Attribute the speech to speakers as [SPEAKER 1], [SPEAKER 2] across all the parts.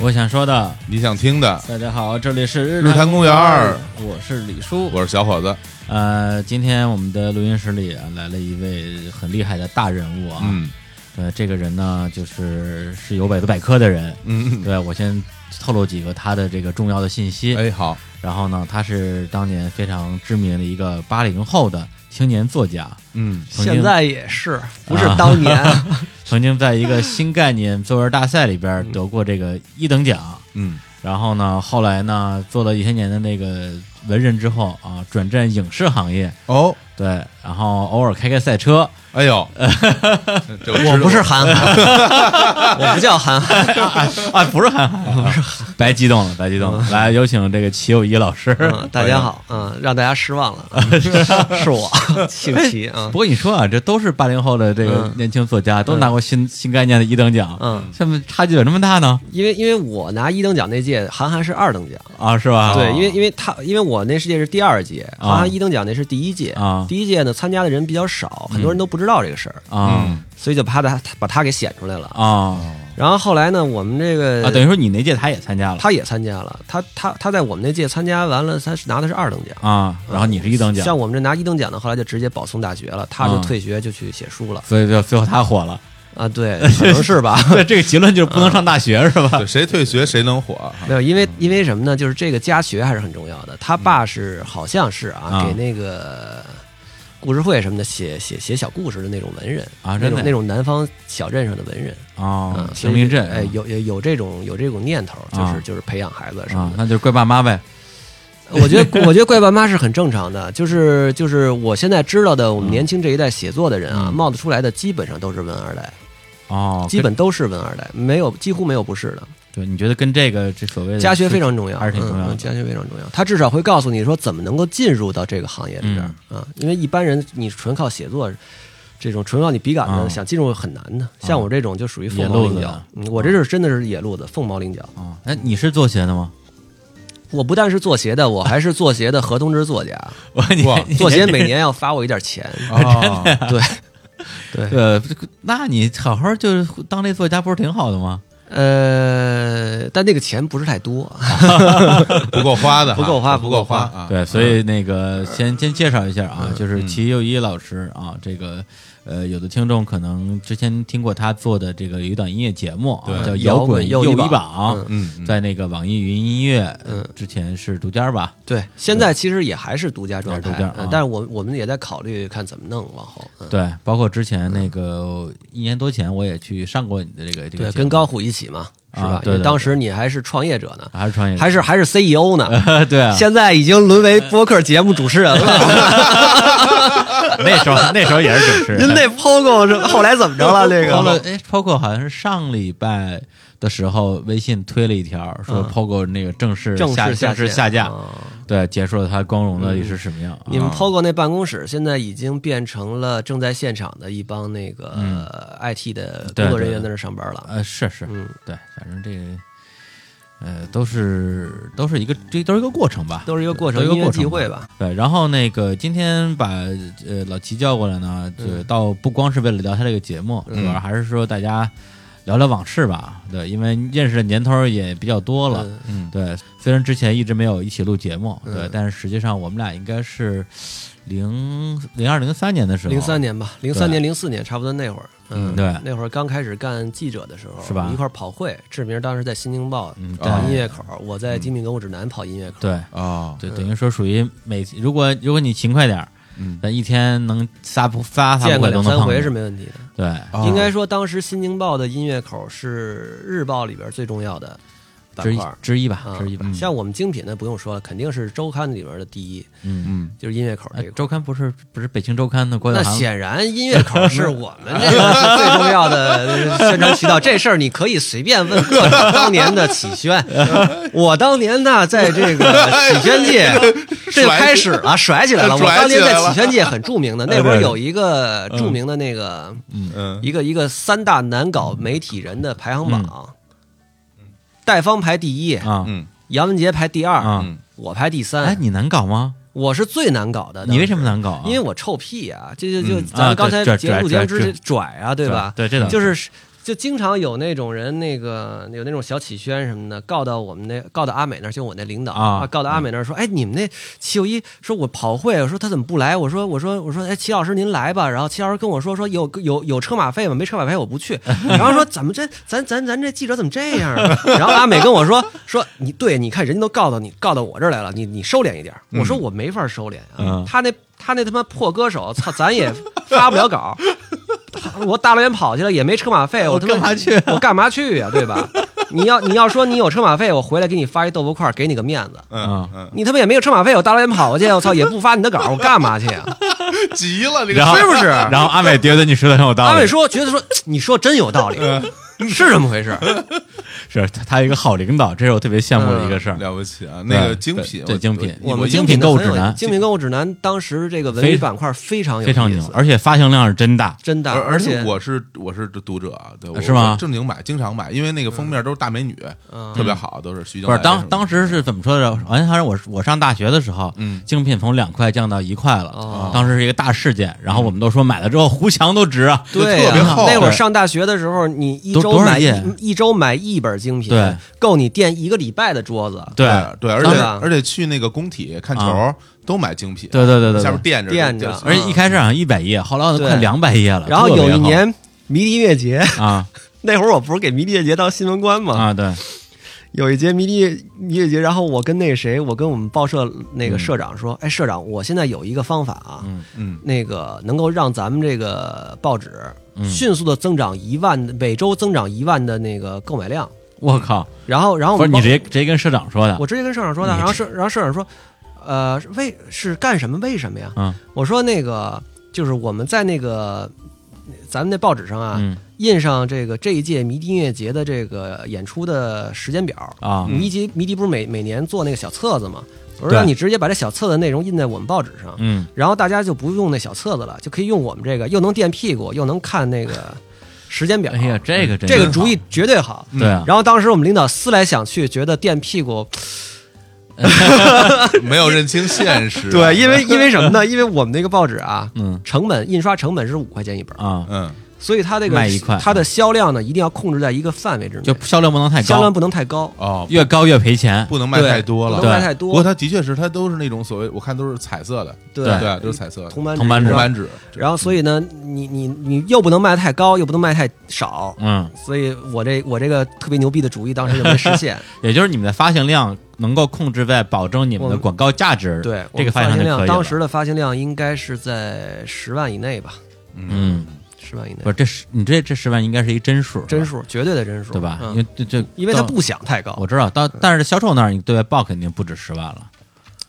[SPEAKER 1] 我想说的。
[SPEAKER 2] 你想听的，
[SPEAKER 1] 大家好，这里是
[SPEAKER 2] 日坛公园儿，
[SPEAKER 1] 我是李叔。
[SPEAKER 2] 我是小伙子，
[SPEAKER 1] 呃，今天我们的录音室里啊来了一位很厉害的大人物啊。
[SPEAKER 2] 嗯
[SPEAKER 1] 呃，这个人呢，就是是有百度百科的人。
[SPEAKER 2] 嗯，
[SPEAKER 1] 对，我先透露几个他的这个重要的信息。
[SPEAKER 2] 哎好，
[SPEAKER 1] 然后呢，他是当年非常知名的一个八零后的青年作家，
[SPEAKER 2] 嗯
[SPEAKER 1] 曾经啊
[SPEAKER 3] 现在也是，不是当年，
[SPEAKER 1] 曾经在
[SPEAKER 2] 哎
[SPEAKER 1] 一个新概念作文大赛里边得过这个一等奖。
[SPEAKER 2] 嗯
[SPEAKER 1] 然后呢，后来呢，做了一些年的那个文人之后啊，转战影视行业，
[SPEAKER 2] 哦，
[SPEAKER 1] 对，然后偶尔开开赛车，
[SPEAKER 2] 哎呦，这知道
[SPEAKER 3] 我不是韩 寒， 我不叫韩寒，
[SPEAKER 1] 啊，不是韩寒，不是白激动了，白激动了，来有请这个齐友一老师。
[SPEAKER 3] 嗯，大家好，
[SPEAKER 1] 哎
[SPEAKER 3] 嗯，让大家失 望了，嗯是我姓齐啊
[SPEAKER 1] 不，过你说啊，这都是八零后的这个
[SPEAKER 3] 嗯
[SPEAKER 1] 年轻作家，都拿过新新概念的一等奖，
[SPEAKER 3] 嗯，
[SPEAKER 1] 怎么差距有这么大呢？
[SPEAKER 3] 因为因为我拿一等奖那届，韩寒是二等奖，
[SPEAKER 1] 啊，是吧？
[SPEAKER 3] 对，因为因为他因为我那世界是第二届，
[SPEAKER 1] 啊
[SPEAKER 3] 韩寒一等奖那是第一届，
[SPEAKER 1] 啊
[SPEAKER 3] 第一届呢参加的人比较少，很多人都不知道这个事儿，
[SPEAKER 1] 啊
[SPEAKER 2] 嗯
[SPEAKER 3] 所以就把他把他给显出来了。
[SPEAKER 1] 啊
[SPEAKER 3] 然后后来呢，我们这个
[SPEAKER 1] 啊！等于说你那届他也参加了
[SPEAKER 3] 他也参加了，他他他在我们那届参加完了，他是拿的是二等奖。
[SPEAKER 1] 啊，然后你是一等奖，嗯
[SPEAKER 3] 像我们这拿一等奖的，后来就直接保送大学了，他就退学就去写书了
[SPEAKER 1] 所以就最后他火了。。
[SPEAKER 3] 啊，对，可能是吧
[SPEAKER 1] 对，这个结论就是不能上大学是吧
[SPEAKER 2] 对？谁退学谁能火 啊
[SPEAKER 3] 没有，
[SPEAKER 1] 嗯
[SPEAKER 3] 因为因为什么呢？就是这个家学还是很重要的。他爸是好像是啊，
[SPEAKER 1] 啊
[SPEAKER 3] 给那个故事会什么的写写写小故事的那种文人
[SPEAKER 1] 啊
[SPEAKER 3] 那
[SPEAKER 1] 真的
[SPEAKER 3] 种那种南方小镇上的文人
[SPEAKER 1] 哦
[SPEAKER 3] 啊，，
[SPEAKER 1] 行明镇
[SPEAKER 3] 哎，有有有这种有这种念头，就
[SPEAKER 1] 啊
[SPEAKER 3] 是就是培养孩子什么
[SPEAKER 1] 啊，
[SPEAKER 3] 的。
[SPEAKER 1] 那就是怪爸妈呗。
[SPEAKER 3] 我觉得，我觉得怪爸妈是很正常的，就是就是我现在知道的，我们年轻这一代写作的人啊，
[SPEAKER 1] 嗯
[SPEAKER 3] 冒得出来的基本上都是文二代，
[SPEAKER 1] 哦，
[SPEAKER 3] 基本都是文二代，没有几乎没有不是的。
[SPEAKER 1] 对，你觉得跟这个这所谓的
[SPEAKER 3] 家学非常重要，
[SPEAKER 1] 还是挺重要
[SPEAKER 3] 嗯
[SPEAKER 1] 的
[SPEAKER 3] 嗯家学非常重要，他至少会告诉你说怎么能够进入到这个行业里边儿、
[SPEAKER 1] 嗯
[SPEAKER 3] 啊，因为一般人你纯靠写作。这种纯靠你笔杆
[SPEAKER 1] 啊
[SPEAKER 3] 子想进入很难的，像我这种就属于凤毛
[SPEAKER 1] 野路
[SPEAKER 3] 麟
[SPEAKER 1] 子
[SPEAKER 3] 角
[SPEAKER 1] 啊。
[SPEAKER 3] 嗯我这是真的是野路子，凤毛 麟角。
[SPEAKER 1] 啊？那你是做鞋的 吗？
[SPEAKER 3] 我不但是做鞋的，我还是做鞋的合同制 作家。
[SPEAKER 1] 我你
[SPEAKER 2] 哇
[SPEAKER 1] 你
[SPEAKER 3] 做鞋 每年要发我一点钱，
[SPEAKER 2] 啊？
[SPEAKER 3] 对，对，
[SPEAKER 1] 呃，这个那你好好就是当这作家不是挺好的吗？
[SPEAKER 3] 呃，但那个钱不是太多，
[SPEAKER 2] 不够花的哈，
[SPEAKER 3] 不够花
[SPEAKER 2] 不够
[SPEAKER 3] 不够
[SPEAKER 2] 啊！
[SPEAKER 1] 对，所以那个先先介绍一下啊，就是
[SPEAKER 2] 嗯
[SPEAKER 1] 齐又一老师啊，这个呃，有的听众可能之前听过他做的这个有一档音乐节目啊，
[SPEAKER 2] 对
[SPEAKER 1] 叫《
[SPEAKER 3] 摇
[SPEAKER 1] 摇
[SPEAKER 3] 滚
[SPEAKER 1] 滚
[SPEAKER 3] 又
[SPEAKER 1] 一
[SPEAKER 3] 一榜
[SPEAKER 1] 榜》，
[SPEAKER 2] 嗯，嗯
[SPEAKER 1] 在那个网易云音乐
[SPEAKER 3] 嗯
[SPEAKER 1] 之前是独家吧？
[SPEAKER 3] 对，现在其实也还是独家状态
[SPEAKER 1] 独家，
[SPEAKER 3] 呃
[SPEAKER 1] 啊
[SPEAKER 3] 但是我我们也在考虑看怎么弄往后。嗯
[SPEAKER 1] 对，包括之前那个一年多前我也去上过你的这个这个节
[SPEAKER 3] 对，
[SPEAKER 1] 目
[SPEAKER 3] 跟高虎一起嘛，是
[SPEAKER 1] 啊
[SPEAKER 3] 吧？
[SPEAKER 1] 对
[SPEAKER 3] 因为
[SPEAKER 1] 对
[SPEAKER 3] 当
[SPEAKER 1] 对哎
[SPEAKER 3] 时你还是创业者呢，
[SPEAKER 1] 还是创业者，
[SPEAKER 3] 还是还是 CEO 呢，
[SPEAKER 1] 对啊，
[SPEAKER 3] 现在已经沦为播客节目主持人
[SPEAKER 1] 哎
[SPEAKER 3] 了。
[SPEAKER 1] 那时候那时候也是主持人。
[SPEAKER 3] 您 那 POGO 是后来怎么着 了？这
[SPEAKER 1] 包括
[SPEAKER 3] 个
[SPEAKER 1] 哎，Pogo 好像是上礼拜的时候，微信推了一条说
[SPEAKER 3] 嗯
[SPEAKER 1] Pogo 那个正式
[SPEAKER 3] 正
[SPEAKER 1] 下
[SPEAKER 3] 式
[SPEAKER 1] 正式
[SPEAKER 3] 线嗯
[SPEAKER 1] 下架，啊
[SPEAKER 3] 哦
[SPEAKER 1] 对，结束了它光荣的历史使命。啊
[SPEAKER 3] 你们 POGO 那办公室现在已经变成了正在现场的一帮那个
[SPEAKER 1] 嗯
[SPEAKER 3] 呃 IT 的
[SPEAKER 1] 对
[SPEAKER 3] 工作人
[SPEAKER 1] 对
[SPEAKER 3] 员
[SPEAKER 1] 对
[SPEAKER 3] 在那上班了。
[SPEAKER 1] 呃是是，
[SPEAKER 3] 嗯，
[SPEAKER 1] 对，反正这个呃都是都是一个这都是一个过程吧，
[SPEAKER 3] 都是一个过程，
[SPEAKER 1] 都是一
[SPEAKER 3] 音
[SPEAKER 1] 个过
[SPEAKER 3] 乐聚
[SPEAKER 1] 程
[SPEAKER 3] 会吧。
[SPEAKER 1] 对，然后那个今天把呃老齐叫过来呢，就
[SPEAKER 3] 嗯
[SPEAKER 1] 倒不光是为了聊他这个节目，主要还是说大家聊聊往事吧。对，因为认识的年头儿也比较多了。
[SPEAKER 3] 嗯
[SPEAKER 2] 嗯
[SPEAKER 1] 对，虽然之前一直没有一起录节目，对，
[SPEAKER 3] 嗯
[SPEAKER 1] 但是实际上我们俩应该是零零二零三年的时候，
[SPEAKER 3] 零三年吧，零三年、零四年差不多那会儿，
[SPEAKER 1] 嗯对
[SPEAKER 3] 那会儿刚开始干记者的时候，
[SPEAKER 1] 是吧
[SPEAKER 3] 我们一块儿跑会，志明当时在新京报
[SPEAKER 1] 嗯
[SPEAKER 3] 跑
[SPEAKER 1] 对嗯
[SPEAKER 3] 音乐口，我在精品购物指南跑音乐口，
[SPEAKER 1] 对
[SPEAKER 2] 啊，
[SPEAKER 3] 嗯
[SPEAKER 1] 对，等于说属于每如果如果你勤快点儿，
[SPEAKER 2] 嗯，
[SPEAKER 1] 咱一天能仨不仨仨
[SPEAKER 3] 见
[SPEAKER 1] 不
[SPEAKER 3] 过
[SPEAKER 1] 会都
[SPEAKER 3] 两
[SPEAKER 1] 能
[SPEAKER 3] 三
[SPEAKER 1] 碰
[SPEAKER 3] 回
[SPEAKER 1] 见
[SPEAKER 3] 是没问题的。
[SPEAKER 1] 对，
[SPEAKER 2] 啊
[SPEAKER 3] 应该说，当时新京报的音乐口是日报里边最重要的
[SPEAKER 1] 之
[SPEAKER 3] 板
[SPEAKER 1] 一
[SPEAKER 3] 块。
[SPEAKER 1] 之一吧
[SPEAKER 3] 啊，
[SPEAKER 1] 之一嗯吧，
[SPEAKER 3] 像我们精品那不用说了，肯定是周刊里边的第一，
[SPEAKER 1] 嗯。
[SPEAKER 2] 嗯，
[SPEAKER 3] 就是音乐口
[SPEAKER 1] 哎
[SPEAKER 3] 这一块。
[SPEAKER 1] 周刊不是不是北京周刊的郭
[SPEAKER 3] 那
[SPEAKER 1] 晓涵吗
[SPEAKER 3] 显然，音乐口是我们这个 最重要的宣传渠道。这事儿你可以随便问各种当年的启轩。我当年呢，在这个启轩界，这就开始了，甩起来了。我当年在启轩界很著名的，那会儿有一个著名的那个
[SPEAKER 2] 嗯
[SPEAKER 3] 一个一个三大难搞媒体人的排行榜，戴芳排第一，
[SPEAKER 1] 啊
[SPEAKER 2] 嗯
[SPEAKER 3] 杨文杰排第二，
[SPEAKER 1] 啊！
[SPEAKER 2] 嗯，
[SPEAKER 3] 我排第
[SPEAKER 1] 哎，
[SPEAKER 3] 三，
[SPEAKER 1] 你难搞吗？
[SPEAKER 3] 我是最难搞的。
[SPEAKER 1] 你为什
[SPEAKER 3] 么？
[SPEAKER 1] 么难搞啊？
[SPEAKER 3] 因为我臭屁啊，这就就
[SPEAKER 2] 嗯
[SPEAKER 3] 咱
[SPEAKER 1] 啊
[SPEAKER 3] 们刚才
[SPEAKER 1] 对拽
[SPEAKER 3] 节
[SPEAKER 1] 拽
[SPEAKER 3] 目节目
[SPEAKER 1] 拽
[SPEAKER 3] 之前拽啊，对吧？
[SPEAKER 1] 对这倒
[SPEAKER 3] 就是就经常有那种人，那个有那种小启轩什么的，告到我们那，告到阿美那儿，就我那领导
[SPEAKER 1] 啊
[SPEAKER 3] 告到阿美那儿说，哎，你们那齐友一说我跑会，我说他怎么不来？我说我说我说，哎，齐老师您来吧。然后齐老师跟我说说有有有车马费吗？没车马费我不去。 然后说怎么这咱咱咱这记者怎么这样啊？ 然后阿美跟我说说你对，你看人家都告到你告到我这儿来了，你你收敛一点儿。我说我没法收敛啊
[SPEAKER 1] 嗯，
[SPEAKER 3] 他那他那他妈破歌手，操，咱也发不了稿。 我大老远跑去了，也没车马费，我他妈
[SPEAKER 1] 干嘛去啊
[SPEAKER 3] 我干嘛去呀、对吧？ 你要你要说你有车马费，我回来给你发一豆腐块儿，给你个面子。
[SPEAKER 1] 啊
[SPEAKER 2] 嗯嗯，
[SPEAKER 3] 你他妈也没有车马费，我大老远跑过去，我 操，也不发你的稿，我干嘛去呀、
[SPEAKER 2] 急了，这
[SPEAKER 1] 然后
[SPEAKER 2] 个是 不是？
[SPEAKER 1] 然后阿美觉得你说的很有道理，嗯
[SPEAKER 3] 阿伟说，觉得说你说真有道理，是这么回事。
[SPEAKER 1] 是他他有一个好领导，这是我特别羡慕的一个事
[SPEAKER 3] 嗯
[SPEAKER 1] 儿。
[SPEAKER 2] 了不起啊，那个
[SPEAKER 1] 对
[SPEAKER 2] 精品，
[SPEAKER 1] 对
[SPEAKER 2] 我
[SPEAKER 1] 精品
[SPEAKER 3] 我
[SPEAKER 2] 我
[SPEAKER 3] 们
[SPEAKER 1] 精
[SPEAKER 3] 精
[SPEAKER 1] 品
[SPEAKER 3] 品
[SPEAKER 1] 购物
[SPEAKER 3] 的很有
[SPEAKER 1] 指南
[SPEAKER 3] 精品购物指南当时这个文娱
[SPEAKER 1] 非
[SPEAKER 3] 板块非常有
[SPEAKER 1] 非常
[SPEAKER 3] 意
[SPEAKER 1] 牛
[SPEAKER 3] 思，
[SPEAKER 1] 而且发行量是真大。
[SPEAKER 3] 真的，啊
[SPEAKER 2] 而而
[SPEAKER 3] 且
[SPEAKER 2] 我是我是读者啊，对，我
[SPEAKER 1] 是吗
[SPEAKER 2] 我正经买，经常买，因为那个封面都是大美女，
[SPEAKER 3] 嗯
[SPEAKER 2] 特别好，都是徐静
[SPEAKER 1] 不
[SPEAKER 2] 蕾
[SPEAKER 1] 是
[SPEAKER 2] 什么的。
[SPEAKER 1] 当当时是怎么说的？好像还是我我上大学的时候，
[SPEAKER 2] 嗯
[SPEAKER 1] 精品从两块降到一块了，
[SPEAKER 3] 哦
[SPEAKER 1] 当时是一个大事件。然后我们都说买了之后糊墙都值啊，
[SPEAKER 3] 对
[SPEAKER 2] 就
[SPEAKER 3] 呀、
[SPEAKER 2] 特别厚
[SPEAKER 3] 那会儿上大学的时候，你一
[SPEAKER 1] 多
[SPEAKER 3] 周
[SPEAKER 1] 多少
[SPEAKER 3] 买一
[SPEAKER 1] 页
[SPEAKER 3] 一周买一本精品，
[SPEAKER 1] 对
[SPEAKER 3] 够你垫一个礼拜的桌子。
[SPEAKER 1] 对
[SPEAKER 2] 哎对，而
[SPEAKER 3] 当
[SPEAKER 2] 且
[SPEAKER 3] 然
[SPEAKER 2] 而且去那个工体看球
[SPEAKER 1] 啊
[SPEAKER 2] 都买精品，
[SPEAKER 1] 对对对对
[SPEAKER 2] 下
[SPEAKER 1] 对
[SPEAKER 2] 边。垫着
[SPEAKER 3] 垫
[SPEAKER 2] 就
[SPEAKER 3] 着
[SPEAKER 2] 行
[SPEAKER 1] 而且一开始好像一百页，后来快
[SPEAKER 3] 对
[SPEAKER 1] 两百页了。
[SPEAKER 3] 然后
[SPEAKER 1] 特别
[SPEAKER 3] 有一
[SPEAKER 1] 好
[SPEAKER 3] 年迷笛音乐节，
[SPEAKER 1] 啊
[SPEAKER 3] 那会儿我不是给迷笛音乐节当新闻官吗？
[SPEAKER 1] 啊，对，
[SPEAKER 3] 有一节迷笛音乐节，然后我跟那个谁，我跟我们报社那
[SPEAKER 1] 嗯
[SPEAKER 3] 个社长说，哎，社长，我现在有一个方法啊，
[SPEAKER 2] 嗯，
[SPEAKER 3] 那个能够让咱们这个报纸
[SPEAKER 1] 嗯
[SPEAKER 3] 迅速的增长一万，每周增长一万的那个购买量。
[SPEAKER 1] 我靠，
[SPEAKER 3] 然后，然后我
[SPEAKER 1] 不是
[SPEAKER 3] 们
[SPEAKER 1] 你
[SPEAKER 3] 报
[SPEAKER 1] 直接直接跟社长说的，
[SPEAKER 3] 我直接跟社长说的，
[SPEAKER 1] 啊你
[SPEAKER 3] 然后社然后社长说，呃，为是干什么？为什么呀？
[SPEAKER 1] 嗯
[SPEAKER 3] 我说那个就是我们在那个咱们那报纸上啊，
[SPEAKER 1] 嗯
[SPEAKER 3] 印上这个这一届迷笛音乐节的这个演出的时间表。
[SPEAKER 1] 啊，
[SPEAKER 3] 迷笛迷笛不是每每年做那个小册子吗？我说
[SPEAKER 1] 对
[SPEAKER 3] 让你直接把这小册子内容印在我们报纸上，
[SPEAKER 1] 嗯，
[SPEAKER 3] 然后大家就不用那小册子了，就可以用我们这个，又能垫屁股，又能看 那个时间表。
[SPEAKER 1] 哎呀，这个真
[SPEAKER 3] 嗯这个
[SPEAKER 1] 好
[SPEAKER 3] 主意绝对好。
[SPEAKER 1] 对啊，
[SPEAKER 3] 然后当时我们领导思来想去，觉得垫屁股
[SPEAKER 2] 没有认清现实。啊
[SPEAKER 3] 对，，因为因为什么 呢？因为我们那个报纸啊，
[SPEAKER 1] 嗯
[SPEAKER 3] 成本印刷成本是五块钱一本，
[SPEAKER 1] 啊，
[SPEAKER 2] 嗯，
[SPEAKER 3] 所以它这个
[SPEAKER 1] 卖一块
[SPEAKER 3] 它的销量呢一定要控制在一个范围之内，
[SPEAKER 1] 就销量不能太
[SPEAKER 3] 销
[SPEAKER 1] 高
[SPEAKER 3] 量，不能太高，
[SPEAKER 2] 哦，
[SPEAKER 1] 越高越赔钱。
[SPEAKER 2] 不能卖
[SPEAKER 3] 对
[SPEAKER 2] 太多了
[SPEAKER 3] 不。能卖
[SPEAKER 1] 啊对
[SPEAKER 3] 太
[SPEAKER 2] 不过
[SPEAKER 3] 多。
[SPEAKER 2] 它的确是，它都是那种所谓，我看都是彩色的，
[SPEAKER 3] 对
[SPEAKER 2] 对，都是彩色的，
[SPEAKER 3] 铜板
[SPEAKER 1] 铜板
[SPEAKER 3] 纸
[SPEAKER 1] 纸
[SPEAKER 2] 铜
[SPEAKER 3] 是吧
[SPEAKER 2] 板纸，
[SPEAKER 3] 然后所以呢，你你你又不能卖太高，又不能卖太少，
[SPEAKER 1] 嗯，
[SPEAKER 3] 所以我这我这个特别牛逼的主意当时就没实 现。
[SPEAKER 1] 也就是你们的发行量能够控制在保证你们
[SPEAKER 3] 我
[SPEAKER 1] 的
[SPEAKER 3] 们
[SPEAKER 1] 广告价值，
[SPEAKER 3] 对，我
[SPEAKER 1] 这
[SPEAKER 3] 们
[SPEAKER 1] 个
[SPEAKER 3] 发
[SPEAKER 1] 发
[SPEAKER 3] 行
[SPEAKER 1] 量就
[SPEAKER 3] 量
[SPEAKER 1] 可以
[SPEAKER 3] 当
[SPEAKER 1] 了
[SPEAKER 3] 时的发行量应该是在十万以内吧，
[SPEAKER 1] 嗯，
[SPEAKER 3] 十万以内
[SPEAKER 1] 不是这十你这这十万应该是一真数，
[SPEAKER 3] 真数，绝对的真数，
[SPEAKER 1] 对吧？因
[SPEAKER 3] 嗯
[SPEAKER 1] 为这这
[SPEAKER 3] 因为他
[SPEAKER 1] 到
[SPEAKER 3] 不想太高
[SPEAKER 1] 我，知道，到但是销售那儿你对外报肯定不止十万了，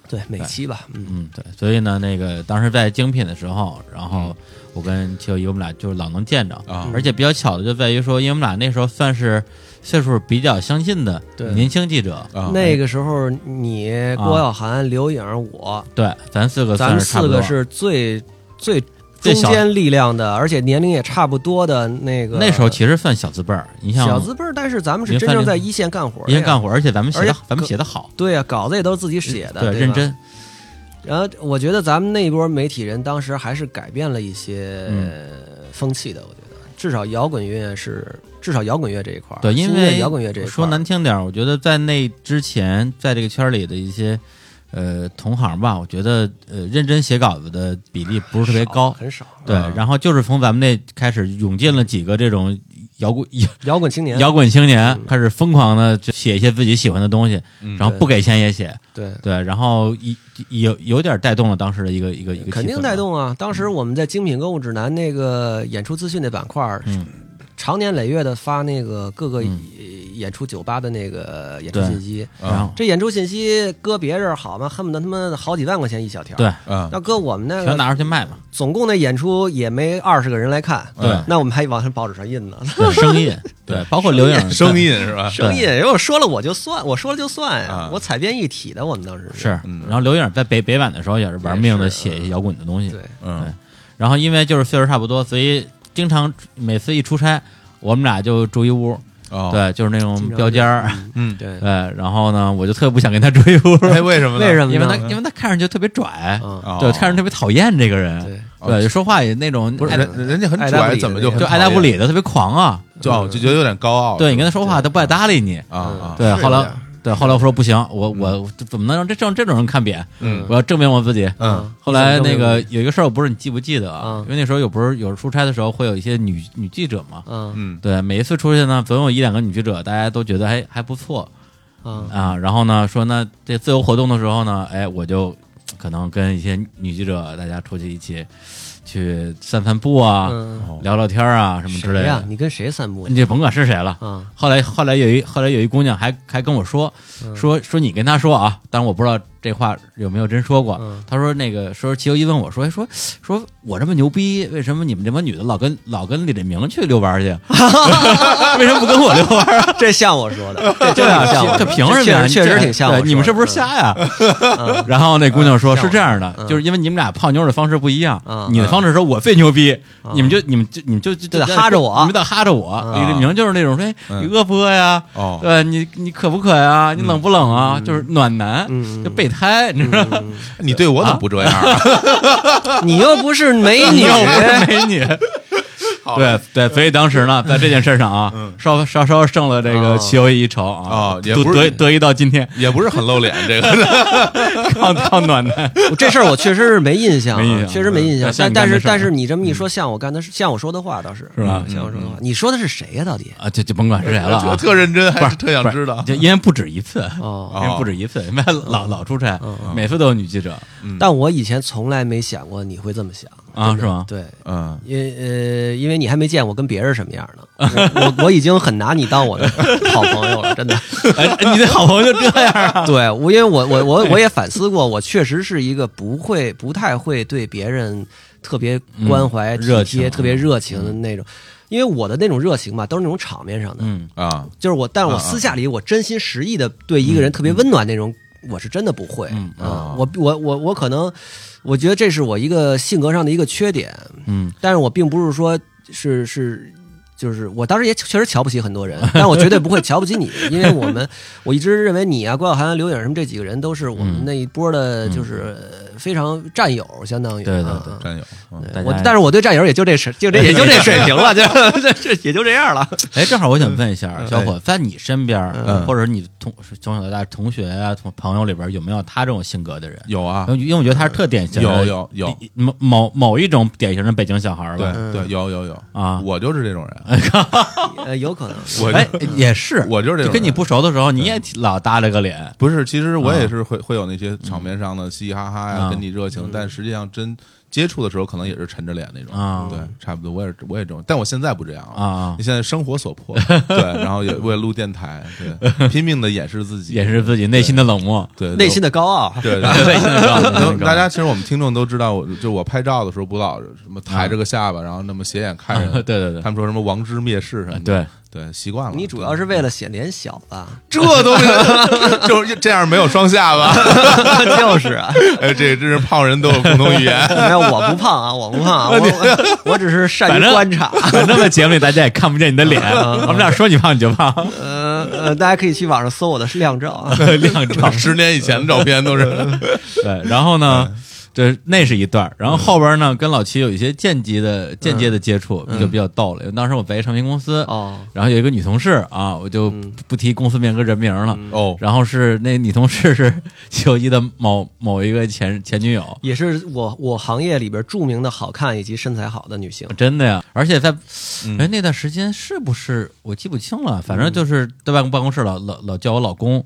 [SPEAKER 3] 对每期吧，嗯。
[SPEAKER 1] 嗯，对，所以呢，那个当时在精品的时候，然
[SPEAKER 3] 嗯
[SPEAKER 1] 后我跟七友一我们俩就老能见着，
[SPEAKER 2] 啊
[SPEAKER 1] 而且比较巧的就在于说，因为我们俩那时候算是岁数比较相近的
[SPEAKER 3] 对
[SPEAKER 1] 年轻记者，
[SPEAKER 2] 啊，
[SPEAKER 3] 那个时候，你郭耀涵、刘颖、我，
[SPEAKER 1] 对，咱四个
[SPEAKER 3] 咱
[SPEAKER 1] 啊呃算是差不多。
[SPEAKER 3] 们四个是最最中
[SPEAKER 1] 最小
[SPEAKER 3] 间力量的，而且年龄也差不多的那个。
[SPEAKER 1] 那时候其实算小字辈儿，你像
[SPEAKER 3] 小资辈儿，但是咱们是真正在一线干活的呀，
[SPEAKER 1] 一人干活，而且咱们写
[SPEAKER 3] 而
[SPEAKER 1] 的
[SPEAKER 3] 且
[SPEAKER 1] 咱们写的好，
[SPEAKER 3] 对呀、稿子也都是自己写的，对，
[SPEAKER 1] 认。真，
[SPEAKER 3] 然后我觉得咱们那波媒体人当时还是改变了一些
[SPEAKER 1] 嗯
[SPEAKER 3] 风气的，我觉得至少摇滚乐是至少摇滚乐这一块儿，
[SPEAKER 1] 对，因
[SPEAKER 3] 新
[SPEAKER 1] 为
[SPEAKER 3] 乐摇滚乐这一块儿
[SPEAKER 1] 说难听点儿，我觉得在那之前，在这个圈儿里的一些呃同行吧，我觉得呃认真写稿子的比例不是特别
[SPEAKER 3] 少
[SPEAKER 1] 高，
[SPEAKER 3] 很少。
[SPEAKER 1] 对，然后就是从咱们那开始涌进了几个这种摇滚 摇
[SPEAKER 3] 摇滚青年，
[SPEAKER 1] 摇滚青年，开始疯狂的写一些自己喜欢的东西，然后
[SPEAKER 3] 嗯对
[SPEAKER 1] 不给钱也写，
[SPEAKER 3] 对，
[SPEAKER 1] 对，然后一有有点带动了当时的一个一个一个
[SPEAKER 3] 肯
[SPEAKER 1] 气
[SPEAKER 3] 定
[SPEAKER 1] 氛嗯
[SPEAKER 3] 带动啊！当时我们在精品购物指南那个演出资讯那板块儿，
[SPEAKER 1] 嗯
[SPEAKER 3] 常年累月的发那个各个
[SPEAKER 1] 嗯
[SPEAKER 3] 演出酒吧的那个演出
[SPEAKER 1] 对
[SPEAKER 3] 信息。
[SPEAKER 1] 嘛，然后
[SPEAKER 3] 这演出信息搁别人好吗？恨不得他妈好几万块钱一小条。
[SPEAKER 1] 对，
[SPEAKER 2] 啊，
[SPEAKER 3] 那搁我们那
[SPEAKER 1] 全
[SPEAKER 3] 个，
[SPEAKER 1] 拿出去卖 嘛，
[SPEAKER 3] 总共那演出也没二十个人来看，
[SPEAKER 1] 对
[SPEAKER 3] 那我们还往上报纸上 印呢。
[SPEAKER 1] 对，声音，对，包括刘颖
[SPEAKER 2] 声音是吧？
[SPEAKER 3] 生意，因为我哎说了我就算，我说了就算呀、
[SPEAKER 2] 啊
[SPEAKER 3] 我采编一体的，我们当时
[SPEAKER 1] 是
[SPEAKER 2] 嗯，
[SPEAKER 1] 然后刘颖在北北版的时候也是玩命的
[SPEAKER 3] 也是
[SPEAKER 1] 写一些摇滚的东西
[SPEAKER 3] 对，，
[SPEAKER 2] 嗯，
[SPEAKER 1] 然后因为就是岁数差不多，所以经常每次一出差，我们俩就住一屋，
[SPEAKER 2] 哦，
[SPEAKER 1] 对，就是那种
[SPEAKER 3] 经常
[SPEAKER 1] 标间儿，
[SPEAKER 2] 嗯，
[SPEAKER 3] 对，
[SPEAKER 1] 对，然后呢，我就特不想跟他住一屋，
[SPEAKER 2] 哎，为什么呢？
[SPEAKER 3] 为什么呢？
[SPEAKER 1] 因为他因为他看上去特别拽，
[SPEAKER 3] 啊，
[SPEAKER 2] 哦
[SPEAKER 1] 对，看着特别讨厌这个人，
[SPEAKER 3] 对
[SPEAKER 1] 对，说话也那种
[SPEAKER 2] 不是
[SPEAKER 1] 爱
[SPEAKER 2] 哎人人家很
[SPEAKER 3] 爱搭不
[SPEAKER 2] 拽，
[SPEAKER 3] 理
[SPEAKER 2] 怎
[SPEAKER 3] 的
[SPEAKER 2] 么就
[SPEAKER 3] 那
[SPEAKER 2] 很
[SPEAKER 1] 就
[SPEAKER 3] 种
[SPEAKER 1] 爱
[SPEAKER 2] 讨
[SPEAKER 1] 搭
[SPEAKER 2] 厌
[SPEAKER 1] 不理的，特别狂啊，
[SPEAKER 2] 就哦就觉得有点高傲。
[SPEAKER 1] 对你跟他说话，他不爱搭理你。
[SPEAKER 2] 啊啊，
[SPEAKER 1] 对，
[SPEAKER 4] 是
[SPEAKER 1] 后来
[SPEAKER 4] 的
[SPEAKER 1] 对后来我说不行，我我怎么能让这让这种人看扁？
[SPEAKER 2] 嗯
[SPEAKER 1] 我要证明我自己。
[SPEAKER 2] 嗯
[SPEAKER 1] 后来那个有一个事儿，我不是你记不记得啊？
[SPEAKER 3] 嗯
[SPEAKER 1] 因为那时候有不是有时候出差的时候会有一些女女记者嘛，
[SPEAKER 3] 嗯
[SPEAKER 2] 嗯
[SPEAKER 1] 对，每一次出去呢，总有一两个女记者，大家都觉得哎还还不错
[SPEAKER 3] 嗯
[SPEAKER 1] 啊。然后呢，说那这自由活动的时候呢，哎，我就可能跟一些女记者大家出去一起去散散步啊，
[SPEAKER 3] 嗯，
[SPEAKER 1] 聊聊天啊什么之类
[SPEAKER 3] 谁呀
[SPEAKER 1] 的，。嗯
[SPEAKER 3] 你跟谁散步呀
[SPEAKER 1] 你？就甭管是谁了。
[SPEAKER 3] 啊，
[SPEAKER 1] 后来后来有一后来有一姑娘还还跟我说
[SPEAKER 3] 嗯
[SPEAKER 1] 说说你跟她说啊，但是我不知道这话有没有真说过
[SPEAKER 3] 嗯。
[SPEAKER 1] 她说那个说齐友一问我说哎说说我这么牛逼，为什么你们这帮女的老跟老跟李立明去遛弯儿去？啊 为什么不跟我遛弯儿啊？
[SPEAKER 3] 这像我说的，
[SPEAKER 1] 这
[SPEAKER 3] 这真的像我说的，
[SPEAKER 1] 这凭什么
[SPEAKER 3] 确
[SPEAKER 1] 呀？
[SPEAKER 3] 实确
[SPEAKER 1] 这
[SPEAKER 3] 实挺像我
[SPEAKER 1] 对
[SPEAKER 3] 说的。
[SPEAKER 1] 你们是不是
[SPEAKER 3] 嗯？
[SPEAKER 1] 瞎呀？
[SPEAKER 3] 嗯
[SPEAKER 1] 然后那姑娘说：“
[SPEAKER 3] 像我
[SPEAKER 1] 是这样的，
[SPEAKER 3] 嗯
[SPEAKER 1] 就是因为你们俩泡妞的方式不一样
[SPEAKER 3] 嗯，
[SPEAKER 1] 你的方式说我最牛逼，
[SPEAKER 3] 嗯
[SPEAKER 1] 你们就你们就你们就就
[SPEAKER 3] 就得哈着我
[SPEAKER 1] 你们得哈着我。
[SPEAKER 3] 嗯
[SPEAKER 1] 李立明就是那种说，哎
[SPEAKER 2] 嗯
[SPEAKER 1] 你饿不饿呀？
[SPEAKER 2] 哦
[SPEAKER 1] 对你你渴不渴呀？你冷不冷啊？就是暖男
[SPEAKER 3] 嗯，
[SPEAKER 1] 就备胎，你知道吗？
[SPEAKER 2] 哎你对我怎么不这样啊？
[SPEAKER 3] 你又不是美
[SPEAKER 1] 你
[SPEAKER 3] 女，
[SPEAKER 1] 又不是美女。”对对，所以当时呢，在这件事上啊，稍稍稍胜了这个
[SPEAKER 3] 哦
[SPEAKER 1] 齐友谊一筹啊，
[SPEAKER 2] 哦也
[SPEAKER 1] 得
[SPEAKER 2] 不是
[SPEAKER 1] 得得意到今天，
[SPEAKER 2] 也不是很露脸，这个
[SPEAKER 1] 靠靠暖男，
[SPEAKER 3] 我这事儿我确实是没印象啊，
[SPEAKER 1] 没印象
[SPEAKER 3] 确实没印象
[SPEAKER 1] 嗯。像
[SPEAKER 3] 但
[SPEAKER 1] 你干
[SPEAKER 3] 但
[SPEAKER 1] 的
[SPEAKER 3] 是
[SPEAKER 1] 事儿嗯
[SPEAKER 3] 但是你这么一说，像我干的事，像我说的话倒是嗯
[SPEAKER 1] 是吧嗯
[SPEAKER 3] 像我说的话，你说的是谁呀？到底？
[SPEAKER 1] 啊，就就甭管是谁了啊
[SPEAKER 2] 我，特认真，
[SPEAKER 1] 不
[SPEAKER 2] 还
[SPEAKER 1] 是
[SPEAKER 2] 是特想
[SPEAKER 1] 不是
[SPEAKER 2] 知道。
[SPEAKER 1] 就因为不止一次，
[SPEAKER 3] 哦，
[SPEAKER 1] 因为不止一次，因为老老出差，每次都有女记者
[SPEAKER 3] 但我以前从来没想过你会这么想
[SPEAKER 1] 啊，
[SPEAKER 3] 真的
[SPEAKER 1] 是吗？
[SPEAKER 3] 对，
[SPEAKER 2] 嗯，
[SPEAKER 3] 因呃，因为你还没见我跟别人什么样呢， 我我我已经很拿你当我的好朋友了，真的。
[SPEAKER 1] 哎，你的好朋友就这 样 啊？
[SPEAKER 3] 对，我因为我我我我也反思过，我确实是一个不会不太会对别人特别关怀、
[SPEAKER 1] 嗯热
[SPEAKER 3] 体贴、
[SPEAKER 1] 情
[SPEAKER 3] 特别热情的那种，因为我的那种热情吧，都是那种场面上的，
[SPEAKER 1] 嗯，
[SPEAKER 2] 啊，
[SPEAKER 3] 就是我，但是我私下里我真心实意的对一个人特别温暖那种，我是真的不会
[SPEAKER 1] 嗯
[SPEAKER 3] 啊
[SPEAKER 2] 哦。
[SPEAKER 3] 我我我我可能，我觉得这是我一个性格上的一个缺点，
[SPEAKER 1] 嗯，
[SPEAKER 3] 但是我并不是说是是。就是我当时也确实瞧不起很多人， 但我绝对不会瞧不 起你，因为我们我一直认为你啊、关晓涵、刘颖什么这几个人都是我们那一波的，就是非常战友，相当于
[SPEAKER 1] 对对
[SPEAKER 3] 啊
[SPEAKER 1] 对
[SPEAKER 3] 啊
[SPEAKER 2] 真有。嗯
[SPEAKER 1] 大家
[SPEAKER 3] 我但是我对战友也就这水，就这也就这水 平了，就这这 嗯哎也就这样了。
[SPEAKER 1] 哎，正好我想问一下，小伙，在你身边
[SPEAKER 2] 嗯
[SPEAKER 1] 或者你同从小到大同学啊、同朋友里边，有没有他这种性格的人？
[SPEAKER 2] 有啊
[SPEAKER 1] 因，为因为我觉得他是特典型的，
[SPEAKER 2] 有有有，
[SPEAKER 1] 某某某一种典型的北京小孩
[SPEAKER 2] 对
[SPEAKER 1] 吧？
[SPEAKER 2] 对，有有有
[SPEAKER 1] 嗯啊
[SPEAKER 2] 我就是这种人，
[SPEAKER 3] 呃，有 可能
[SPEAKER 2] 我
[SPEAKER 1] 哎，也是，
[SPEAKER 2] 我就是这种人
[SPEAKER 1] 跟你不熟的时候，你也老搭着个脸，
[SPEAKER 2] 不是，其实我也是会会有那些场面上的嘻嘻哈哈
[SPEAKER 1] 啊
[SPEAKER 2] 呀，跟你热情，但实际上真接触的时候，可能也是沉着脸那
[SPEAKER 1] 啊
[SPEAKER 2] 种。对，差不多，我也我也这种，但我现在不这样了
[SPEAKER 1] 啊
[SPEAKER 2] 现在生活 所迫，对，然后也为了录电台，对，拼命的掩饰自己，
[SPEAKER 1] 掩饰自己内心的冷漠。
[SPEAKER 2] 对
[SPEAKER 3] 内心
[SPEAKER 2] 的
[SPEAKER 3] 的高 傲，
[SPEAKER 2] 对。对
[SPEAKER 1] 内心的高傲内心
[SPEAKER 2] 都
[SPEAKER 1] 的高傲
[SPEAKER 2] 大家其实我们听众都知道，我就我拍照的时候不老什么抬着个下巴，然后那么斜眼看
[SPEAKER 1] 对
[SPEAKER 2] 人，
[SPEAKER 1] 嗯 对对
[SPEAKER 2] 他们说什么王之蔑视什么的，
[SPEAKER 1] 对，
[SPEAKER 2] 对，习惯了。
[SPEAKER 3] 你主要是为了显脸小吧？
[SPEAKER 2] 这东西，就是这样没有双下巴，
[SPEAKER 3] 就是啊，
[SPEAKER 2] 哎，这真是胖人都有共同语言。
[SPEAKER 3] 没有我不胖啊，我不胖啊， 我我我只是善
[SPEAKER 1] 反
[SPEAKER 3] 于
[SPEAKER 1] 正
[SPEAKER 3] 观察。
[SPEAKER 1] 反正在节目里大家也看不见你的脸，我们俩说你胖你就胖，
[SPEAKER 3] 呃呃，大家可以去网上搜我的靓照啊。
[SPEAKER 1] 亮照。
[SPEAKER 2] 十年以前的照片都是，
[SPEAKER 1] 对，然后呢，这那是一段儿，然后后边呢跟老齐有一些间接的间接的接触，就比较逗了。因为当时我在一唱片公司，
[SPEAKER 3] 哦，
[SPEAKER 1] 然后有一个女同事啊，我就不提公司名跟人名了。
[SPEAKER 2] 哦，
[SPEAKER 1] 然后是那女同事是 秀一的某某一个前前女友，
[SPEAKER 3] 也是我我行业里边著名的好看以及身材好的女性。
[SPEAKER 1] 真的呀！而且在
[SPEAKER 2] 嗯
[SPEAKER 1] 哎那段时间是不是我记不清了，反正就是在办公办公室老老老叫我老公，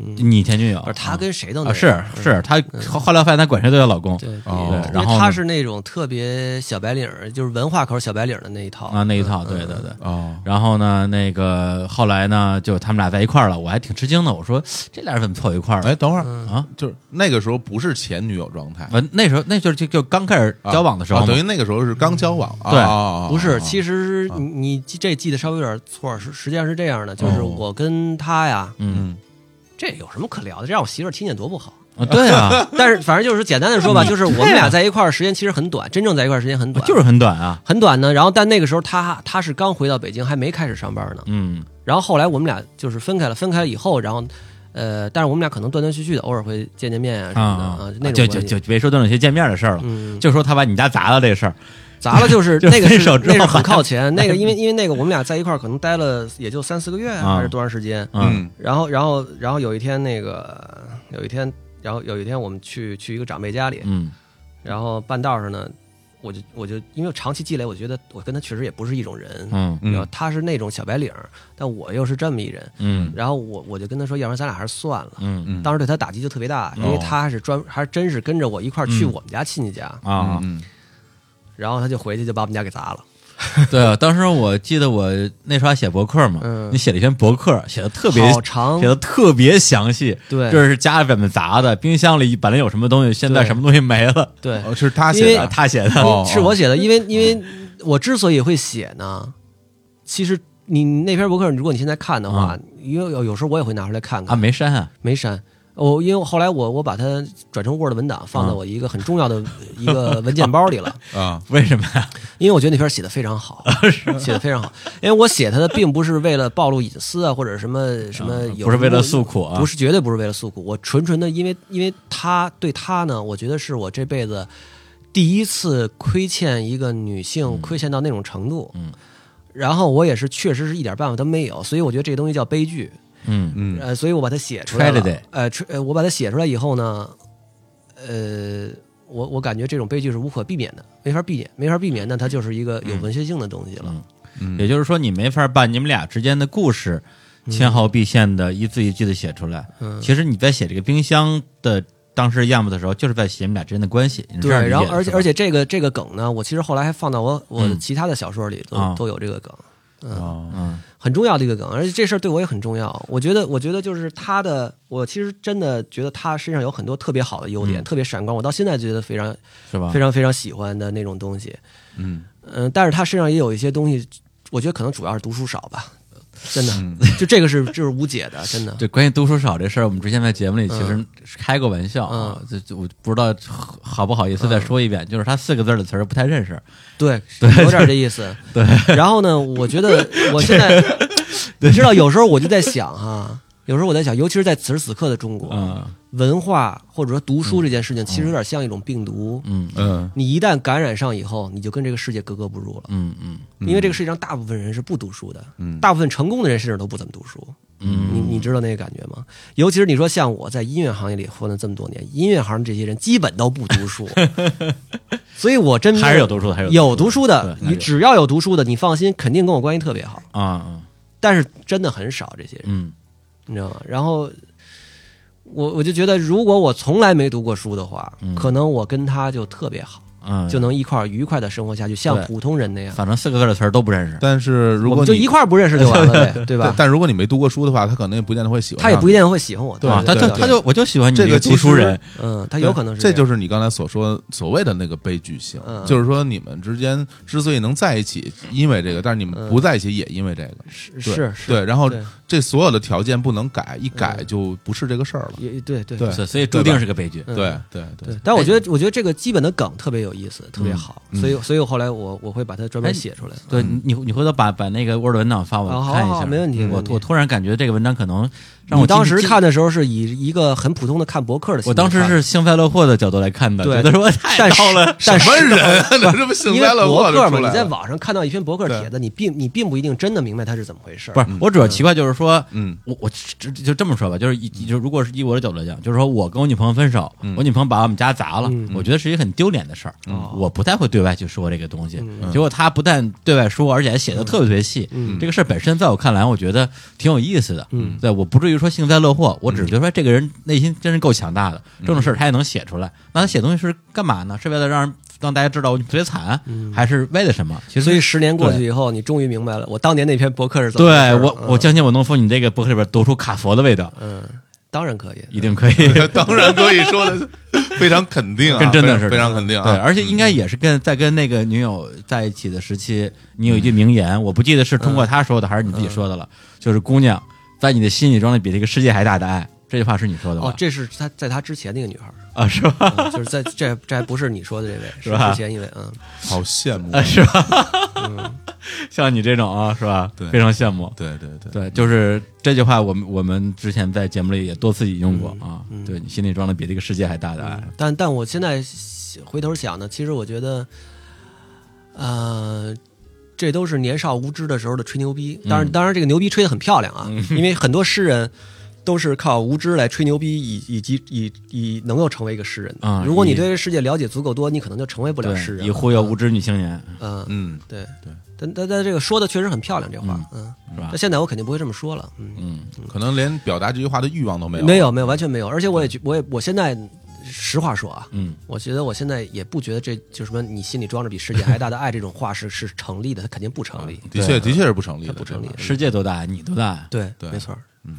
[SPEAKER 1] 你前女友
[SPEAKER 3] 而，她跟谁都能
[SPEAKER 1] 啊，是是，她后后来发现她管谁都叫老公，
[SPEAKER 3] 对，
[SPEAKER 2] 哦
[SPEAKER 1] 对然后
[SPEAKER 3] 因为
[SPEAKER 1] 呢
[SPEAKER 3] 她是那种特别小白领儿，就是文化口小白领儿的那一套
[SPEAKER 1] 啊那一套，对对对。
[SPEAKER 2] 哦，
[SPEAKER 1] 然后呢，那个后来呢，就他们俩在一块儿了，我还挺吃惊的，我说这俩人怎么凑一块儿了
[SPEAKER 2] 哎，等会儿
[SPEAKER 1] 啊？
[SPEAKER 2] 就是那个时候不是前女友状态，
[SPEAKER 1] 完那时候那就是就就刚开始
[SPEAKER 2] 啊
[SPEAKER 1] 嗯交往的时候
[SPEAKER 2] 啊
[SPEAKER 1] 嘛，
[SPEAKER 2] 等于那个时候是刚交往，啊
[SPEAKER 1] 对
[SPEAKER 2] 啊啊啊
[SPEAKER 3] 不是，
[SPEAKER 2] 啊
[SPEAKER 3] 其实你你记这记得稍微有点错儿，是实际上是这样的，就是
[SPEAKER 1] 哦
[SPEAKER 3] 我跟她呀，
[SPEAKER 1] 嗯，
[SPEAKER 3] 这有什么可聊的？这让我媳妇儿听见多不好。
[SPEAKER 1] 啊对啊，
[SPEAKER 3] 但是反正就是简单的说
[SPEAKER 1] 嗯
[SPEAKER 3] 吧，就是我们俩在一块儿时间其实很短，真正在一块儿时间很短，
[SPEAKER 1] 就是很短啊，
[SPEAKER 3] 很短呢。然后但那个时候他他是刚回到北京，还没开始上班呢。
[SPEAKER 1] 嗯
[SPEAKER 3] 然后后来我们俩就是分开了，分开了以后，然后呃，但是我们俩可能断断续续的，偶尔会见见面啊什么的
[SPEAKER 1] 啊
[SPEAKER 3] 那
[SPEAKER 1] 就
[SPEAKER 3] 种
[SPEAKER 1] 就
[SPEAKER 3] 关系。
[SPEAKER 1] 就别说那些见面的事儿了，
[SPEAKER 3] 嗯，
[SPEAKER 1] 就说他把你家砸了这事儿，
[SPEAKER 3] 砸了就是
[SPEAKER 1] 就
[SPEAKER 3] 那个是
[SPEAKER 1] 分手之
[SPEAKER 3] 那
[SPEAKER 1] 后
[SPEAKER 3] 是很
[SPEAKER 1] 还
[SPEAKER 3] 靠 前，那个因为因为那个我们俩在一块儿可能待了也就三四个月
[SPEAKER 1] 啊
[SPEAKER 3] 还是多长时间，
[SPEAKER 1] 嗯
[SPEAKER 2] 嗯
[SPEAKER 3] 然后然后然后有一天那个有一天然后有一天我们去去一个长辈家里，
[SPEAKER 1] 嗯
[SPEAKER 3] 然后半道上呢，我就我就因为我长期积累，我觉得我跟他确实也不是一种人，
[SPEAKER 1] 嗯
[SPEAKER 3] 然后
[SPEAKER 2] 嗯
[SPEAKER 3] 他是那种小白领儿，但我又是这么一人，
[SPEAKER 1] 嗯
[SPEAKER 3] 然后我我就跟他说，要不然咱俩还是算了。
[SPEAKER 1] 嗯
[SPEAKER 2] 嗯
[SPEAKER 3] 当时对他打击就特别大，因为
[SPEAKER 1] 哦
[SPEAKER 3] 他是专还真是跟着我一块儿去
[SPEAKER 1] 嗯
[SPEAKER 3] 我们家亲戚家，
[SPEAKER 1] 啊，
[SPEAKER 2] 嗯
[SPEAKER 3] 然后他就回去就把我们家给砸了。
[SPEAKER 1] 对啊，当时我记得我那时候还写博客嘛，
[SPEAKER 3] 嗯
[SPEAKER 1] 你写了一篇博客，写的特别
[SPEAKER 3] 好长
[SPEAKER 1] 写的特别详细，
[SPEAKER 3] 对
[SPEAKER 1] 就是家里怎么砸的，冰箱里本来有什么东西，现在
[SPEAKER 3] 对
[SPEAKER 1] 什么东西没了，
[SPEAKER 3] 对，
[SPEAKER 2] 哦是他
[SPEAKER 3] 因
[SPEAKER 2] 写
[SPEAKER 3] 为
[SPEAKER 1] 啊
[SPEAKER 2] 的，
[SPEAKER 1] 他写的，
[SPEAKER 2] 哦
[SPEAKER 3] 是我写的，因为因为我之所以会写呢，其实你那篇博客，如果你现在看的话，因为有有时候我也会拿出来看
[SPEAKER 1] 嗯啊
[SPEAKER 3] 看，
[SPEAKER 1] 没删啊，
[SPEAKER 3] 没删。我因为后来我我把它转成 Word 文档，放
[SPEAKER 1] 啊
[SPEAKER 3] 在我一个很重要的一个文件包里 了，
[SPEAKER 2] 啊
[SPEAKER 1] 为什么呀？
[SPEAKER 3] 因为我觉得那篇写的非常
[SPEAKER 1] 啊
[SPEAKER 3] 好， 写的非常好。因为我写它的并不是为了暴露隐私啊，或者什么什么有，
[SPEAKER 1] 不是为了诉苦啊，
[SPEAKER 3] 不是绝对不是为了诉苦，我纯纯的因为因为他对他呢，我觉得是我这辈子第一次亏欠一个女性，亏欠到那种程度。
[SPEAKER 1] 嗯，
[SPEAKER 3] 然后我也是确实是一点办法都没有，所以我觉得这个东西叫悲剧。
[SPEAKER 1] 嗯
[SPEAKER 2] 嗯
[SPEAKER 3] 呃，所以我把它写出来了
[SPEAKER 1] Tragedy。
[SPEAKER 3] 呃，出呃，我把它写出来以后呢，呃，我我感觉这种悲剧是无可避免的，没法避免，没法避免，那它就是一个有文学性的东西了。
[SPEAKER 1] 嗯
[SPEAKER 2] 嗯
[SPEAKER 1] 也就是说你没法把你们俩之间的故事纤毫毕现的一字一句的写出来。
[SPEAKER 3] 嗯
[SPEAKER 1] 其实你在写这个冰箱的当时样子的时候，就是在写你们俩之间的关系。你是这样
[SPEAKER 3] 对，
[SPEAKER 1] 理解
[SPEAKER 3] 然后
[SPEAKER 1] 的
[SPEAKER 3] 而且
[SPEAKER 1] 是吧
[SPEAKER 3] 而且这个这个梗呢，我其实后来还放到我我
[SPEAKER 1] 嗯
[SPEAKER 3] 其他的小说里都、
[SPEAKER 1] 啊
[SPEAKER 3] 都有这个梗，嗯，
[SPEAKER 2] 哦
[SPEAKER 1] 嗯
[SPEAKER 3] 很重要的一个梗，而且这事儿对我也很重要。我觉得，我觉得就是他的，我其实真的觉得他身上有很多特别好的优点，
[SPEAKER 1] 嗯
[SPEAKER 3] 特别闪光，我到现在觉得非常
[SPEAKER 1] 是吧？
[SPEAKER 3] 非常非常喜欢的那种东西。
[SPEAKER 2] 嗯
[SPEAKER 3] 嗯，但是他身上也有一些东西，我觉得可能主要是读书少吧，真的，
[SPEAKER 2] 嗯
[SPEAKER 3] 就这个是就是无解的，真的。
[SPEAKER 1] 对，关于读书少这事儿，我们之前在节目里其实
[SPEAKER 3] 嗯
[SPEAKER 1] 开过玩笑啊，就就我不知道好不好意思再说一遍，
[SPEAKER 3] 嗯
[SPEAKER 1] 就是他四个字儿的词儿不太认识，
[SPEAKER 3] 对，有点这意思。对，然后呢，我觉得我现在，你知道，有时候我就在想哈、有时候我在想，尤其是在此时此刻的中国，
[SPEAKER 1] 嗯
[SPEAKER 3] 文化或者说读书这件事情，其实有点像一种病毒。
[SPEAKER 1] 嗯
[SPEAKER 2] 嗯
[SPEAKER 3] 你一旦感染上以后，你就跟这个世界格格不入了，
[SPEAKER 1] 嗯嗯
[SPEAKER 3] 因为这个世界上大部分人是不读书的，
[SPEAKER 2] 嗯
[SPEAKER 3] 大部分成功的人甚至都不怎么读书。
[SPEAKER 1] 嗯，
[SPEAKER 3] 你你知道那个感觉吗？尤其是你说像我在音乐行业里混了这么多年，音乐行这些人基本都不 读书，所以我真没
[SPEAKER 1] 还是有读书的，还是
[SPEAKER 3] 嗯有
[SPEAKER 1] 读
[SPEAKER 3] 读书的，
[SPEAKER 1] 对还
[SPEAKER 3] 你
[SPEAKER 1] 有
[SPEAKER 3] 只要有读书的，你放心，肯定跟我关系特别好。
[SPEAKER 1] 的啊
[SPEAKER 3] 但是真的很少这些人，
[SPEAKER 1] 嗯
[SPEAKER 3] 你知道吗？然后我我就觉得，如果我从来没读过书的话，
[SPEAKER 1] 嗯
[SPEAKER 3] 可能我跟他就特别好，
[SPEAKER 1] 嗯，
[SPEAKER 3] 就能一块儿愉快的生活下去，像
[SPEAKER 1] 对
[SPEAKER 3] 普通人那样。
[SPEAKER 1] 反正四个字儿的词儿都不认识，
[SPEAKER 2] 但是如
[SPEAKER 3] 我
[SPEAKER 2] 果
[SPEAKER 3] 们就
[SPEAKER 2] 你
[SPEAKER 3] 一块儿不认识就完 了呗，对
[SPEAKER 2] 但
[SPEAKER 3] 吧？
[SPEAKER 2] 但如果你没读过书的话，他可能也不见得会喜欢
[SPEAKER 3] 他
[SPEAKER 2] 上你。
[SPEAKER 3] 也不一定会喜欢我，
[SPEAKER 2] 对
[SPEAKER 1] 啊，他
[SPEAKER 3] 对
[SPEAKER 1] 就
[SPEAKER 3] 对
[SPEAKER 1] 他就我就喜欢你
[SPEAKER 2] 这
[SPEAKER 1] 个
[SPEAKER 2] 个
[SPEAKER 1] 读
[SPEAKER 2] 其
[SPEAKER 1] 书
[SPEAKER 2] 实
[SPEAKER 1] 人，
[SPEAKER 3] 嗯，他
[SPEAKER 2] 对，
[SPEAKER 3] 有可能是
[SPEAKER 2] 这
[SPEAKER 3] 样
[SPEAKER 2] 就是你刚才所说所谓的那个悲剧性，
[SPEAKER 3] 嗯
[SPEAKER 2] 就是说你们之间之所以能在一起，因为这个，但是你们
[SPEAKER 3] 嗯
[SPEAKER 2] 不在一起也因为这个，
[SPEAKER 3] 是
[SPEAKER 2] 对
[SPEAKER 3] 是是，
[SPEAKER 2] 对，然后
[SPEAKER 3] 对嗯
[SPEAKER 2] 这所有的条件不能改，一改就不是这个事儿了，
[SPEAKER 3] 也对对
[SPEAKER 2] 对
[SPEAKER 1] 所以所以注定是个悲剧。
[SPEAKER 3] 嗯
[SPEAKER 2] 对对
[SPEAKER 3] 对
[SPEAKER 2] 对，，
[SPEAKER 3] 但我觉得，我觉得这个基本的梗特别有意思，特别好，
[SPEAKER 2] 嗯
[SPEAKER 3] 所以，所以我后来我我会把它专门写出来。
[SPEAKER 1] 对你，你你回头把把那个 Word 文档发我
[SPEAKER 3] 啊嗯好
[SPEAKER 1] 看一
[SPEAKER 3] 好
[SPEAKER 1] 下，
[SPEAKER 3] 没问题没
[SPEAKER 1] 我
[SPEAKER 3] 问题
[SPEAKER 1] 我突然感觉这个文章可能让我
[SPEAKER 3] 你当
[SPEAKER 1] 进
[SPEAKER 3] 时
[SPEAKER 1] 去
[SPEAKER 3] 看，的时候是以一个很普通的看博客的心情
[SPEAKER 1] 我当时
[SPEAKER 3] 看的，
[SPEAKER 1] 是幸灾乐祸的角度来看的，
[SPEAKER 3] 对
[SPEAKER 1] 觉得说太
[SPEAKER 3] 但是
[SPEAKER 1] 高了，
[SPEAKER 2] 什
[SPEAKER 3] 但是
[SPEAKER 2] 么人？啊这不幸
[SPEAKER 3] 因
[SPEAKER 2] 灾
[SPEAKER 3] 为
[SPEAKER 2] 乐祸
[SPEAKER 3] 博
[SPEAKER 2] 就
[SPEAKER 3] 客
[SPEAKER 2] 出
[SPEAKER 3] 嘛，
[SPEAKER 2] 来
[SPEAKER 3] 你在
[SPEAKER 2] 了。
[SPEAKER 3] 网上看到一篇博客帖子，你并你并不一定真的明白它是怎么回事。
[SPEAKER 1] 不是，我主要奇怪就是说，
[SPEAKER 2] 嗯
[SPEAKER 1] 我我就就这么说吧，就是以就如果是以我的角度来讲，就是说我跟我女朋友分手，我女朋友把我们家砸了，我觉得是一个很丢脸的事儿，我不太会对外去说这个东西。结果她不但对外说，而且还写的特别特别细。这个事儿本身在我看来，我觉得挺有意思的。对，我不至于说幸灾乐祸，我只是觉得说这个人内心真是够强大的，这种事儿他也能写出来。那他写东西是干嘛呢？是为了让人让大家知道我特别惨，还是为了什么？其实
[SPEAKER 3] 所以十年过去以后，你终于明白了，我当年那篇博客是怎么回事
[SPEAKER 1] 对
[SPEAKER 3] 了。
[SPEAKER 1] 我，我相信我能从你这个博客里边读出卡佛的味道，
[SPEAKER 3] 嗯，当然可以。
[SPEAKER 1] 一定可以。对，
[SPEAKER 2] 当然可以说的非常肯定啊，
[SPEAKER 1] 跟真的似
[SPEAKER 2] 非常
[SPEAKER 1] 的
[SPEAKER 2] 非常肯定啊。
[SPEAKER 1] 而且应该也是跟在跟那个女友在一起的时期，你有一句名言，我不记得是通过她说的还是你自己说的了，就是“姑娘，在你的心里装的比这个世界还大的爱”，这句话是你说的吧？
[SPEAKER 3] 哦，这是他在他之前那个女孩儿，
[SPEAKER 1] 啊，是吧？
[SPEAKER 3] 嗯就是在这这还不是你说的这位，是
[SPEAKER 1] 吧
[SPEAKER 3] 之前一位，嗯，
[SPEAKER 2] 好羡慕，
[SPEAKER 3] 哎
[SPEAKER 1] 啊，是吧？ 像你这种啊，是吧？
[SPEAKER 2] 对
[SPEAKER 1] 非常羡慕。
[SPEAKER 2] 对对对，
[SPEAKER 1] 对，就是这句话，我们我们之前在节目里也多次引用过啊。对你心里装的比这个
[SPEAKER 3] 嗯
[SPEAKER 1] 世界还大的爱，
[SPEAKER 3] 但但我现在回头想呢，其实我觉得，呃，这都是年少无知的时候的吹牛逼。当
[SPEAKER 1] 嗯
[SPEAKER 3] 然，当然这个牛逼吹得很漂亮啊， 因为很多诗人。都是靠无知来吹牛逼，以以及以以能够成为一个诗人的
[SPEAKER 1] 啊
[SPEAKER 3] 如果你
[SPEAKER 1] 以
[SPEAKER 3] 对这个世界了解足够多，你可能就成为不了诗
[SPEAKER 1] 对，
[SPEAKER 3] 人。
[SPEAKER 1] 以忽悠无知女青年，
[SPEAKER 3] 嗯，嗯，
[SPEAKER 2] 嗯，
[SPEAKER 3] 对
[SPEAKER 2] 对。
[SPEAKER 3] 但但但这个说的确实很漂亮，这话，嗯，
[SPEAKER 1] 是吧
[SPEAKER 3] 那？现在我肯定不会这么说了，嗯，
[SPEAKER 2] 嗯，可能连表达这句话的欲望都没有，
[SPEAKER 3] 没有没有，完全没有。而且我也觉我也我现在实话说啊，
[SPEAKER 1] 嗯，
[SPEAKER 3] 我觉得我现在也不觉得这就什么你心里装着比世界还大的爱这种话是是成立的，它肯定不成立。
[SPEAKER 1] 啊
[SPEAKER 2] 的确的确是不成立
[SPEAKER 3] 它
[SPEAKER 2] 的，
[SPEAKER 3] 不成立
[SPEAKER 2] 对吧
[SPEAKER 1] 世界多大，你多大？
[SPEAKER 3] 对
[SPEAKER 2] 对
[SPEAKER 3] 没错儿，嗯，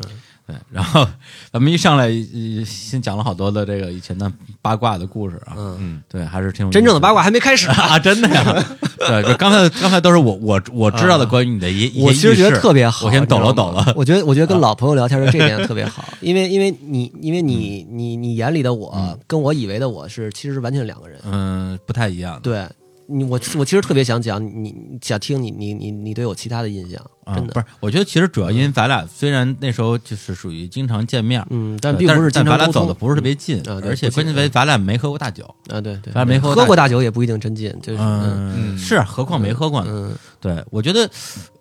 [SPEAKER 1] 对，然后咱们一上来呃先讲了好多的这个以前的八卦的故事啊，
[SPEAKER 3] 嗯，
[SPEAKER 1] 对，还是挺有
[SPEAKER 3] 真正的八
[SPEAKER 1] 卦
[SPEAKER 3] 卦还没开始 呢。
[SPEAKER 1] 啊，真的呀， 对，就刚才刚才都是我我我知道的关于你的一，一些
[SPEAKER 3] 嗯我其实觉
[SPEAKER 1] 轶
[SPEAKER 3] 得
[SPEAKER 1] 事
[SPEAKER 3] 特别好，
[SPEAKER 1] 我先抖了抖
[SPEAKER 3] 你知道吗
[SPEAKER 1] 了，啊
[SPEAKER 3] 我觉得我觉得跟老朋友聊天的这点特别好，因为因为你因为你
[SPEAKER 1] 嗯
[SPEAKER 3] 你你眼里的我跟我以为的我是其实是完全两个人。
[SPEAKER 1] 嗯，不太一样的，
[SPEAKER 3] 对你我我其实特别想讲你你想听你你你你对我其他的印象，
[SPEAKER 1] 啊
[SPEAKER 3] 真，的
[SPEAKER 1] 不是，我觉得其实主要因为咱俩虽然那时候就是属于经常见面，
[SPEAKER 3] 嗯，
[SPEAKER 1] 对
[SPEAKER 3] 但并不
[SPEAKER 1] 是
[SPEAKER 3] 经
[SPEAKER 1] 但咱
[SPEAKER 3] 常
[SPEAKER 1] 俩
[SPEAKER 3] 沟
[SPEAKER 1] 走
[SPEAKER 3] 通
[SPEAKER 1] 的不是特别近
[SPEAKER 3] 嗯啊，对
[SPEAKER 1] 而且
[SPEAKER 3] 不近
[SPEAKER 1] 关键为咱俩没喝过大酒，
[SPEAKER 3] 啊，对对，
[SPEAKER 1] 反正没喝过
[SPEAKER 3] 喝过大酒也不一定真进，就是嗯
[SPEAKER 1] 嗯，
[SPEAKER 2] 嗯
[SPEAKER 1] 是，何况没喝过呢。
[SPEAKER 3] 嗯
[SPEAKER 1] 对，我觉得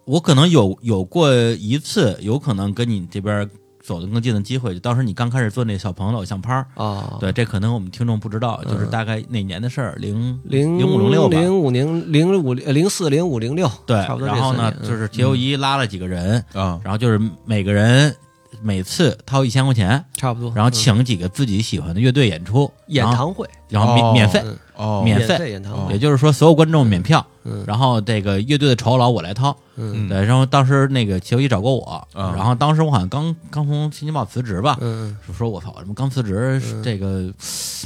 [SPEAKER 1] 我可能有有过一次，有可能跟你这边走得更近的机会，就当时你刚开始做那小朋友的偶像拍儿，
[SPEAKER 3] 哦，嗯
[SPEAKER 1] 对，这可能我们听众不知道，就是大概哪年的事儿，零
[SPEAKER 3] 零
[SPEAKER 1] 零五零六吧。
[SPEAKER 3] 零五零零五呃零四零五零六，
[SPEAKER 1] 对，
[SPEAKER 3] 差不多这
[SPEAKER 1] 然后呢，
[SPEAKER 3] 三年嗯
[SPEAKER 1] 就是杰友一拉了几个人，
[SPEAKER 2] 啊，
[SPEAKER 1] 然后就是每个人每次掏一千块钱，
[SPEAKER 3] 差不多，
[SPEAKER 1] 然后
[SPEAKER 3] 嗯
[SPEAKER 1] 请几个自己喜欢的乐队演出，
[SPEAKER 3] 演
[SPEAKER 1] 然后
[SPEAKER 3] 堂会，
[SPEAKER 1] 然后免
[SPEAKER 2] 哦
[SPEAKER 1] 免费，
[SPEAKER 3] 嗯
[SPEAKER 2] 哦，
[SPEAKER 1] 免费
[SPEAKER 3] 费演堂
[SPEAKER 1] 也
[SPEAKER 3] 会，
[SPEAKER 1] 就是说所有观众免票，
[SPEAKER 3] 嗯
[SPEAKER 1] 然后这个乐队的酬劳我来掏，
[SPEAKER 3] 嗯
[SPEAKER 1] 对，然后当时那个齐友一找过我，
[SPEAKER 2] 啊
[SPEAKER 1] 然后当时我好像刚刚从新京报辞职吧，
[SPEAKER 3] 嗯
[SPEAKER 1] 就说我操，什么刚辞职，这个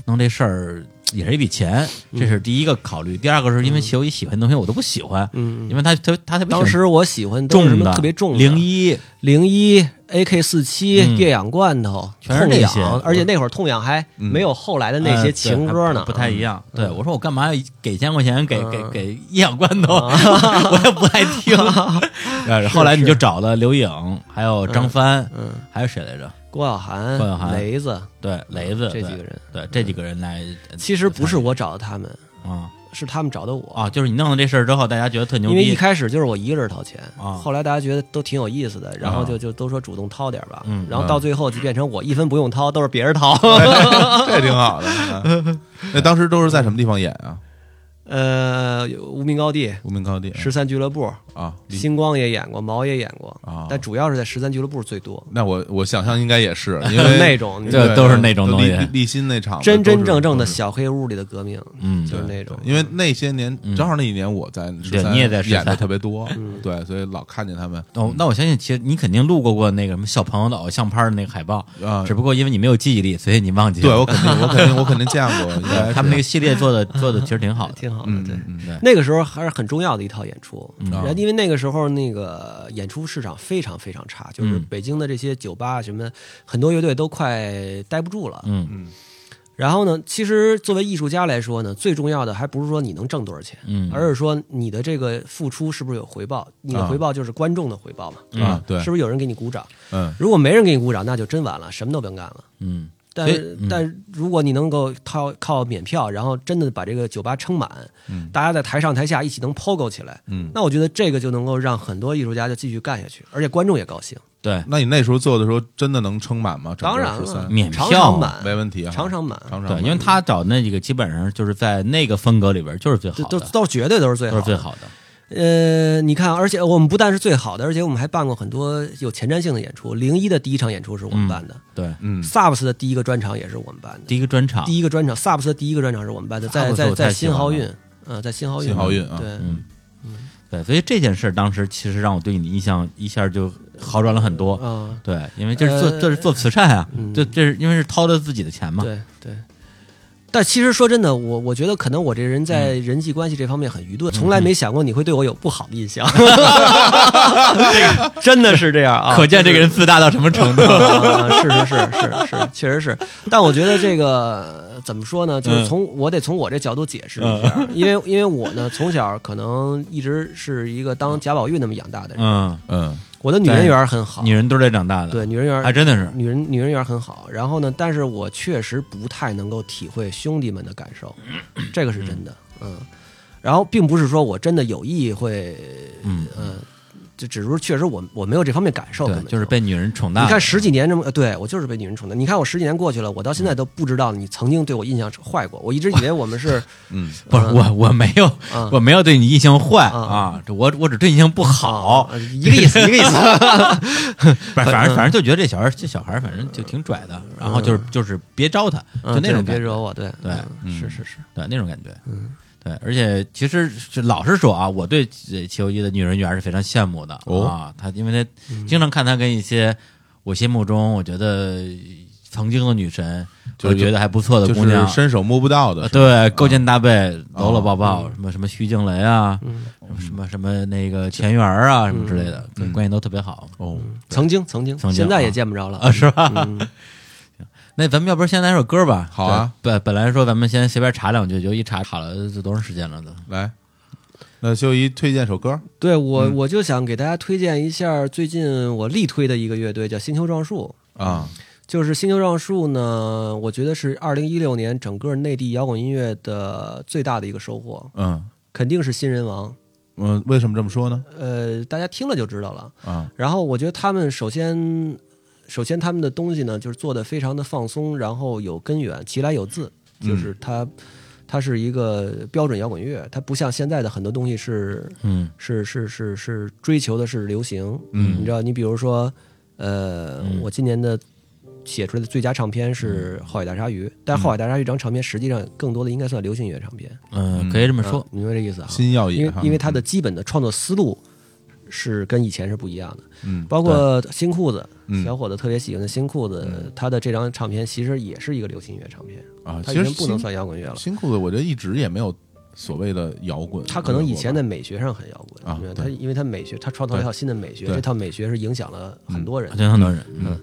[SPEAKER 1] 弄这事儿也是一笔钱，
[SPEAKER 3] 嗯
[SPEAKER 1] 这是第一个考虑，第二个是因为齐友一喜欢的东西我都不喜欢，
[SPEAKER 3] 嗯，
[SPEAKER 1] 因为他他他特别
[SPEAKER 3] 当时我喜欢都是什
[SPEAKER 1] 重
[SPEAKER 3] 么
[SPEAKER 1] 的
[SPEAKER 3] 特别重的
[SPEAKER 1] 零一
[SPEAKER 3] 零一 AK 四七
[SPEAKER 1] 嗯
[SPEAKER 3] 越氧罐头，
[SPEAKER 1] 全是
[SPEAKER 3] 痛
[SPEAKER 1] 这些嗯呃
[SPEAKER 3] 痒而且那会儿痛痒还没有后来的那些情歌呢，
[SPEAKER 1] 哎不太一样。对我说我干嘛要给千块钱给给
[SPEAKER 3] 嗯啊
[SPEAKER 1] 给一两罐头， 我也不爱 听。呃后来你就找了刘颖，还有
[SPEAKER 3] 嗯
[SPEAKER 1] 张帆，还有谁来着？
[SPEAKER 3] 郭晓涵、
[SPEAKER 1] 郭晓涵
[SPEAKER 3] 雷子，
[SPEAKER 1] 对，雷子
[SPEAKER 3] 这
[SPEAKER 1] 对
[SPEAKER 3] 几个人嗯
[SPEAKER 1] 对这几个人来，
[SPEAKER 3] 其实不是我找的他们，
[SPEAKER 1] 啊
[SPEAKER 3] 是他们找的我。
[SPEAKER 1] 啊，就是你弄了这事儿之后，大家觉得特牛
[SPEAKER 3] 因为一
[SPEAKER 1] 逼，
[SPEAKER 3] 开始就是我一个人掏钱，
[SPEAKER 1] 啊
[SPEAKER 3] 后来大家觉得都挺有意思
[SPEAKER 2] 啊
[SPEAKER 3] 的，然后就就都说主动掏点吧，
[SPEAKER 2] 嗯
[SPEAKER 3] 然后到最后就变成我一分不用掏，都是别人 掏。
[SPEAKER 2] 这挺好的。 啊那当时都是在什么地方演啊？
[SPEAKER 3] 呃，有无名高地、
[SPEAKER 2] 无名高地
[SPEAKER 3] 十三俱乐部、
[SPEAKER 2] 啊，离
[SPEAKER 3] 星光也演过，毛也演过
[SPEAKER 2] 啊，
[SPEAKER 3] 但主要是在十三俱乐部最多。
[SPEAKER 2] 那我我想象应该也是，因为
[SPEAKER 3] 那种
[SPEAKER 1] 对都是那种
[SPEAKER 2] 都
[SPEAKER 1] 东西
[SPEAKER 2] 立立新那场子
[SPEAKER 3] 真
[SPEAKER 2] 都是
[SPEAKER 3] 真正正的
[SPEAKER 2] 都是
[SPEAKER 3] 小黑屋里的革命，
[SPEAKER 1] 嗯
[SPEAKER 3] 就是
[SPEAKER 2] 对
[SPEAKER 3] 那种
[SPEAKER 2] 对因为那些年正好那一年我在
[SPEAKER 1] 对
[SPEAKER 2] 13
[SPEAKER 1] 嗯你也在嗯
[SPEAKER 2] 演的
[SPEAKER 1] 13
[SPEAKER 2] 特别多，
[SPEAKER 3] 嗯
[SPEAKER 2] 对，所以老看见他们
[SPEAKER 1] 哦，那我相信，其实你肯定路过过那个什么小朋友的偶像拍的那个海报，
[SPEAKER 2] 啊
[SPEAKER 1] 只。不过因为你没有记忆力，所以你忘记了。
[SPEAKER 2] 对我肯定，我肯定，我肯定见过，应该是
[SPEAKER 1] 他们那个系列做 的做的其实挺 好的，
[SPEAKER 3] 挺好的。
[SPEAKER 2] 嗯
[SPEAKER 3] 对，
[SPEAKER 2] 嗯啊嗯
[SPEAKER 1] 对
[SPEAKER 3] 那个时候还是很重要的一套演出，
[SPEAKER 1] 嗯
[SPEAKER 3] 然后因为那个时候那个演出市场非常非常差，就是
[SPEAKER 1] 嗯
[SPEAKER 3] 北京的这些酒吧什么，很多乐队都快待不住了。
[SPEAKER 1] 嗯
[SPEAKER 2] 嗯
[SPEAKER 3] 然后呢，其实作为艺术家来说呢，最重要的还不是说你能挣多少钱，
[SPEAKER 1] 嗯，
[SPEAKER 3] 而是说你的这个付出是不是有回报？你的
[SPEAKER 2] 啊
[SPEAKER 3] 回报就是观众的回报嘛，
[SPEAKER 1] 嗯
[SPEAKER 2] 啊，对
[SPEAKER 3] 是，不是有人给你鼓掌？
[SPEAKER 2] 嗯
[SPEAKER 3] 如果没人给你鼓掌，那就真完了，什么都甭干了。
[SPEAKER 1] 嗯
[SPEAKER 3] 但
[SPEAKER 1] 所以
[SPEAKER 3] 是，但是如果你能够靠靠免票，然后真的把这个酒吧撑满，
[SPEAKER 2] 嗯
[SPEAKER 3] 大家在台上台下一起能 POGO 起来，
[SPEAKER 2] 嗯。
[SPEAKER 3] 那我觉得这个就能够让很多艺术家就继续干下去，而且观众也高兴。
[SPEAKER 1] 对，
[SPEAKER 2] 那你那时候做的时候，真的能撑满吗？整
[SPEAKER 3] 当
[SPEAKER 2] 个
[SPEAKER 3] 然了，
[SPEAKER 2] 13
[SPEAKER 1] 免
[SPEAKER 3] 场
[SPEAKER 1] 票
[SPEAKER 3] 场满，
[SPEAKER 2] 没问题啊，
[SPEAKER 3] 场场满，
[SPEAKER 2] 常常
[SPEAKER 1] 对，
[SPEAKER 2] 满
[SPEAKER 1] 因为他找那几个基本上就是在那个风格里边就是最
[SPEAKER 3] 这
[SPEAKER 1] 好
[SPEAKER 3] 都
[SPEAKER 1] 的，
[SPEAKER 3] 都是绝对都是最
[SPEAKER 1] 都
[SPEAKER 3] 好
[SPEAKER 1] 是最
[SPEAKER 3] 的。
[SPEAKER 1] 好的。
[SPEAKER 3] 呃，你看，而且我们不但是最好的，而且我们还办过很多有前瞻性的演出。零一的第一场演出是我们办的
[SPEAKER 1] 对，
[SPEAKER 2] 嗯
[SPEAKER 3] ，SARS 的第一个专场也是我们办的。
[SPEAKER 1] 第一个专场，
[SPEAKER 3] 第一个专场，SAPS 的第一个专场是我们办的，
[SPEAKER 1] 萨
[SPEAKER 3] 在
[SPEAKER 1] 克斯
[SPEAKER 3] 在
[SPEAKER 1] 我
[SPEAKER 3] 在
[SPEAKER 1] 太喜
[SPEAKER 3] 新
[SPEAKER 1] 欢
[SPEAKER 3] 濠
[SPEAKER 1] 了
[SPEAKER 3] 运，嗯，在新濠运，
[SPEAKER 2] 新濠运啊
[SPEAKER 3] 对，
[SPEAKER 1] 嗯对，所以这件事当时其实让我对你的印象一下就好转了很多。
[SPEAKER 3] 啊，
[SPEAKER 1] 对，因为这是做、
[SPEAKER 3] 呃
[SPEAKER 1] 这是做慈善啊，
[SPEAKER 3] 嗯
[SPEAKER 1] 这这是因为是掏的自己的钱嘛。
[SPEAKER 3] 对对。但其实说真的，我我觉得可能我这人在
[SPEAKER 1] 嗯
[SPEAKER 3] 人际关系这方面很愚钝，从来没想过你会对我有不好的 印象，真的是这样啊！
[SPEAKER 1] 可见这个人自大到什么程 度。
[SPEAKER 3] 啊，是是是是是，确实是。但我觉得这个呃怎么说呢？
[SPEAKER 1] 嗯
[SPEAKER 3] 就是从、我得从我这角度解释一下，因为因为我呢从小可能一直是一个当贾宝玉那么养大的人，
[SPEAKER 1] 嗯，
[SPEAKER 2] 嗯
[SPEAKER 3] 我的女人缘很好，
[SPEAKER 1] 女人都是这长大的，
[SPEAKER 3] 对女人缘
[SPEAKER 1] 还真的是，
[SPEAKER 3] 女人女人缘很好，然后呢，但是我 确实不太能够体会兄弟们的感受，这个是真的，嗯。然后并不是说我真的有意会，
[SPEAKER 1] 嗯
[SPEAKER 3] 呃，就只是确实我我没有这方面感受，根
[SPEAKER 1] 对，
[SPEAKER 3] 本
[SPEAKER 1] 就是被女人宠大
[SPEAKER 3] 你
[SPEAKER 1] 了。
[SPEAKER 3] 看十几年这么，呃对我就是被女人宠的。你看我十几年过去了，我到现
[SPEAKER 1] 嗯
[SPEAKER 3] 在都不知道你曾经对我印象坏过。我一直以为我们是
[SPEAKER 2] 嗯，
[SPEAKER 1] 不是我，我没有，
[SPEAKER 3] 嗯
[SPEAKER 1] 我没有对你印象坏
[SPEAKER 3] 嗯
[SPEAKER 1] 啊，这我我只对你印象不 好，
[SPEAKER 3] 呃一个意思，一个意 思。
[SPEAKER 1] 反反
[SPEAKER 2] 嗯
[SPEAKER 1] 正反正就觉得这小孩这小孩反正就挺拽的，然后就是就是别招他，就那种
[SPEAKER 3] 嗯对别
[SPEAKER 1] 感觉，
[SPEAKER 3] 惹我，对
[SPEAKER 1] 对
[SPEAKER 3] 嗯是是是，
[SPEAKER 1] 对那种感觉，
[SPEAKER 2] 嗯
[SPEAKER 1] 对，而且其实是老实说啊，我对这齐友一的女人缘是非常羡慕的
[SPEAKER 2] 哦嗯
[SPEAKER 1] 啊，她因为她经常看她跟一些我心目中我觉得曾经的女神，
[SPEAKER 2] 就
[SPEAKER 1] 我觉得还不错的
[SPEAKER 2] 就
[SPEAKER 1] 姑娘
[SPEAKER 2] 是，伸手摸不到的
[SPEAKER 1] 呃，
[SPEAKER 2] 是吧啊哦
[SPEAKER 1] 对，
[SPEAKER 2] 嗯
[SPEAKER 1] 勾肩搭背，搂搂抱抱，什么什么徐静蕾啊，什么什么那个钱媛儿啊，什么之类
[SPEAKER 2] 嗯
[SPEAKER 1] 的，对关系都特别好
[SPEAKER 2] 哦，
[SPEAKER 3] 曾经曾经
[SPEAKER 1] 曾，经
[SPEAKER 3] 现在
[SPEAKER 1] 啊
[SPEAKER 3] 也见不着了
[SPEAKER 1] 啊，。是吧？
[SPEAKER 3] 嗯
[SPEAKER 1] 那咱们要不然先来首歌吧？
[SPEAKER 2] 好啊
[SPEAKER 1] 对，本本来说咱们先随便查两句，就一查查了这多长时间了都。
[SPEAKER 2] 来，那秀一推荐首歌，
[SPEAKER 3] 对我
[SPEAKER 1] 嗯
[SPEAKER 3] 我就想给大家推荐一下最近我力推的一个乐队，叫星球撞树。
[SPEAKER 2] 啊，
[SPEAKER 3] 就是星球撞树呢，我觉得是二零一六年整个内地摇滚音乐的最大的一个收获，
[SPEAKER 2] 嗯
[SPEAKER 3] 肯定是新人王。
[SPEAKER 2] 嗯，为什么这么说呢？
[SPEAKER 3] 呃，大家听了就知道了。
[SPEAKER 2] 啊，
[SPEAKER 3] 然后我觉得他们首先，首先他们的东西呢，就是做的非常的放松，然后有根源，其来有自，
[SPEAKER 2] 嗯
[SPEAKER 3] 就是它，它是一个标准摇滚乐，它不像现在的很多东西是
[SPEAKER 1] 嗯
[SPEAKER 3] 是是是是追求的是流行，
[SPEAKER 2] 嗯
[SPEAKER 3] 你知道，你比如说，呃，我今年的。写出来的最佳唱片是
[SPEAKER 2] 嗯
[SPEAKER 3] 《后海大鲨鱼》，但是《后海大鲨鱼》这张唱片实际上更多的应该算流行音乐唱片。
[SPEAKER 1] 嗯，
[SPEAKER 2] 嗯
[SPEAKER 1] 可以这么
[SPEAKER 3] 啊
[SPEAKER 1] 说，
[SPEAKER 3] 你明白这意思啊？
[SPEAKER 2] 新耀
[SPEAKER 3] 因
[SPEAKER 2] 野
[SPEAKER 3] 为
[SPEAKER 2] 哈，
[SPEAKER 3] 因为它的基本的创作思路是跟以前是不一样的。
[SPEAKER 2] 嗯
[SPEAKER 3] 包括新裤子，
[SPEAKER 2] 嗯
[SPEAKER 3] 小伙子特别喜欢的新裤子，他的这张唱片其实也是一个流行音乐唱片，
[SPEAKER 2] 啊，
[SPEAKER 3] 他
[SPEAKER 2] 其实
[SPEAKER 3] 已经不能
[SPEAKER 2] 新
[SPEAKER 3] 算摇滚乐了。
[SPEAKER 2] 新裤子，我觉得一直也没有所谓的摇滚，
[SPEAKER 3] 他可能以前在美学上很摇滚，
[SPEAKER 2] 啊
[SPEAKER 3] 因为他
[SPEAKER 2] 对
[SPEAKER 3] 因为他美学，他创造了一套新的美学，
[SPEAKER 2] 对
[SPEAKER 3] 这套美学是影响了很多人。
[SPEAKER 1] 真很多人，嗯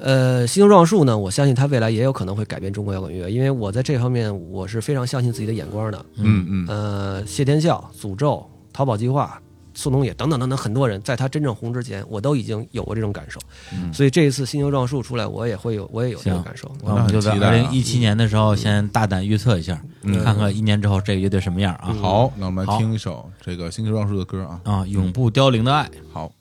[SPEAKER 3] 呃，新球撞树呢，我相信他未来也有可能会改变中国摇滚乐，因为我在这方面我是非常相信自己的眼光的。
[SPEAKER 2] 嗯嗯
[SPEAKER 3] 呃，谢天笑、诅咒、逃跑计划、宋冬野等等等等很多人，在他真正红之前，我都已经有过这种感受，
[SPEAKER 2] 嗯
[SPEAKER 3] 所以这一次新球撞树出来，我也会有，我也有这种
[SPEAKER 1] 行
[SPEAKER 3] 感受。
[SPEAKER 1] 那我们就在
[SPEAKER 2] 期
[SPEAKER 1] 二
[SPEAKER 2] 待啊嗯
[SPEAKER 1] 零一七年的时候，先大胆预测一下，嗯看看一年之后这个乐队什么样啊？
[SPEAKER 2] 嗯，好，那我们来
[SPEAKER 1] 好
[SPEAKER 2] 听一首这个星球撞树的歌啊，
[SPEAKER 1] 啊，永不凋零的爱。
[SPEAKER 2] 好，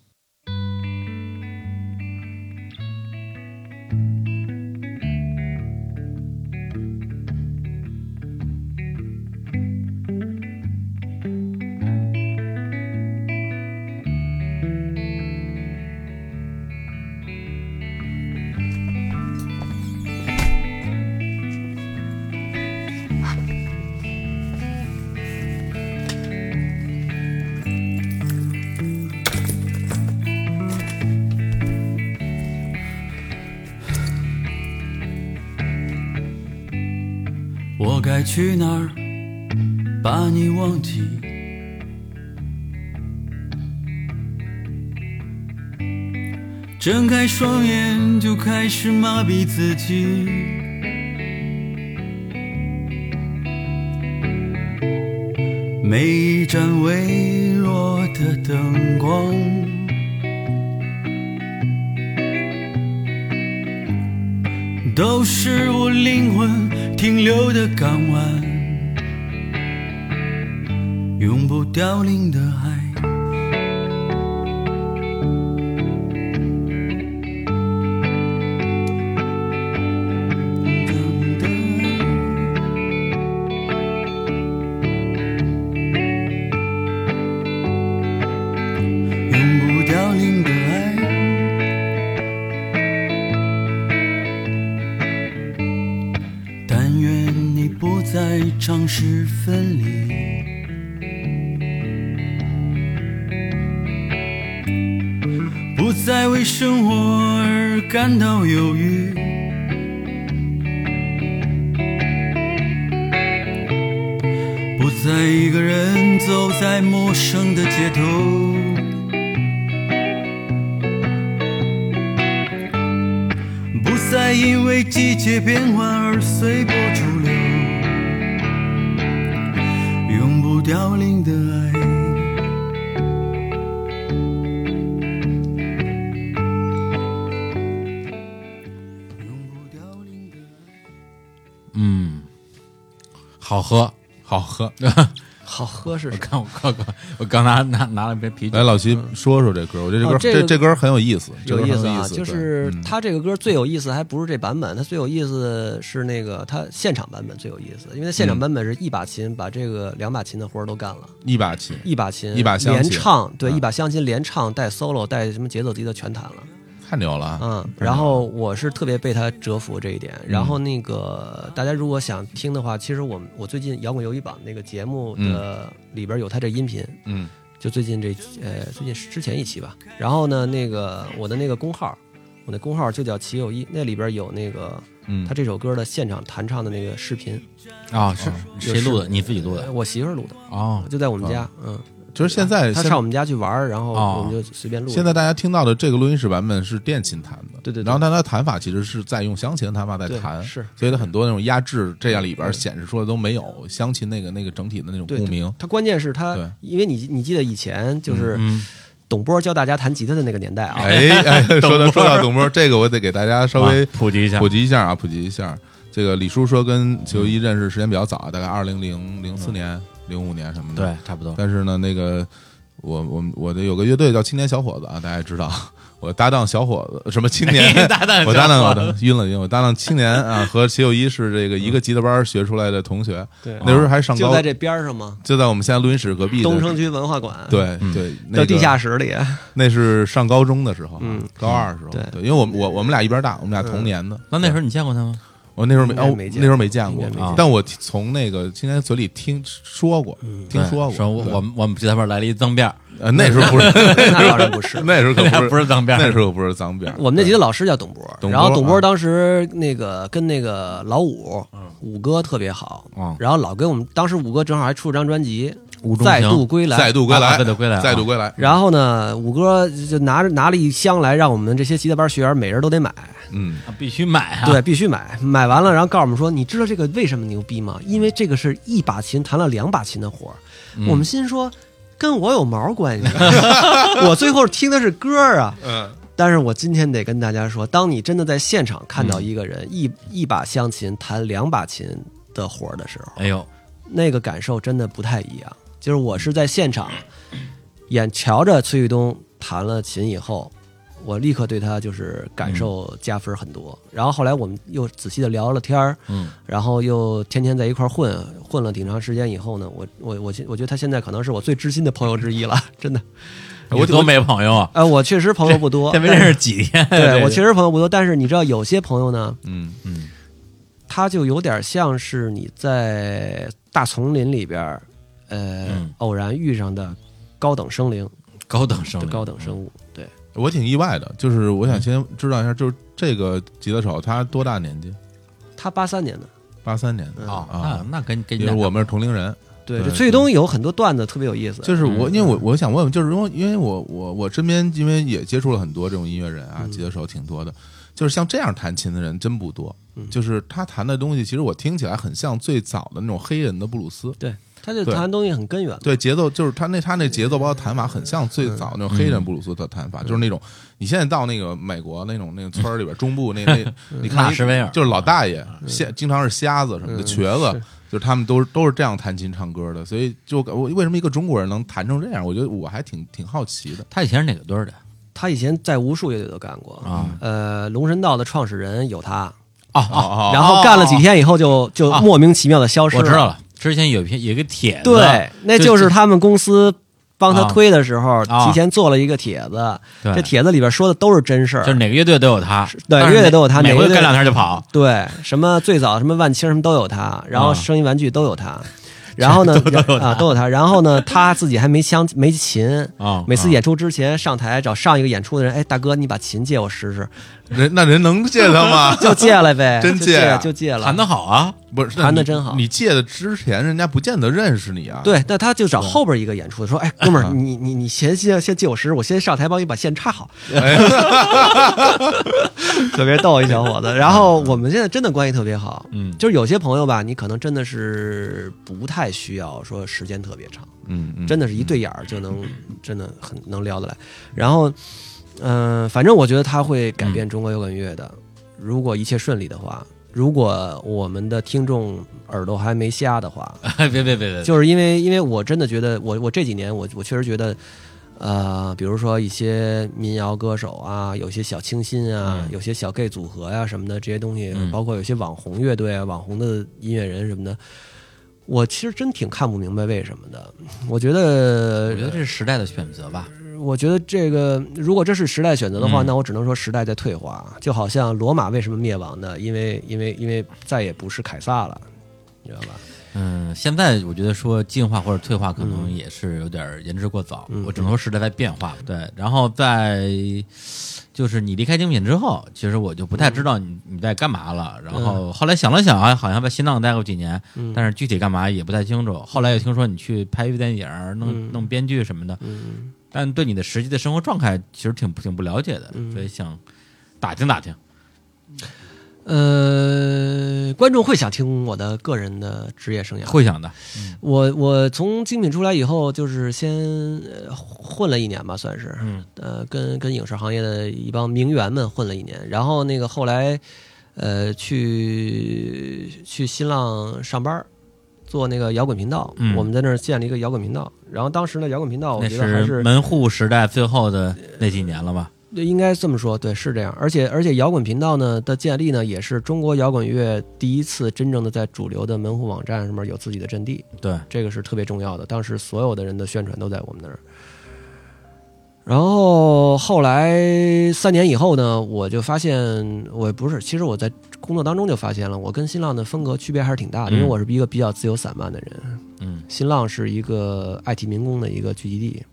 [SPEAKER 4] 我该去哪儿把你忘记？睁开双眼就开始麻痹自己。每一盏微弱的灯光，都是我灵魂停留的港湾，永不凋零的爱。永不凋零的爱。但愿你不再尝试分离。不再为生活而感到犹豫，不再一个人走在陌生的街头。不再因为季节变换而随波逐流，永不凋零的爱。永不凋零的爱。
[SPEAKER 1] 嗯，好喝，
[SPEAKER 2] 好喝，
[SPEAKER 3] 好喝是什么？
[SPEAKER 1] 看我刚刚我刚拿拿拿了瓶啤酒
[SPEAKER 2] 来，，老齐说说这歌，我觉得这歌、
[SPEAKER 3] 哦这个
[SPEAKER 2] 这这歌很有意思，这
[SPEAKER 3] 有
[SPEAKER 2] 歌
[SPEAKER 3] 意
[SPEAKER 2] 很
[SPEAKER 3] 思
[SPEAKER 2] 有
[SPEAKER 3] 啊，
[SPEAKER 2] 思，
[SPEAKER 3] 就是
[SPEAKER 2] 对嗯
[SPEAKER 3] 它这个歌最有意思，还不是这版本，它最有意思是那个它现场版本最有意思，因为它现场版本是一把琴把这个两把琴的活儿都干了，
[SPEAKER 2] 一把琴，
[SPEAKER 3] 一把琴
[SPEAKER 2] 一把香
[SPEAKER 3] 连
[SPEAKER 2] 琴
[SPEAKER 3] 唱，对，
[SPEAKER 2] 嗯
[SPEAKER 3] 一把香琴连唱带 solo 带什么节奏级的全弹了。
[SPEAKER 2] 太牛了啊！嗯
[SPEAKER 3] 嗯，然后我是特别被他折服这一点。然后那个大家如果想听的话，其实我们我最近摇滚游戏榜那个节目的里边有他这音频，
[SPEAKER 2] 嗯，
[SPEAKER 3] 就最近这呃最近之前一期吧。然后呢，那个我的那个公号，我的公号就叫齐友一，那里边有那个
[SPEAKER 2] 嗯
[SPEAKER 3] 他这首歌的现场弹唱的那个视频，
[SPEAKER 2] 呃
[SPEAKER 1] 啊，
[SPEAKER 2] 哦
[SPEAKER 1] 是
[SPEAKER 3] 就
[SPEAKER 1] 谁录的？
[SPEAKER 3] 是
[SPEAKER 1] 你自己录
[SPEAKER 3] 呃
[SPEAKER 1] 的？
[SPEAKER 3] 我媳妇儿录的，
[SPEAKER 1] 哦，
[SPEAKER 3] 就在我们家，嗯，
[SPEAKER 2] 就是现在
[SPEAKER 3] 她
[SPEAKER 2] 现
[SPEAKER 3] 上我们家去玩儿，然后
[SPEAKER 1] 哦
[SPEAKER 3] 我们就随便录。
[SPEAKER 2] 现在大家听到的这个录音室版本是电琴弹的，
[SPEAKER 3] 对对对
[SPEAKER 2] 然后但它弹法其实是在用湘琴的弹法在弹，
[SPEAKER 3] 对是
[SPEAKER 2] 所以它很多那种压制这样里边显示出来都没有湘琴那个那个整体的那种
[SPEAKER 3] 对
[SPEAKER 2] 共 鸣。
[SPEAKER 3] 他关键是他
[SPEAKER 2] 对，
[SPEAKER 3] 因为你你记得以前就是
[SPEAKER 1] 嗯
[SPEAKER 3] 董波教大家弹吉他的那个年代啊，
[SPEAKER 2] 哎哎，说
[SPEAKER 1] 董波
[SPEAKER 2] 到说到董 波，这个我得给大家稍微
[SPEAKER 1] 啊普及一下
[SPEAKER 2] 普及一下啊，普及一下。这个李叔说跟球一认识时间比较早，啊
[SPEAKER 3] 嗯
[SPEAKER 2] 大概二零零零四年、零五年什么的。
[SPEAKER 1] 对，差不多。
[SPEAKER 2] 但是呢，那个我我们我的有个乐队叫青年小伙子啊，大家也知道，我搭档小伙子什么青年
[SPEAKER 3] 哎
[SPEAKER 1] 你搭档
[SPEAKER 2] 我搭档我
[SPEAKER 1] 小伙
[SPEAKER 2] 搭晕了晕，我搭档青年啊和齐友一是这个一个吉他班学出来的同 学，
[SPEAKER 3] 对
[SPEAKER 2] 那时候还上
[SPEAKER 3] 就
[SPEAKER 2] 高
[SPEAKER 3] 在，这边儿上嘛，
[SPEAKER 2] 就在我们现在录音室隔壁的
[SPEAKER 3] 东城区文化馆，，
[SPEAKER 2] 对
[SPEAKER 1] 嗯
[SPEAKER 2] 对，那
[SPEAKER 3] 到
[SPEAKER 2] 个
[SPEAKER 3] 地下 室里，
[SPEAKER 2] 那是上高中的时候，啊
[SPEAKER 3] 嗯，
[SPEAKER 2] 高二的时候，
[SPEAKER 3] 对
[SPEAKER 2] 对，因为我们我我们俩一边大，我们俩
[SPEAKER 1] 嗯
[SPEAKER 2] 同年的，
[SPEAKER 1] 那那时候你见过他吗？
[SPEAKER 2] 我那时候没
[SPEAKER 3] 应该
[SPEAKER 2] 哦
[SPEAKER 3] 没见
[SPEAKER 2] 那时候没见
[SPEAKER 3] 应
[SPEAKER 2] 过啊
[SPEAKER 3] 该没
[SPEAKER 1] 见，
[SPEAKER 2] 但我从那个青年嘴里听说过，听说
[SPEAKER 1] 嗯
[SPEAKER 2] 过，
[SPEAKER 1] 说我
[SPEAKER 2] 对
[SPEAKER 1] 我们我们吉他班来了一脏辫儿，
[SPEAKER 2] 呃那时候 不是
[SPEAKER 3] 那当然不 是。
[SPEAKER 2] 那时候可
[SPEAKER 1] 那 不是脏辫儿
[SPEAKER 2] 那时候不是脏辫儿，
[SPEAKER 3] 我们那几个老师叫董波，
[SPEAKER 2] 董波
[SPEAKER 3] 然后董波
[SPEAKER 2] 啊
[SPEAKER 3] 当时那个跟那个老五，五哥特别好
[SPEAKER 2] 啊
[SPEAKER 1] 嗯，
[SPEAKER 3] 然后老跟我们当时五哥正好还出了张专辑
[SPEAKER 1] 吴
[SPEAKER 3] 《
[SPEAKER 1] 中
[SPEAKER 3] 再
[SPEAKER 1] 情
[SPEAKER 3] 度归来》，
[SPEAKER 2] 再度归
[SPEAKER 1] 啊
[SPEAKER 2] 来，
[SPEAKER 1] 再度归来啊
[SPEAKER 2] 再度归来，
[SPEAKER 3] 然后呢，五哥就拿着拿了一箱来，让我们这些吉他班学员每人都得买，
[SPEAKER 2] 嗯，
[SPEAKER 1] 啊必须买啊！
[SPEAKER 3] 对，必须买。买完了，然后告诉我们说，你知道这个为什么牛逼吗？因为这个是一把琴弹了两把琴的活儿。我们心说，跟我有毛关系？啊我最后听的是歌儿啊。
[SPEAKER 2] 嗯。
[SPEAKER 3] 但是我今天得跟大家说，当你真的在现场看到一个人、一一把香琴弹两把琴的活儿的时候，
[SPEAKER 1] 哎呦，
[SPEAKER 3] 那个感受真的不太一样。就是我是在现场眼瞧着崔玉东弹了琴以后，我立刻对他就是感受加分很多。然后后来我们又仔细的聊了天儿，
[SPEAKER 1] 嗯，
[SPEAKER 3] 然后又天天在一块儿混，混了挺长时间以后呢，我我我我觉得他现在可能是我最知心的朋友之一了，真的。
[SPEAKER 1] 我多没朋友啊，
[SPEAKER 3] 呃，我确实朋友不多，
[SPEAKER 1] 这没
[SPEAKER 3] 但
[SPEAKER 1] 认识几天。
[SPEAKER 3] 对我确实朋友不多，但是你知道有些朋友呢，
[SPEAKER 2] 嗯
[SPEAKER 1] 嗯
[SPEAKER 3] 他就有点像是你在大丛林里边儿，呃，
[SPEAKER 1] 嗯
[SPEAKER 3] 偶然遇上的高等生灵
[SPEAKER 1] 高等嗯生
[SPEAKER 3] 的
[SPEAKER 1] 灵
[SPEAKER 3] 高等生物。对，
[SPEAKER 2] 我挺意外的，就是我想先知道一下，就是这个吉他手他多大年纪？
[SPEAKER 3] 他八三年的，
[SPEAKER 2] 八三年的
[SPEAKER 3] 嗯
[SPEAKER 1] 哦，
[SPEAKER 2] 啊
[SPEAKER 1] 那那跟跟
[SPEAKER 2] 因为
[SPEAKER 1] 你
[SPEAKER 2] 我们是同龄人。
[SPEAKER 3] 对，
[SPEAKER 2] 对
[SPEAKER 3] 这崔旭东有很多段子特别有意思，
[SPEAKER 2] 就是我，
[SPEAKER 1] 嗯
[SPEAKER 2] 因为我我想问问，就是因为因为我我我身边因为也接触了很多这种音乐人啊，
[SPEAKER 3] 嗯
[SPEAKER 2] 吉他手挺多的，就是像这样弹琴的人真不多
[SPEAKER 3] 嗯。
[SPEAKER 2] 就是他弹的东西，其实我听起来很像最早的那种黑人的布鲁斯。
[SPEAKER 3] 对，他就
[SPEAKER 2] 对
[SPEAKER 3] 谈东西很根源嘛。
[SPEAKER 2] 对节奏，就是他那他那节奏包括弹法，很像最早那种黑人布鲁斯的弹法，就是那种你现在到那个美国那种那个村儿里边中部那那，你看
[SPEAKER 1] 纳什维尔
[SPEAKER 2] 就是老大爷瞎，经常是瞎子什么的瘸子，就是他们都是都是这样弹琴唱歌的，所以就我为什么一个中国人能弹成这样，我觉得我还挺挺好奇的。
[SPEAKER 1] 他以前是哪个队儿的
[SPEAKER 3] 他以前在无数乐队都干过
[SPEAKER 1] 啊？
[SPEAKER 3] 呃，龙神道的创始人有他，
[SPEAKER 1] 哦哦，
[SPEAKER 2] 哦
[SPEAKER 3] 然后干了几天以后就就
[SPEAKER 1] 啊
[SPEAKER 3] 莫名其妙的消失
[SPEAKER 1] 我知道了，之前有一篇有一个帖子，
[SPEAKER 3] 对，那就是他们公司帮他推的时候，
[SPEAKER 1] 啊
[SPEAKER 3] 提前做了一个帖子。
[SPEAKER 1] 对
[SPEAKER 3] 这帖子里边说的都是真事
[SPEAKER 1] 就是
[SPEAKER 3] 儿。
[SPEAKER 1] 哪个乐队都有他，
[SPEAKER 3] 对
[SPEAKER 1] 但是
[SPEAKER 3] 乐队都有他
[SPEAKER 1] 每
[SPEAKER 3] 哪个
[SPEAKER 1] 回
[SPEAKER 3] 乐队
[SPEAKER 1] 干两天就跑，
[SPEAKER 3] 对，什么最早什么万青什么都有他，然后
[SPEAKER 1] 啊
[SPEAKER 3] 声音玩具都有他，然后呢啊都有他，然后呢他自己还没香没琴
[SPEAKER 1] 啊
[SPEAKER 3] 每次
[SPEAKER 1] 啊
[SPEAKER 3] 演出之前上台找上一个演出的人，哎大哥你把琴借我试试，
[SPEAKER 2] 人那人能借他吗？
[SPEAKER 3] 就借了呗，
[SPEAKER 2] 真
[SPEAKER 3] 就
[SPEAKER 2] 借啊
[SPEAKER 3] 借就借了
[SPEAKER 1] 弹，得好啊，
[SPEAKER 2] 不是
[SPEAKER 3] 弹
[SPEAKER 2] 那
[SPEAKER 3] 得
[SPEAKER 2] 你
[SPEAKER 3] 真好
[SPEAKER 2] 你借的之前人家不见得认识你啊。
[SPEAKER 3] 对，那他就找后边一个演出的说：“哎，哥们儿，你你你先先先借我十，我先上台帮你把线插 好。”
[SPEAKER 2] 哎
[SPEAKER 3] 特别逗一小伙子。然后我们现在真的关系特别好，
[SPEAKER 1] 嗯
[SPEAKER 3] 就是有些朋友吧，你可能真的是不太需要说时间特别长，
[SPEAKER 2] 嗯，嗯
[SPEAKER 3] 真的是一对眼儿就能，真的很能聊得来。然后，呃嗯、反正我觉得他会改变中国摇滚乐的。如果一切顺利的话，如果我们的听众耳朵还没瞎的话，
[SPEAKER 1] 别别别别，
[SPEAKER 3] 就是因为因为我真的觉得我我这几年我我确实觉得。呃，比如说一些民谣歌手啊，有些小清新啊，有些小 gay 组合呀、什么的，这些东西，
[SPEAKER 1] 嗯
[SPEAKER 3] 包括有些网红乐队啊、网红的音乐人什么的，我其实真挺看不明白为什么的。我觉
[SPEAKER 1] 我
[SPEAKER 3] 得
[SPEAKER 1] 觉得这是时代的选择吧。
[SPEAKER 3] 我觉得这个，如果这是时代选择的话，
[SPEAKER 1] 嗯
[SPEAKER 3] 那我只能说时代在退化。啊就好像罗马为什么灭亡呢？因为因为因为再也不是凯撒了，你知道吧？
[SPEAKER 1] 嗯，现在我觉得说进化或者退化，可能也是有点儿言之过早。
[SPEAKER 3] 嗯
[SPEAKER 1] 我只能说时代在变化吧。对，然后在就是你离开精品之后，其实我就不太知道你你在干嘛了。
[SPEAKER 3] 嗯
[SPEAKER 1] 然后后来想了想啊，好像在新浪待过几年，但是具体干嘛也不太清楚。后来又听说你去拍微电影儿、
[SPEAKER 3] 嗯
[SPEAKER 1] 弄弄编剧什么的，但对你的实际的生活状态其实挺挺不了解的，
[SPEAKER 3] 嗯
[SPEAKER 1] 所以想打听打听。
[SPEAKER 3] 呃，观众会想听我的个人的职业生涯，
[SPEAKER 1] 会想的，
[SPEAKER 3] 我我从精品出来以后，就是先呃混了一年吧，算是，
[SPEAKER 1] 嗯，
[SPEAKER 3] 呃，跟跟影视行业的一帮名媛们混了一年，然后那个后来，呃，去去新浪上班儿，做那个摇滚频道，
[SPEAKER 1] 嗯
[SPEAKER 3] 我们在那儿建了一个摇滚频道，然后当时呢，摇滚频道我
[SPEAKER 1] 那
[SPEAKER 3] 觉得还
[SPEAKER 1] 是
[SPEAKER 3] 是
[SPEAKER 1] 门户时代最后的那几年了吧？
[SPEAKER 3] 对应该这么说，对，是这样，而且而且摇滚频道呢的建立呢，也是中国摇滚乐第一次真正的在主流的门户网站上面有自己的阵地，
[SPEAKER 1] 对，
[SPEAKER 3] 这个是特别重要的。当时所有的人的宣传都在我们那儿。然后后来三年以后呢，我就发现我不是，其实我在工作当中就发现了，我跟新浪的风格区别还是挺大的，
[SPEAKER 1] 嗯
[SPEAKER 3] 因为我是一个比较自由散漫的人，
[SPEAKER 1] 嗯
[SPEAKER 3] 新浪是一个爱提民工的一个聚集地。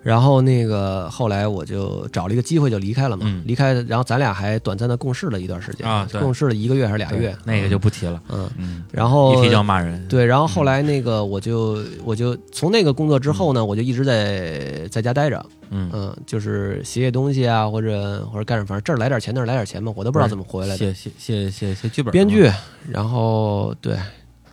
[SPEAKER 3] 然后那个后来我就找了一个机会就离开了嘛，
[SPEAKER 1] 嗯
[SPEAKER 3] 离开，然后咱俩还短暂的共事了一段时间
[SPEAKER 1] 啊对
[SPEAKER 3] 共事了一个月还是俩
[SPEAKER 1] 对
[SPEAKER 3] 月，
[SPEAKER 1] 那个就不提了，
[SPEAKER 3] 嗯，
[SPEAKER 2] 嗯，
[SPEAKER 3] 然后
[SPEAKER 1] 一提就要骂人。
[SPEAKER 3] 对，然后后来那个我就我就从那个工作之后呢，我就一直在在家待着，
[SPEAKER 1] 嗯，
[SPEAKER 3] 嗯，就是写写东西啊，或者或者干什么，反正这儿来点钱，那儿来点钱嘛，我都不知道怎么回来的。
[SPEAKER 1] 写写写写写剧本，
[SPEAKER 3] 编，剧，然后对，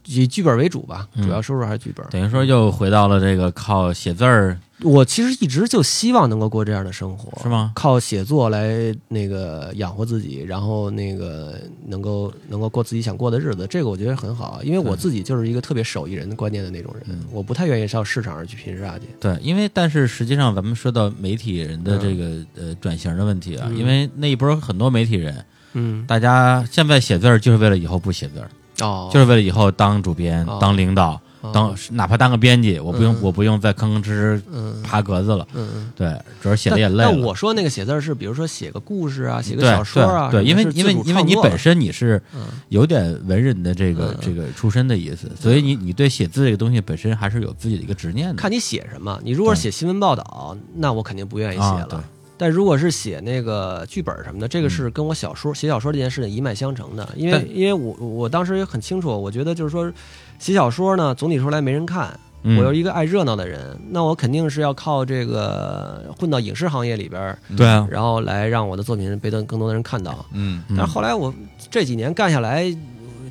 [SPEAKER 3] 以剧本为主吧，
[SPEAKER 1] 嗯
[SPEAKER 3] 主要收入还是剧本。
[SPEAKER 1] 等于说又回到了这个靠写字儿，
[SPEAKER 3] 我其实一直就希望能够过这样的生活，
[SPEAKER 1] 是吗
[SPEAKER 3] 靠写作来那个养活自己，然后那个能够能够过自己想过的日子，这个我觉得很好，因为我自己就是一个特别手艺人的观念的那种人，
[SPEAKER 1] 嗯
[SPEAKER 3] 我不太愿意上市场上去拼杀去。
[SPEAKER 1] 对，因为但是实际上咱们说到媒体人的
[SPEAKER 3] 嗯
[SPEAKER 1] 这个、呃转型的问题啊，因为那一波很多媒体人，
[SPEAKER 3] 嗯，
[SPEAKER 1] 大家现在写字儿就是为了以后不写字儿，
[SPEAKER 3] 哦，
[SPEAKER 1] 就是为了以后当主编、
[SPEAKER 3] 哦
[SPEAKER 1] 当领导、
[SPEAKER 3] 哦
[SPEAKER 1] 当哪怕当个编辑，我不用、我不用再吭吭哧哧
[SPEAKER 3] 嗯
[SPEAKER 1] 爬格子了。
[SPEAKER 3] 嗯嗯。
[SPEAKER 1] 对，主要写的也累了。
[SPEAKER 3] 但但我说那个写字儿是，比如说写个故事啊，写个
[SPEAKER 1] 对
[SPEAKER 3] 小说啊，
[SPEAKER 1] 对，对因为
[SPEAKER 3] 什么是
[SPEAKER 1] 因为
[SPEAKER 3] 自主
[SPEAKER 1] 因为你
[SPEAKER 3] 创作
[SPEAKER 1] 本身你是
[SPEAKER 3] 嗯
[SPEAKER 1] 有点文人的这个、
[SPEAKER 3] 嗯
[SPEAKER 1] 这个出身的意思，所以你你对写字这个东西本身还是有自己的一个执念的。
[SPEAKER 3] 看你写什么，你如果是写新闻报道，那我肯定不愿意写
[SPEAKER 1] 啊
[SPEAKER 3] 了。但如果是写那个剧本什么的，这个
[SPEAKER 1] 嗯
[SPEAKER 3] 是跟我小说、写小说这件事情一脉相承的，因为
[SPEAKER 1] 但
[SPEAKER 3] 因为我我当时也很清楚，我觉得就是说，写小说呢，总体说来没人看，
[SPEAKER 1] 嗯
[SPEAKER 3] 我又是一个爱热闹的人，那我肯定是要靠这个混到影视行业里边儿，
[SPEAKER 1] 对啊，
[SPEAKER 3] 然后来让我的作品被更更多的人看到。
[SPEAKER 2] 嗯，
[SPEAKER 1] 嗯
[SPEAKER 3] 但是后来我这几年干下来，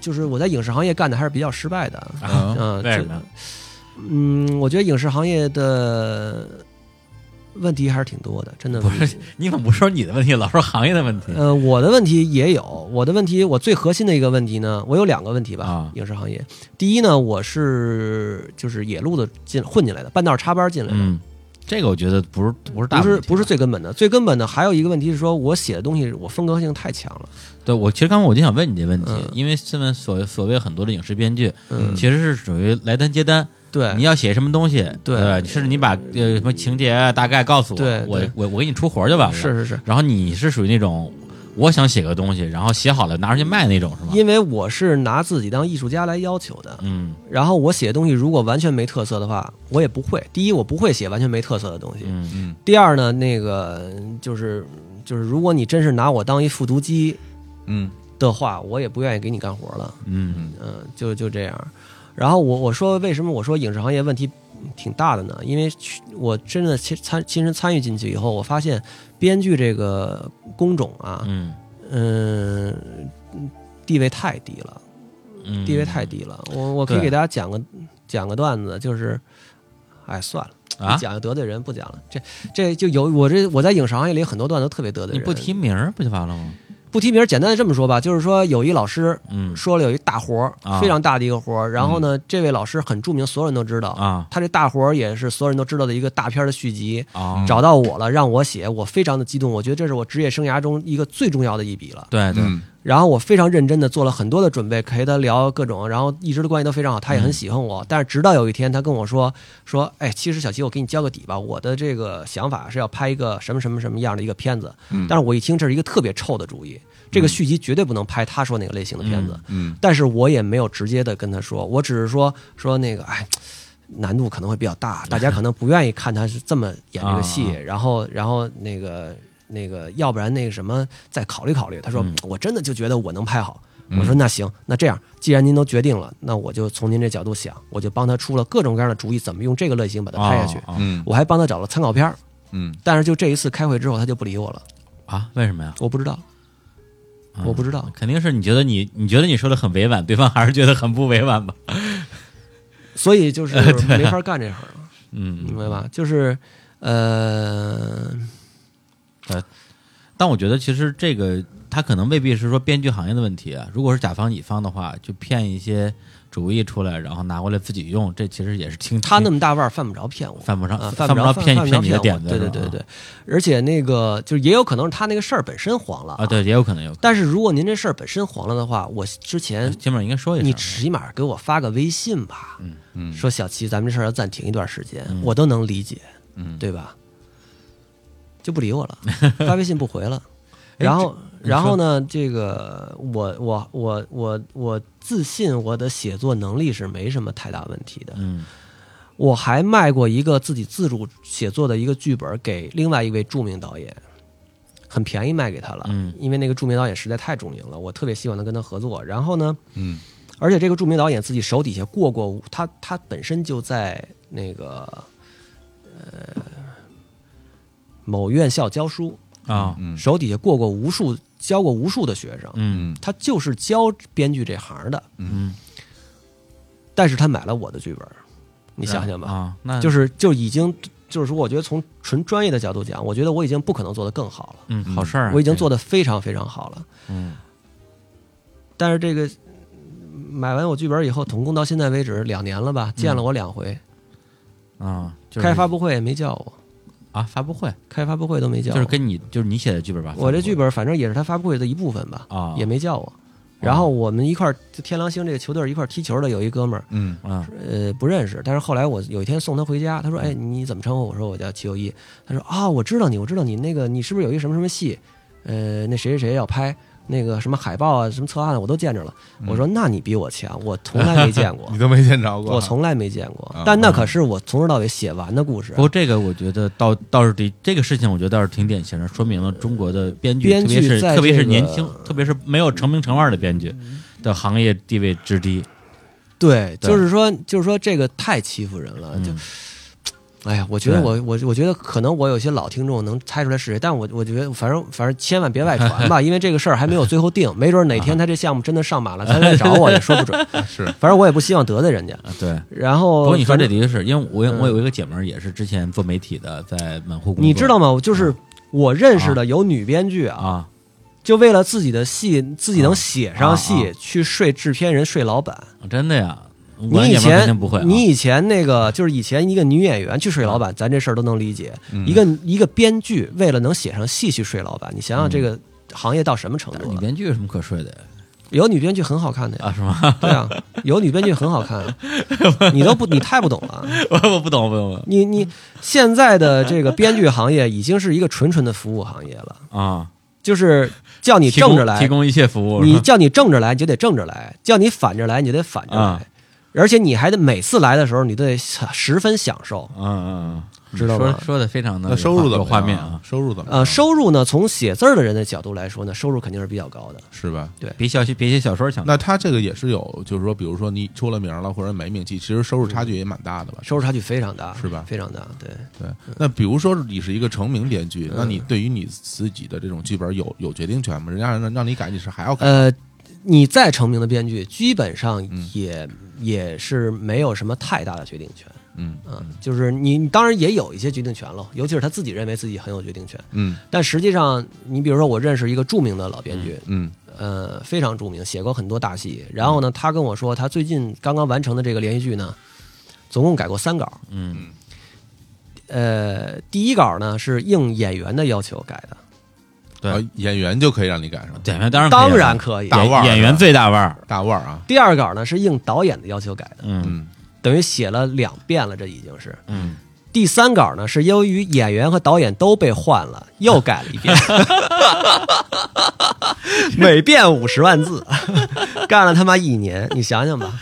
[SPEAKER 3] 就是我在影视行业干的还是比较失败的。
[SPEAKER 2] 啊
[SPEAKER 3] 嗯，
[SPEAKER 1] 为
[SPEAKER 3] 这
[SPEAKER 1] 什么呀？
[SPEAKER 3] 嗯，我觉得影视行业的问题还是挺多的，真的
[SPEAKER 1] 不
[SPEAKER 3] 问题。
[SPEAKER 1] 是你怎么不说你的问题，老说行业的问题？
[SPEAKER 3] 呃，我的问题也有，我的问题，我最核心的一个问题呢，我有两个问题吧。
[SPEAKER 1] 啊
[SPEAKER 3] 影视行业，第一呢，我是就是野路子进混进来的，半道插班进来的，
[SPEAKER 1] 嗯，这个我觉得不是不是大
[SPEAKER 3] 不是
[SPEAKER 1] 问题啊
[SPEAKER 3] 不是最根本的。最根本的还有一个问题是说，我写的东西我风格性太强了。
[SPEAKER 1] 对我其实刚刚我就想问你这问题，
[SPEAKER 3] 嗯
[SPEAKER 1] 因为现在所所谓很多的影视编剧，
[SPEAKER 3] 嗯
[SPEAKER 1] 其实是属于来单接单，
[SPEAKER 3] 对，
[SPEAKER 1] 你要写什么东西，
[SPEAKER 3] 对
[SPEAKER 1] 对，甚至你把呃什么情节啊大概告诉我，
[SPEAKER 3] 对
[SPEAKER 1] 我
[SPEAKER 3] 对
[SPEAKER 1] 我我给你出活儿就完了。
[SPEAKER 3] 是是是。
[SPEAKER 1] 然后你是属于那种，我想写个东西，然后写好了拿出去卖那种，是吗？
[SPEAKER 3] 因为我是拿自己当艺术家来要求的，
[SPEAKER 1] 嗯
[SPEAKER 3] 然后我写的东西如果完全没特色的话，我也不会。第一，我不会写完全没特色的东西；
[SPEAKER 1] 嗯，
[SPEAKER 3] 第二呢，那个就是就是，如果你真是拿我当一复读机
[SPEAKER 2] 嗯
[SPEAKER 3] 的话，我也不愿意给你干活了。
[SPEAKER 1] 嗯
[SPEAKER 3] 嗯，就就这样。然后我我说为什么我说影视行业问题挺大的呢？因为去我真的亲参亲身参与进去以后，我发现编剧这个工种啊，
[SPEAKER 1] 嗯
[SPEAKER 3] 嗯，地位太低了。
[SPEAKER 1] 嗯，
[SPEAKER 3] 地位太低了。我我可以
[SPEAKER 1] 对
[SPEAKER 3] 给大家讲个讲个段子，就是，哎，算了，
[SPEAKER 1] 啊
[SPEAKER 3] 一！讲就得罪人，不讲了。这这就有我这我在影视行业里有很多段子特别得罪
[SPEAKER 1] 你
[SPEAKER 3] 人，
[SPEAKER 1] 不提名儿不就完了吗？
[SPEAKER 3] 不提名，简单的这么说吧，就是说有一老师
[SPEAKER 1] 嗯
[SPEAKER 3] 说了有一大活儿
[SPEAKER 1] 啊，嗯
[SPEAKER 3] 非常大的一个活儿。然后呢，这位老师很著名，所有人都知道。
[SPEAKER 1] 啊
[SPEAKER 3] 他这大活儿也是所有人都知道的一个大片儿的续集，
[SPEAKER 1] 啊，
[SPEAKER 3] 找到我了，让我写，我非常的激动，我觉得这是我职业生涯中一个最重要的一笔了。
[SPEAKER 1] 对对，
[SPEAKER 2] 嗯
[SPEAKER 3] 然后我非常认真的做了很多的准备，陪他聊各种，然后一直的关系都非常好，
[SPEAKER 1] 嗯
[SPEAKER 3] 他也很喜欢我。但是直到有一天，他跟我说说，哎，其实小齐，我给你交个底吧，我的这个想法是要拍一个什么什么什么样的一个片子，
[SPEAKER 2] 嗯
[SPEAKER 3] 但是我一听这是一个特别臭的主意，这
[SPEAKER 1] 嗯
[SPEAKER 3] 个续集绝对不能拍他说那个类型的片子。
[SPEAKER 2] 嗯
[SPEAKER 3] 但是我也没有直接的跟他说，我只是说说那个，哎，难度可能会比较大， 大家可能不愿意看他是这么演这个戏，
[SPEAKER 1] 啊
[SPEAKER 3] 然后然后那个那个，要不然那个什么再考虑考虑。他说、
[SPEAKER 1] 嗯
[SPEAKER 3] 我真的就觉得我能拍好。我说那行，那这样，既然您都决定了，那我就从您这角度想，我就帮他出了各种各样的主意，怎么用这个类型把它拍下去。
[SPEAKER 1] 啊
[SPEAKER 2] 嗯
[SPEAKER 3] 我还帮他找了参考片儿，
[SPEAKER 2] 嗯
[SPEAKER 3] 但是就这一次开会之后，他就不理我了，
[SPEAKER 1] 啊，为什么呀？
[SPEAKER 3] 我不知道，
[SPEAKER 1] 嗯
[SPEAKER 3] 我不知道，
[SPEAKER 1] 肯定是你觉得你你觉得你说的很委婉，对方还是觉得很不委婉吧？
[SPEAKER 3] 所 以就是没法干这行了。明
[SPEAKER 1] 嗯，
[SPEAKER 3] 白吧？就是，呃，
[SPEAKER 1] 但我觉得其实这个他可能未必是说编剧行业的问题啊。如果是甲方乙方的话，就骗一些主意出来，然后拿过来自己用，这其实也是挺
[SPEAKER 3] 他那么大腕儿犯不着骗我，
[SPEAKER 1] 犯不着
[SPEAKER 3] 啊
[SPEAKER 1] 犯
[SPEAKER 3] 不
[SPEAKER 1] 不着
[SPEAKER 3] 犯
[SPEAKER 1] 骗
[SPEAKER 3] 不着
[SPEAKER 1] 骗你的点子
[SPEAKER 3] 我对对
[SPEAKER 1] 是吧
[SPEAKER 3] 对对，而且那个就是也有可能是他那个事儿本身黄了
[SPEAKER 1] 啊，。对，也有可能有可能。
[SPEAKER 3] 但是如果您这事儿本身黄了的话，我之前
[SPEAKER 1] 基本上应该说一
[SPEAKER 3] 你
[SPEAKER 1] 声，
[SPEAKER 3] 起码给我发个微信吧，
[SPEAKER 2] 嗯
[SPEAKER 3] 说小齐，咱们这事儿要暂停一段时间，我都能理解，
[SPEAKER 2] 嗯
[SPEAKER 3] 对吧？就不理 我了，发微信不回了。然后，
[SPEAKER 1] 哎这
[SPEAKER 3] 然后呢？这个我我我我我自信我的写作能力是没什么太大问题的。
[SPEAKER 1] 嗯
[SPEAKER 3] 我还卖过一个自己自主写作的一个剧本给另外一位著名导演，很便宜卖给他了。
[SPEAKER 1] 嗯
[SPEAKER 3] 因为那个著名导演实在太著名了，我特别希望能跟他合作。然后呢，
[SPEAKER 2] 嗯
[SPEAKER 3] 而且这个著名导演自己手底下过过，他他本身就在那个呃某院校教书，
[SPEAKER 1] 啊
[SPEAKER 2] 嗯
[SPEAKER 3] 手底下过过无数教过无数的学生，
[SPEAKER 1] 嗯
[SPEAKER 3] 他就是教编剧这行的，
[SPEAKER 1] 嗯，
[SPEAKER 3] 但是他买了我的剧本，
[SPEAKER 1] 你
[SPEAKER 3] 你想想吧，
[SPEAKER 1] 啊，那
[SPEAKER 3] 就是就已经就是说，我觉得从纯专业的角度讲，我觉得我已经不可能做得更好了，
[SPEAKER 1] 嗯好事儿啊，
[SPEAKER 3] 我已经做得非常非常好了。
[SPEAKER 1] 嗯
[SPEAKER 3] 但是这个嗯买完我剧本以后，总共到现在为止两年了吧，见了我两回，
[SPEAKER 1] 啊，嗯就是
[SPEAKER 3] 开发布会也没叫我，
[SPEAKER 1] 啊发布会，
[SPEAKER 3] 开发布会都没叫
[SPEAKER 1] 就
[SPEAKER 3] 我。
[SPEAKER 1] 是跟你就是你写的剧本吧？
[SPEAKER 3] 我这剧
[SPEAKER 1] 本
[SPEAKER 3] 本反正也是他发布会的一部分吧，
[SPEAKER 1] 啊
[SPEAKER 3] 也没叫我。然后我们一块儿天狼星这个球队一块儿踢球的有一哥们儿，
[SPEAKER 2] 嗯
[SPEAKER 1] 啊
[SPEAKER 3] 呃，不认识。但是后来我有一天送他回家，他说：“哎，
[SPEAKER 2] 嗯
[SPEAKER 3] 你怎么称呼？”我说：“我叫齐友一。”他说：“啊，我知道你，我知道你，那个你是不是有一个什么什么戏？呃，那谁谁谁要拍那个什么海报啊，什么策划案我都见着了。”我说：“那你比我强，我从来没见过
[SPEAKER 2] 嗯 你，都没见着过啊，
[SPEAKER 3] 我从来没见过
[SPEAKER 2] 啊。
[SPEAKER 3] 但那可是我从头到尾写完的故事
[SPEAKER 1] 不。过这个我觉得倒倒是的，这个事情我觉得倒是挺典型的，说明了中国的编剧，
[SPEAKER 3] 编
[SPEAKER 1] 特别
[SPEAKER 3] 剧
[SPEAKER 1] 是
[SPEAKER 3] 在
[SPEAKER 1] 特别是
[SPEAKER 3] 这个嗯
[SPEAKER 1] 年轻，特别是没有成名成腕的编剧的行业地位之低。
[SPEAKER 3] 对，
[SPEAKER 1] 对
[SPEAKER 3] 就是说，就是说这个太欺负人了。就
[SPEAKER 1] 嗯，
[SPEAKER 3] 哎呀，我觉得
[SPEAKER 1] 对
[SPEAKER 3] 我我我觉得可能我有些老听众能猜出来是谁，但我我觉得反正反正千万别外传 吧，因为这个事儿还没有最后定，没准哪
[SPEAKER 1] 啊
[SPEAKER 3] 天他这项目真的上马了，他来找我也说不 准。
[SPEAKER 2] 是
[SPEAKER 3] 反正我也不希望得罪人家。
[SPEAKER 1] 啊对。
[SPEAKER 3] 然
[SPEAKER 1] 不
[SPEAKER 3] 后
[SPEAKER 1] 过你说这
[SPEAKER 3] 反正
[SPEAKER 1] 的确是因为我有
[SPEAKER 3] 嗯
[SPEAKER 1] 我有一个姐们儿也是之前做媒体的，在门户工作，
[SPEAKER 3] 你知道吗？就是我认识的有女编剧啊，
[SPEAKER 1] 嗯啊？
[SPEAKER 3] 就为了自己的戏自己能写上
[SPEAKER 1] 啊
[SPEAKER 3] 戏，去睡制片人、睡老板。
[SPEAKER 1] 真的呀，我
[SPEAKER 3] 你
[SPEAKER 1] 姐们
[SPEAKER 3] 以
[SPEAKER 1] 儿肯
[SPEAKER 3] 前
[SPEAKER 1] 定不会啊，
[SPEAKER 3] 你以前那个就是以前一个女演员去睡老板，咱这事儿都能理解。
[SPEAKER 1] 嗯
[SPEAKER 3] 一个一个编剧为了能写上戏去睡老板，你想想这个行业到什么程
[SPEAKER 1] 嗯女
[SPEAKER 3] 度了？
[SPEAKER 1] 编剧有什么可说的呀？
[SPEAKER 3] 有女编剧很好看的呀，
[SPEAKER 1] 啊，是吗？
[SPEAKER 3] 对啊，有女编剧很好看啊，你都不你太不懂了。
[SPEAKER 1] 我我不懂，不懂不懂
[SPEAKER 3] 你你现在的这个编剧行业已经是一个纯纯的服务行业了，
[SPEAKER 1] 啊！
[SPEAKER 3] 就是叫你
[SPEAKER 1] 提供
[SPEAKER 3] 正着
[SPEAKER 1] 提
[SPEAKER 3] 来，
[SPEAKER 1] 供一切服务，
[SPEAKER 3] 你
[SPEAKER 1] 是吧
[SPEAKER 3] 叫你正着来你就得正着来，叫你反着来你就得反着
[SPEAKER 1] 啊
[SPEAKER 3] 来，而且你还得每次来的时候你都得十分享受，
[SPEAKER 1] 嗯嗯嗯，
[SPEAKER 3] 知道
[SPEAKER 1] 说
[SPEAKER 3] 吗
[SPEAKER 1] 说的非常的
[SPEAKER 2] 那收入
[SPEAKER 1] 有
[SPEAKER 2] 怎么
[SPEAKER 1] 画
[SPEAKER 2] 样
[SPEAKER 1] 面啊，，
[SPEAKER 2] 收入怎么
[SPEAKER 3] 呃，
[SPEAKER 2] 样
[SPEAKER 3] 收入呢，从写字儿的人的角度来说呢，收入肯定是比较高的。
[SPEAKER 2] 是吧？
[SPEAKER 1] 比小比写小说强。
[SPEAKER 2] 那他这个也是有，就是说，比如说你出了名了或者没名气，其实收入差距也蛮大的吧？
[SPEAKER 3] 收入差距非常大，
[SPEAKER 2] 是吧
[SPEAKER 3] 非常大，对，
[SPEAKER 2] 对。那比如说你是一个成名编剧，那你对于你自己的这种剧本有有决定权吗？人家让让你改，你是还要改？
[SPEAKER 3] 呃，你
[SPEAKER 2] 嗯
[SPEAKER 3] 再成名的编剧，基本上也、也是没有什么太大的决定权，
[SPEAKER 2] 嗯
[SPEAKER 3] 嗯，就是你你当然也有一些决定权了，尤其是他自己认为自己很有决定权，
[SPEAKER 2] 嗯
[SPEAKER 3] 但实际上，你比如说我认识一个著名的老编剧，
[SPEAKER 2] 嗯
[SPEAKER 3] 呃，非常著名，写过很多大戏。然后呢，他跟我说，他最近刚刚完成的这个连续剧呢，总共改过三稿。
[SPEAKER 1] 嗯
[SPEAKER 3] 呃，第一稿呢是应演员的要求改的，
[SPEAKER 1] 对
[SPEAKER 2] 啊演员就可以让你赶上
[SPEAKER 1] 演员当然
[SPEAKER 3] 当
[SPEAKER 1] 然
[SPEAKER 3] 然可以。
[SPEAKER 2] 大腕儿
[SPEAKER 1] 演员最大腕儿，
[SPEAKER 2] 大腕儿啊，
[SPEAKER 3] 第二稿呢是应导演的要求改的，
[SPEAKER 1] 嗯
[SPEAKER 2] 嗯
[SPEAKER 3] 等于写了两遍了，这已经是。
[SPEAKER 1] 嗯，。
[SPEAKER 3] 第三稿呢是由于演员和导演都被换了，又改了一遍，每遍五十万字，干了他妈一年，你想想吧。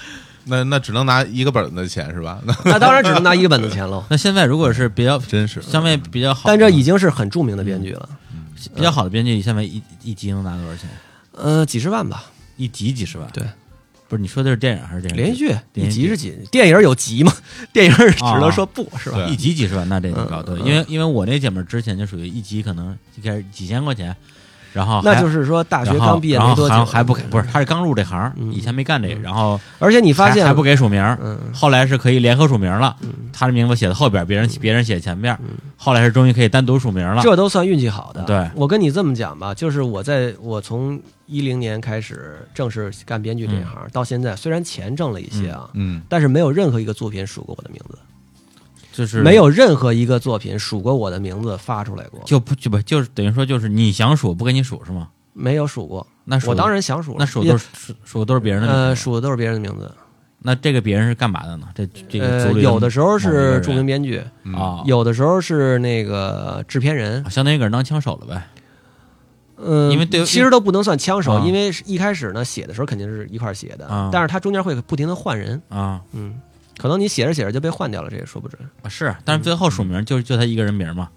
[SPEAKER 2] 那那只能拿一个本子的钱是吧？那
[SPEAKER 3] 那当然只能拿一个本子钱喽
[SPEAKER 1] 那现在如果是比较
[SPEAKER 2] 真是
[SPEAKER 1] 相对比较好的，
[SPEAKER 3] 但这已经是很著名的编剧了，
[SPEAKER 1] 比较好的编剧，现在一一集能拿多少钱？
[SPEAKER 3] 呃，几十万吧。
[SPEAKER 1] 一集几十万？
[SPEAKER 3] 对，
[SPEAKER 1] 不是你说的是电影还是电视
[SPEAKER 3] 连续剧
[SPEAKER 1] 连
[SPEAKER 3] 一
[SPEAKER 1] 续
[SPEAKER 3] 集是几？电影有集吗？ 电影只能说不、是吧？
[SPEAKER 2] 对
[SPEAKER 1] 一集几十万，那这挺高。
[SPEAKER 3] 嗯
[SPEAKER 1] 对，
[SPEAKER 3] 嗯
[SPEAKER 1] 因为因为我那姐们儿之前就属于一集可能一开始几千块钱，然后
[SPEAKER 3] 那
[SPEAKER 1] 还
[SPEAKER 3] 就是说大学
[SPEAKER 1] 然后
[SPEAKER 3] 刚毕业
[SPEAKER 1] 啊然
[SPEAKER 3] 没
[SPEAKER 1] 后
[SPEAKER 3] 多久，
[SPEAKER 1] 还还不给，不是，他是刚入这行，以前没干这个，然后
[SPEAKER 3] 而且你发现
[SPEAKER 1] 还还不给署名儿，
[SPEAKER 3] 嗯
[SPEAKER 1] 后来是可以联合署名了，他的名字写在后边儿，别人别人写前边儿，
[SPEAKER 3] 嗯
[SPEAKER 1] 后来是终于可以单独署名了。
[SPEAKER 3] 这都算运气好的。
[SPEAKER 1] 对
[SPEAKER 3] 我跟你这么讲吧，就是我在我从一零年开始正式干编剧这一
[SPEAKER 1] 嗯
[SPEAKER 3] 行、到现在，虽然钱挣了一些啊。
[SPEAKER 2] 嗯
[SPEAKER 3] 但是没有任何一个作品署过我的名字，
[SPEAKER 1] 就是
[SPEAKER 3] 没有任何一个作品署过我的名字发出来过，
[SPEAKER 1] 就不就不就是等于说就是你想数不给你数是吗？
[SPEAKER 3] 没有署过。
[SPEAKER 1] 那数
[SPEAKER 3] 我当然想数了，
[SPEAKER 1] 那数都是数数都是别人的名字，
[SPEAKER 3] 呃，数的都是别人的名字。
[SPEAKER 1] 那这个别人是干嘛的呢？这这个
[SPEAKER 3] 呃，
[SPEAKER 1] 组里
[SPEAKER 3] 有的时候
[SPEAKER 1] 某一个
[SPEAKER 3] 是
[SPEAKER 1] 人
[SPEAKER 3] 著名编剧，
[SPEAKER 2] 嗯
[SPEAKER 1] 啊，
[SPEAKER 3] 有的时候是那个制片人。
[SPEAKER 1] 相当于给人当枪手了呗。
[SPEAKER 3] 嗯，
[SPEAKER 1] 因为对
[SPEAKER 3] 其实都不能算枪手，
[SPEAKER 1] 啊
[SPEAKER 3] 因为是一开始呢写的时候肯定是一块儿写的
[SPEAKER 1] 啊，
[SPEAKER 3] 但是他中间会不停的换人。
[SPEAKER 1] 啊，
[SPEAKER 3] 嗯，可能你写着写着就被换掉了，这也说不准。
[SPEAKER 1] 啊是，但是最后
[SPEAKER 3] 嗯
[SPEAKER 1] 署名就就他一个人名嘛，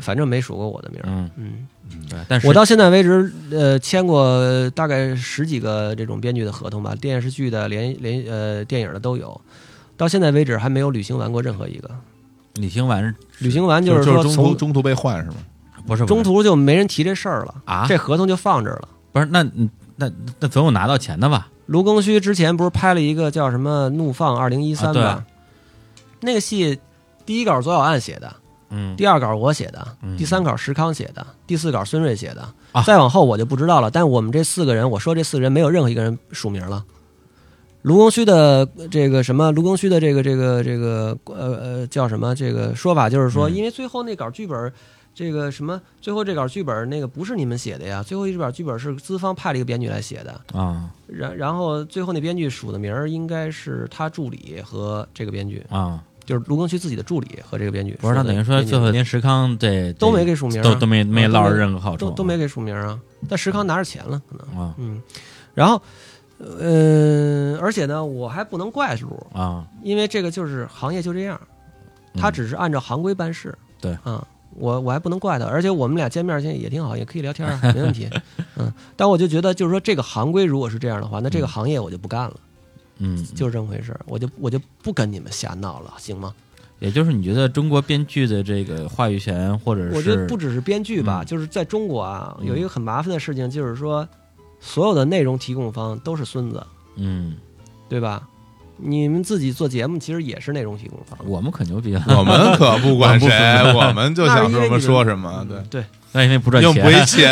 [SPEAKER 3] 反正没数过我的名儿。
[SPEAKER 1] 嗯，
[SPEAKER 3] 嗯，
[SPEAKER 1] 对，但是
[SPEAKER 3] 我到现在为止，呃，签过大概十几个这种编剧的合同吧，电视剧的、连连呃电影的都有。到现在为止还没有履行完过任何一个。
[SPEAKER 1] 李行完
[SPEAKER 3] 履行完
[SPEAKER 2] 就是中
[SPEAKER 3] 说
[SPEAKER 2] 途
[SPEAKER 3] 从
[SPEAKER 2] 中途被换 是吗？
[SPEAKER 1] 不是不是
[SPEAKER 3] 中途就没人提这事儿了
[SPEAKER 1] 啊
[SPEAKER 3] 这合同就放这儿了。
[SPEAKER 1] 不是那你那那总有拿到钱的吧？
[SPEAKER 3] 卢庚戌之前不是拍了一个叫什么《怒放二零一三
[SPEAKER 1] 啊》对
[SPEAKER 3] 吧？那个戏第一稿左小岸写的，
[SPEAKER 1] 嗯，
[SPEAKER 3] 第二稿我写的，
[SPEAKER 1] 嗯
[SPEAKER 3] 第三稿石康写的，第四稿孙瑞写的。
[SPEAKER 1] 啊
[SPEAKER 3] 再往后我就不知道了。但我们这四个人，我说这四个人没有任何一个人署名了。卢庚戌的这个什么，卢庚戌的这个这个这个呃呃叫什么？这个说法就是说，
[SPEAKER 1] 嗯
[SPEAKER 3] 因为最后那稿剧本，这个什么，最后这稿剧本那个不是你们写的呀，最后一稿剧本是资方派了一个编剧来写的，
[SPEAKER 1] 啊
[SPEAKER 3] 然然后最后那编剧署的名儿应该是他助理和这个编剧，
[SPEAKER 1] 啊，
[SPEAKER 3] 就是卢庚戌自己的助理和这个编剧。
[SPEAKER 1] 不是他等于说最后
[SPEAKER 3] 连
[SPEAKER 1] 连石康这
[SPEAKER 3] 都没给署名啊，
[SPEAKER 1] 都都没没
[SPEAKER 3] 啊
[SPEAKER 1] 落着任何好处，
[SPEAKER 3] 都都没给署名啊。但石康拿着钱了，可能。
[SPEAKER 1] 啊
[SPEAKER 3] 嗯，然后，嗯，而且呢，我还不能怪卢，
[SPEAKER 1] 啊，
[SPEAKER 3] 因为这个就是行业就这样，
[SPEAKER 1] 嗯
[SPEAKER 3] 他只是按照行规办事。
[SPEAKER 1] 对
[SPEAKER 3] 啊。我我还不能怪他，而且我们俩见面现在也挺好，也可以聊天啊， 没问题。嗯，但我就觉得，就是说这个行规如果是这样的话，那这个行业我就不干了。
[SPEAKER 1] 嗯，
[SPEAKER 3] 就是这么回事儿，我就我就不跟你们瞎闹了，行吗？
[SPEAKER 1] 也就是你觉得中国编剧的这个话语权或者是
[SPEAKER 3] 我觉得不只是编剧吧，
[SPEAKER 1] 嗯
[SPEAKER 3] 就是在中国啊，
[SPEAKER 1] 嗯
[SPEAKER 3] 有一个很麻烦的事情，就是说，所有的内容提供方都是孙子，
[SPEAKER 1] 嗯，
[SPEAKER 3] 对吧？你们自己做节目其实也是内容提供方，
[SPEAKER 1] 我们可牛逼了，
[SPEAKER 2] 我们可啊不管谁
[SPEAKER 1] 我，
[SPEAKER 2] 我们就
[SPEAKER 3] 那
[SPEAKER 2] 想
[SPEAKER 3] 是因
[SPEAKER 2] 什
[SPEAKER 3] 为
[SPEAKER 2] 么
[SPEAKER 3] 你
[SPEAKER 2] 说
[SPEAKER 3] 们
[SPEAKER 2] 什么，对，
[SPEAKER 3] 对，
[SPEAKER 1] 那因为不赚
[SPEAKER 2] 又
[SPEAKER 1] 钱，
[SPEAKER 2] 没 钱，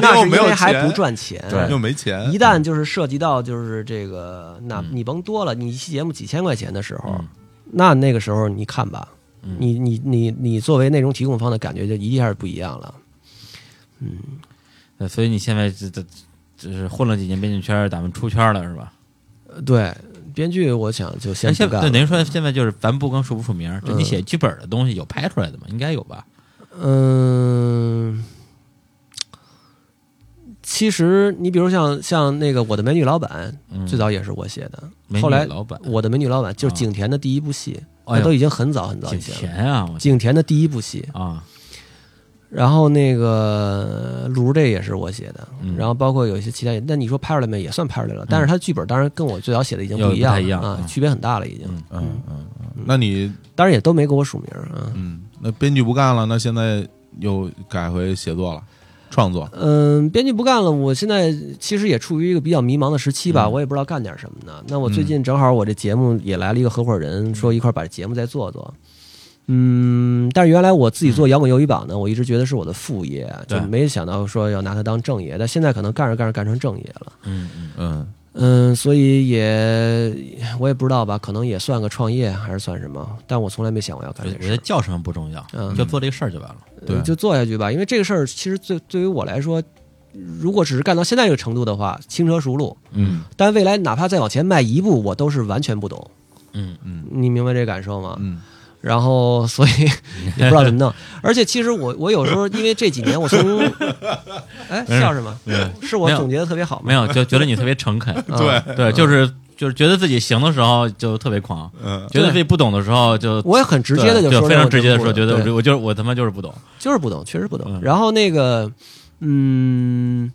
[SPEAKER 3] 那
[SPEAKER 2] 又
[SPEAKER 3] 是因
[SPEAKER 2] 没有
[SPEAKER 3] 为
[SPEAKER 2] 钱，
[SPEAKER 3] 还不赚钱，
[SPEAKER 1] 对
[SPEAKER 2] 又没钱，
[SPEAKER 3] 一旦就是涉及到就是这个，那
[SPEAKER 1] 嗯
[SPEAKER 3] 你甭多了，你一期节目几千块钱的时候，
[SPEAKER 1] 嗯
[SPEAKER 3] 那那个时候你看吧，
[SPEAKER 1] 嗯
[SPEAKER 3] 你你你你作为内容提供方的感觉就一下不一样了。
[SPEAKER 1] 呃所以你现在这这就是混了几年编剧圈儿，咱们出圈儿了是吧？
[SPEAKER 3] 呃对，编剧我想就
[SPEAKER 1] 哎
[SPEAKER 3] 先
[SPEAKER 1] 那现
[SPEAKER 3] 不
[SPEAKER 1] 在
[SPEAKER 3] 干
[SPEAKER 1] 对
[SPEAKER 3] 了。
[SPEAKER 1] 等于说现在就是咱不光署不署名儿，就你
[SPEAKER 3] 嗯
[SPEAKER 1] 写剧本的东西有拍出来的吗？应该有吧？
[SPEAKER 3] 嗯，其实你比如像像那个《我的美女老板》，
[SPEAKER 1] 嗯，
[SPEAKER 3] 最早也是我写的。
[SPEAKER 1] 美女
[SPEAKER 3] 后来
[SPEAKER 1] 老板
[SPEAKER 3] 《我的美女老板》就是
[SPEAKER 1] 啊
[SPEAKER 3] 景甜的第一部戏，
[SPEAKER 1] 哎
[SPEAKER 3] 那
[SPEAKER 1] 呦
[SPEAKER 3] 都已经很早很早
[SPEAKER 1] 景
[SPEAKER 3] 以前了。
[SPEAKER 1] 甜啊，我
[SPEAKER 3] 景甜的第一部戏，
[SPEAKER 1] 啊，
[SPEAKER 3] 然后那个《卢这也是我写的，
[SPEAKER 1] 嗯
[SPEAKER 3] 然后包括有一些其他，那你说拍出来没？也算拍出来了，但是它剧本当然跟我最早写的已经
[SPEAKER 1] 有
[SPEAKER 3] 不一样
[SPEAKER 1] 不太
[SPEAKER 3] 了
[SPEAKER 1] 一样
[SPEAKER 3] 啊
[SPEAKER 1] 嗯，
[SPEAKER 3] 区别很大了已经。
[SPEAKER 1] 嗯
[SPEAKER 2] 嗯嗯，嗯那你
[SPEAKER 3] 当然也都没给我署名啊。
[SPEAKER 2] 嗯，那编剧不干了，那现在又改回写作了，创作？
[SPEAKER 3] 嗯，编剧不干了，我现在其实也处于一个比较迷茫的时期吧，我也不知道干点什么呢。那我最近正好我这节目也来了一个合伙人，说一块儿把节目再做做。嗯，但是原来我自己做摇滚鱿鱼榜呢，我一直觉得是我的副业，就
[SPEAKER 1] 对
[SPEAKER 3] 没想到说要拿它当正业。但现在可能干着干着干成正业了，
[SPEAKER 1] 嗯嗯
[SPEAKER 2] 嗯
[SPEAKER 3] 嗯，所以也我也不知道吧，可能也算个创业还是算什么，但我从来没想过要
[SPEAKER 1] 我
[SPEAKER 3] 干
[SPEAKER 1] 觉
[SPEAKER 3] 这
[SPEAKER 1] 得我
[SPEAKER 3] 事
[SPEAKER 1] 觉
[SPEAKER 3] 儿
[SPEAKER 1] 得叫什么不重要，
[SPEAKER 3] 嗯
[SPEAKER 1] 就做这个事儿就完了。
[SPEAKER 2] 对
[SPEAKER 3] 就做下去吧。因为这个事儿，其实对对于我来说，如果只是干到现在这个程度的话，轻车熟路。
[SPEAKER 1] 嗯
[SPEAKER 3] 但未来哪怕再往前迈一步，我都是完全不懂。
[SPEAKER 1] 嗯
[SPEAKER 3] 你明白这感受吗？
[SPEAKER 2] 嗯
[SPEAKER 3] 然 后，所以也不知道怎么弄。而且，其实我我有时候因为这几年我 从，哎笑什么？是我
[SPEAKER 1] 嗯没有
[SPEAKER 3] 总结的特别好吗？
[SPEAKER 1] 没有 就觉得你特别诚恳，嗯
[SPEAKER 3] 啊
[SPEAKER 2] 对
[SPEAKER 1] 对，就是就是觉得自己行的时候就特别狂，
[SPEAKER 2] 嗯
[SPEAKER 1] 觉得自己不懂的时候就
[SPEAKER 3] 我也很直接的
[SPEAKER 1] 对
[SPEAKER 3] 说，
[SPEAKER 1] 就非常直接的说，觉得
[SPEAKER 3] 对
[SPEAKER 1] 我我就是我他妈就是不懂，
[SPEAKER 3] 就是不懂，确实不懂。
[SPEAKER 1] 嗯
[SPEAKER 3] 然后那个，嗯，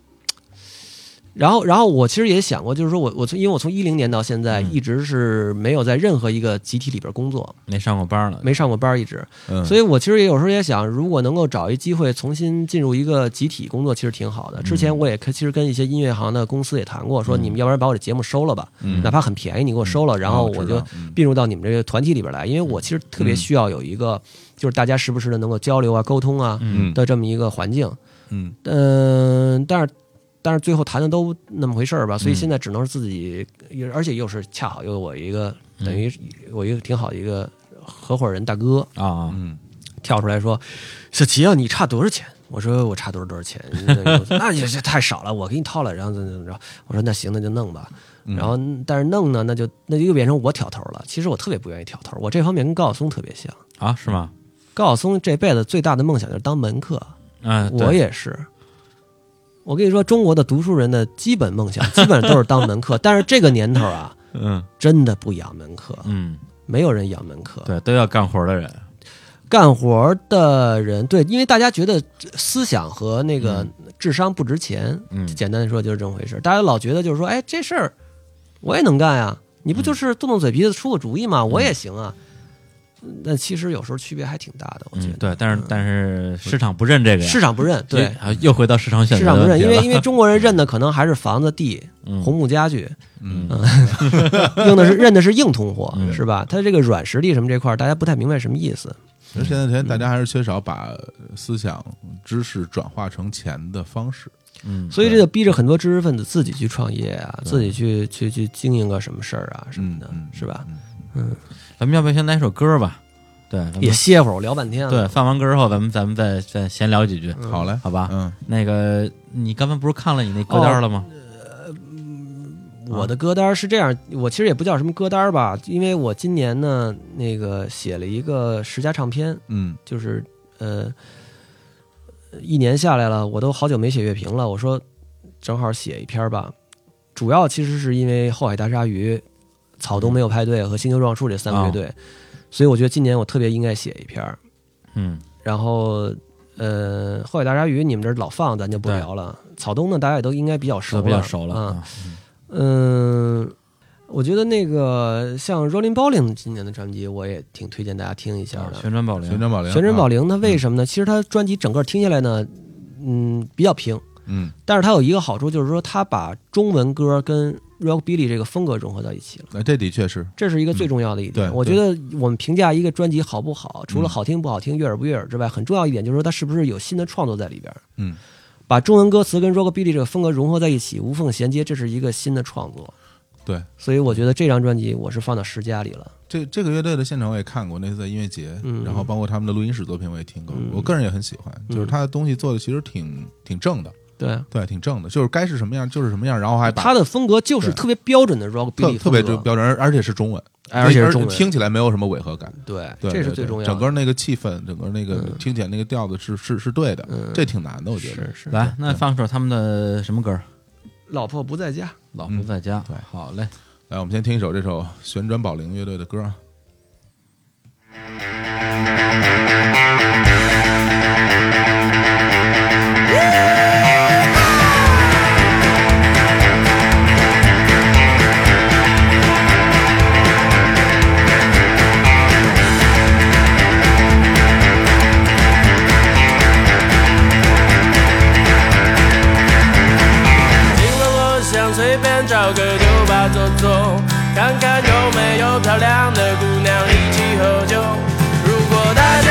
[SPEAKER 3] 然后然后我其实也想过，就是说我我从因为我从一零年到现在
[SPEAKER 1] 嗯
[SPEAKER 3] 一直是没有在任何一个集体里边工作，
[SPEAKER 1] 没上过班了，
[SPEAKER 3] 没上过班儿一直，
[SPEAKER 2] 嗯，
[SPEAKER 3] 所
[SPEAKER 2] 以
[SPEAKER 3] 以我其实也有时候也想，如果能够找一机会重新进入一个集体工作，其实挺好的。之前我也跟其实跟一些音乐行的公司也谈过，说你们要不然把我这节目收了吧，
[SPEAKER 2] 嗯
[SPEAKER 3] 哪怕很便宜，你给我收了，然后我就并入到你们这个团体里边来，因为我其实特别需要有一个，就是大家时不时的能够交流啊、沟通啊
[SPEAKER 2] 嗯
[SPEAKER 3] 的这么一个环境。
[SPEAKER 2] 嗯
[SPEAKER 3] 嗯，但是但是最后谈的都那么回事儿吧，所以现在只能是自己，也而且又是恰好又有我一个等于我一个挺好的一个合伙人大哥
[SPEAKER 1] 啊，
[SPEAKER 2] 嗯
[SPEAKER 3] 跳出来说：“小齐啊，你差多少钱？”我说：“我差多少多少钱？” 那也是太少了，我给你掏了。然后怎么怎么着？我说：“那行，那就弄吧。”然后但是弄呢，那就那就又变成我挑头了。其实我特别不愿意挑头，我这方面跟高晓松特别像。
[SPEAKER 1] 啊是吗？
[SPEAKER 3] 高晓松这辈子最大的梦想就是当门客，
[SPEAKER 1] 嗯，对
[SPEAKER 3] 我也是。我跟你说，中国的读书人的基本梦 想，基本上都是当门客。但是这个年头啊，
[SPEAKER 1] 嗯
[SPEAKER 3] 真的不养门客，
[SPEAKER 1] 嗯，
[SPEAKER 3] 没有人养门客。
[SPEAKER 1] 对，都要干活的人，
[SPEAKER 3] 干活的人，对，因为大家觉得思想和那个智商不值钱，
[SPEAKER 1] 嗯
[SPEAKER 3] 简单的说就是这么回事。大家老觉得就是说，哎，这事儿我也能干呀、你
[SPEAKER 1] 嗯
[SPEAKER 3] 不就是动动嘴皮子出个主意吗？我也行啊。但其实有时候区别还挺大的，我觉
[SPEAKER 1] 嗯
[SPEAKER 3] 得。
[SPEAKER 1] 对，但是但是市场不认这个呀，
[SPEAKER 3] 市场不认，对，
[SPEAKER 1] 啊又回到市场选择
[SPEAKER 3] 市场不
[SPEAKER 1] 的问
[SPEAKER 3] 认，
[SPEAKER 1] 题
[SPEAKER 3] 因
[SPEAKER 1] 了
[SPEAKER 3] 为因为中国人认的可能还是房子、地、
[SPEAKER 1] 嗯
[SPEAKER 3] 红木家具，
[SPEAKER 2] 嗯
[SPEAKER 3] 嗯 用的是认的是硬通货，
[SPEAKER 1] 嗯
[SPEAKER 3] 是吧？它这个软实力什么这块儿，大家不太明白什么意思。
[SPEAKER 2] 其实现在现在大家还是缺少把思想知识转化成钱的方式。
[SPEAKER 1] 嗯
[SPEAKER 3] 所以这就逼着很多知识分子自己去创业啊，自己去去去经营个什么事儿啊什么的，
[SPEAKER 2] 嗯嗯
[SPEAKER 3] 是吧？
[SPEAKER 1] 咱们要不要先来一首歌吧？对，咱们
[SPEAKER 3] 也歇会儿，我聊半天啊了。
[SPEAKER 1] 嗯对，放完歌之后，咱们咱们再再闲聊几句，
[SPEAKER 2] 好嘞，
[SPEAKER 1] 好吧？
[SPEAKER 2] 嗯
[SPEAKER 1] 那个，你刚才不是看了你那歌
[SPEAKER 3] 哦
[SPEAKER 1] 单了吗？
[SPEAKER 3] 我的歌单是这样，我其实也不叫什么歌单吧，因为我今年呢，那个写了一个十佳唱片，
[SPEAKER 2] 嗯
[SPEAKER 3] 就是呃，一年下来了，我都好久没写乐评了。我说正好写一篇吧，主要其实是因为后海大鲨鱼、草
[SPEAKER 1] 嗯
[SPEAKER 3] 东没有派对和星球撞树这三个
[SPEAKER 1] 哦
[SPEAKER 3] 乐队，所以我觉得今年我特别应该写一篇儿。
[SPEAKER 1] 嗯，
[SPEAKER 3] 然后呃，后海大鲨鱼你们这儿老放，咱就不聊了。草东呢，大家也都应该比较熟
[SPEAKER 1] 都
[SPEAKER 3] 了，
[SPEAKER 1] 比较熟了
[SPEAKER 3] 啊。
[SPEAKER 1] 啊。
[SPEAKER 3] 嗯、我觉得那个像 Rolling b o l i n g 今年的专辑，我也挺推荐大家听一下
[SPEAKER 1] 啊
[SPEAKER 3] 的。
[SPEAKER 1] 旋转宝
[SPEAKER 2] 旋
[SPEAKER 1] 铃，
[SPEAKER 2] 转宝铃，
[SPEAKER 3] 旋转宝铃它
[SPEAKER 2] 嗯
[SPEAKER 3] 为什么呢？其实它专辑整个听下来呢，嗯，比较平，
[SPEAKER 2] 嗯，
[SPEAKER 3] 但是它有一个好处就是说，它把中文歌跟 rockabilly 这个风格融合到一起了。
[SPEAKER 2] 那哎这的确是，
[SPEAKER 3] 这是一个最重要的一点。
[SPEAKER 2] 嗯对嗯
[SPEAKER 3] 我觉得我们评价一个专辑好不好，除了好听不好听、悦耳不悦耳之外，很重要一点就是说它是不是有新的创作在里边儿。
[SPEAKER 2] 嗯，
[SPEAKER 3] 把中文歌词跟 rockabilly 这个风格融合在一起，无缝衔接，这是一个新的创作。
[SPEAKER 2] 对，
[SPEAKER 3] 所以我觉得这张专辑我是放到十佳里了。
[SPEAKER 2] 这这个乐队的现场我也看过，那次在音乐节，
[SPEAKER 3] 嗯
[SPEAKER 2] 然后包括他们的录音室作品我也听过，
[SPEAKER 3] 嗯
[SPEAKER 2] 我个人也很喜欢，就是他的东西做的其实挺挺正的，
[SPEAKER 3] 对，
[SPEAKER 2] 对，挺正的，就是该是什么样就是什么样，然后还把
[SPEAKER 3] 它的风格就是
[SPEAKER 2] 对
[SPEAKER 3] 特别标准的 rockabilly
[SPEAKER 2] 特特别就
[SPEAKER 3] 风格
[SPEAKER 2] 标准，而而且是中文，
[SPEAKER 3] 哎而且是中文
[SPEAKER 2] 听起来没有什么违和感，
[SPEAKER 3] 对，
[SPEAKER 2] 对，
[SPEAKER 3] 这是
[SPEAKER 2] 对
[SPEAKER 3] 最
[SPEAKER 2] 对
[SPEAKER 3] 重要的。
[SPEAKER 2] 整个那个气氛，整个那个听起来那个调子是是是对的，
[SPEAKER 3] 嗯
[SPEAKER 2] 这挺难的，我觉得
[SPEAKER 3] 是是
[SPEAKER 1] 来，那放首他们的什么歌？
[SPEAKER 3] 老婆不在家，
[SPEAKER 1] 老婆在家。
[SPEAKER 2] 对
[SPEAKER 1] 好嘞。
[SPEAKER 2] 来，我们先听一首这首旋转宝铃乐队的歌啊。
[SPEAKER 5] 我便找个酒吧坐坐，看看有没有漂亮的姑娘一起喝酒。如果大家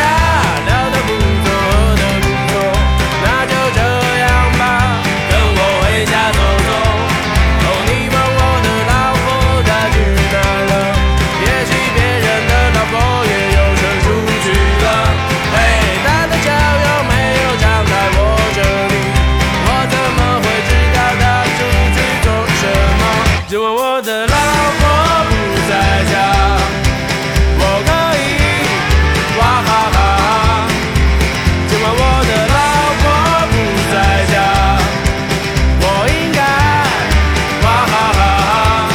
[SPEAKER 5] 聊得不错，喝得不错，那就这样吧，跟我回家走走。哦，你问我的老婆她去哪了？也许别人的老婆也有生出去了。嘿，她的脚有没有长在我这里？我怎么会知道她出去做什么？只问我的老婆不在家，我可以哇哈哈。只问我的老婆不在家。我应该，哇哈哈哈！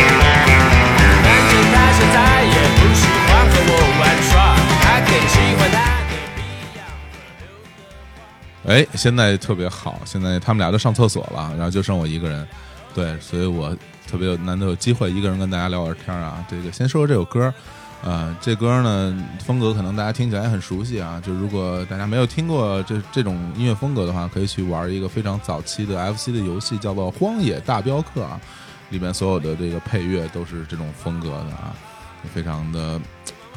[SPEAKER 5] 反正他现在也不喜欢和我玩耍，他更喜欢他的不一
[SPEAKER 2] 哎，
[SPEAKER 5] 样。
[SPEAKER 2] 现在特别好，现在他们俩都上厕所了，然后就剩我一个人，对，所以我特别有难得有机会一个人跟大家聊会儿天儿啊。这个先说说这首歌，呃，这歌呢风格可能大家听起来很熟悉啊，就如果大家没有听过这这种音乐风格的话，可以去玩一个非常早期的 FC 的游戏，叫做《荒野大镖客》啊，里面所有的这个配乐都是这种风格的啊，非常的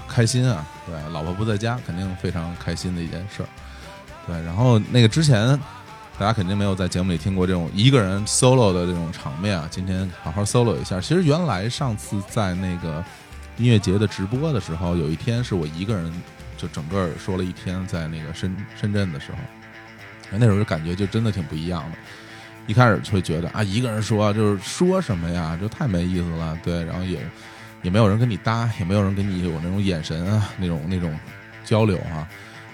[SPEAKER 2] 开心啊。对，老婆不在家，肯定非常开心的一件事儿。对，然后那个之前大家肯定没有在节目里听过这种一个人 solo 的这种场面啊，今天好好 solo 一下。其实原来上次在那个音乐节的直播的时候，有一天是我一个人就整个说了一天在那个深深圳的时候，哎那时候就感觉就真的挺不一样的。一开始就会觉得啊，一个人说就是说什么呀，就太没意思了。对，然后也也没有人跟你搭，也没有人跟你有那种眼神啊，那种那种交流啊。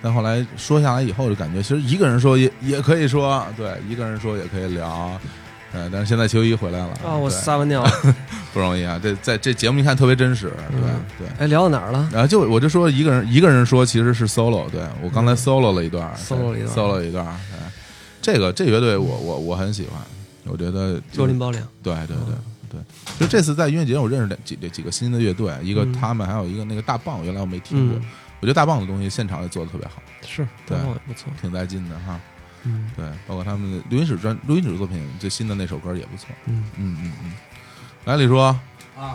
[SPEAKER 2] 但后来说下来以后，就感觉其实一个人说也也可以说，对，一个人说也可以聊，呃，但是现在秋一回来了
[SPEAKER 3] 啊，我
[SPEAKER 2] 对
[SPEAKER 3] 撒完尿，
[SPEAKER 2] 不容易啊，这在这节目一看特别真实，对、对。
[SPEAKER 3] 哎，聊到哪 儿了？
[SPEAKER 2] 然后啊就我就说一个人一个人说其实是 solo，对我刚才 solo 了一段对
[SPEAKER 3] 嗯 solo 了一段
[SPEAKER 2] ，solo 一段，对，这个这乐队我我我很喜欢，我觉得
[SPEAKER 3] 周林包两，啊
[SPEAKER 2] 对对对
[SPEAKER 3] 嗯
[SPEAKER 2] 对，就这次在音乐节，我认识两几几个新的乐队，一个
[SPEAKER 3] 嗯
[SPEAKER 2] 他们，还有一个那个大棒，原来我没听过
[SPEAKER 3] 嗯，，
[SPEAKER 2] 我觉得大棒的东西现场也做的特别好，
[SPEAKER 3] 是，
[SPEAKER 2] 对
[SPEAKER 3] 大炮也不错，
[SPEAKER 2] 挺带劲的哈。
[SPEAKER 3] 嗯
[SPEAKER 2] 对，包括他们的录音室专录音室作品最新的那首歌也不错。
[SPEAKER 3] 嗯，
[SPEAKER 2] 嗯嗯嗯，来李叔，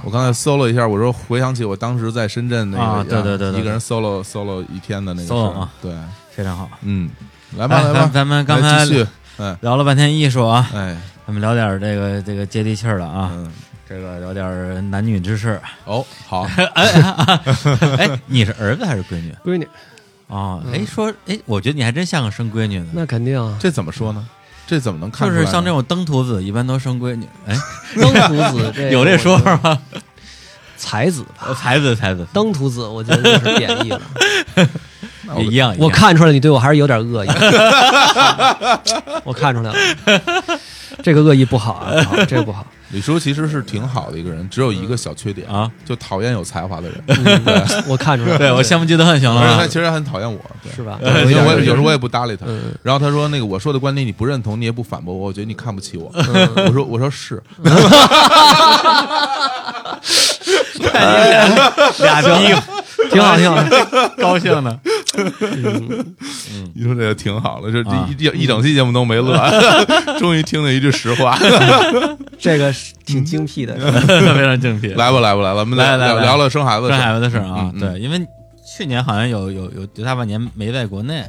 [SPEAKER 2] 我刚才 solo 一下，我说回想起我当时在深圳那个，
[SPEAKER 1] 啊对对对对
[SPEAKER 2] 一个人 solo solo 一天的那个事
[SPEAKER 1] solo
[SPEAKER 2] 儿
[SPEAKER 1] 啊，
[SPEAKER 2] 对，
[SPEAKER 1] 非常好。
[SPEAKER 2] 嗯，来吧
[SPEAKER 1] 哎，
[SPEAKER 2] 来
[SPEAKER 1] 咱
[SPEAKER 2] 吧，
[SPEAKER 1] 咱们刚
[SPEAKER 2] 来
[SPEAKER 1] 才
[SPEAKER 2] 继续，哎
[SPEAKER 1] 聊了半天艺术啊，
[SPEAKER 2] 哎
[SPEAKER 1] 咱们聊点儿这个这个接地气儿的啊，
[SPEAKER 2] 嗯，
[SPEAKER 1] 这个聊点儿男女之事。
[SPEAKER 2] 哦好，
[SPEAKER 1] 哎，你是儿子还是闺 女
[SPEAKER 3] 闺女，
[SPEAKER 1] 啊？
[SPEAKER 3] 嗯
[SPEAKER 1] 哎，说哎，我觉得你还真像个生闺女呢。
[SPEAKER 3] 那肯 定啊，
[SPEAKER 2] 这怎么说呢？这怎么能看
[SPEAKER 1] 就
[SPEAKER 2] 出来呢？
[SPEAKER 1] 是像这种登徒子，一般都生闺女。哎，
[SPEAKER 3] 登徒子这
[SPEAKER 1] 有这说法
[SPEAKER 3] 我觉得
[SPEAKER 1] 吗？
[SPEAKER 3] 才子吧，
[SPEAKER 1] 呃才子，才子，
[SPEAKER 3] 登徒子，我觉得就是贬义了。
[SPEAKER 2] 那
[SPEAKER 1] 也一样。
[SPEAKER 3] 我
[SPEAKER 1] 一样，
[SPEAKER 3] 看出来你对我还是有点恶意，我看出来了，这个恶意不好啊，不好这个不好。
[SPEAKER 2] 李叔其实是挺好的一个人，只有一个小缺点
[SPEAKER 1] 啊，嗯
[SPEAKER 2] 就讨厌有才华的人。
[SPEAKER 3] 我看出来 了，
[SPEAKER 1] 对我羡慕嫉妒恨行了 啊
[SPEAKER 2] 而且 他
[SPEAKER 1] 吧
[SPEAKER 2] 其？实还很讨厌我，对
[SPEAKER 3] 是吧？
[SPEAKER 2] 对因为我也有时候我也不搭理他
[SPEAKER 3] 嗯。
[SPEAKER 2] 然后他说那个我说的观点你不认同，你也不反驳我，我觉得你看不起我。我说我说是，
[SPEAKER 1] 俩逼
[SPEAKER 3] 挺好，挺好。
[SPEAKER 1] 高兴呢。
[SPEAKER 2] 你说这个挺好的，就
[SPEAKER 1] 嗯啊
[SPEAKER 2] 这一一整期节目都没乐， 终于听了一句实话。
[SPEAKER 3] 这个是挺精辟的，
[SPEAKER 1] 非常正题。
[SPEAKER 2] 来吧来吧来吧，我们
[SPEAKER 1] 来来
[SPEAKER 2] 聊
[SPEAKER 1] 来
[SPEAKER 2] 聊了生孩子的
[SPEAKER 1] 生
[SPEAKER 2] 事
[SPEAKER 1] 孩
[SPEAKER 2] 儿，
[SPEAKER 1] 子的事儿啊
[SPEAKER 2] 嗯，嗯
[SPEAKER 1] 对，因为去年好像有有有有大半年没在国内，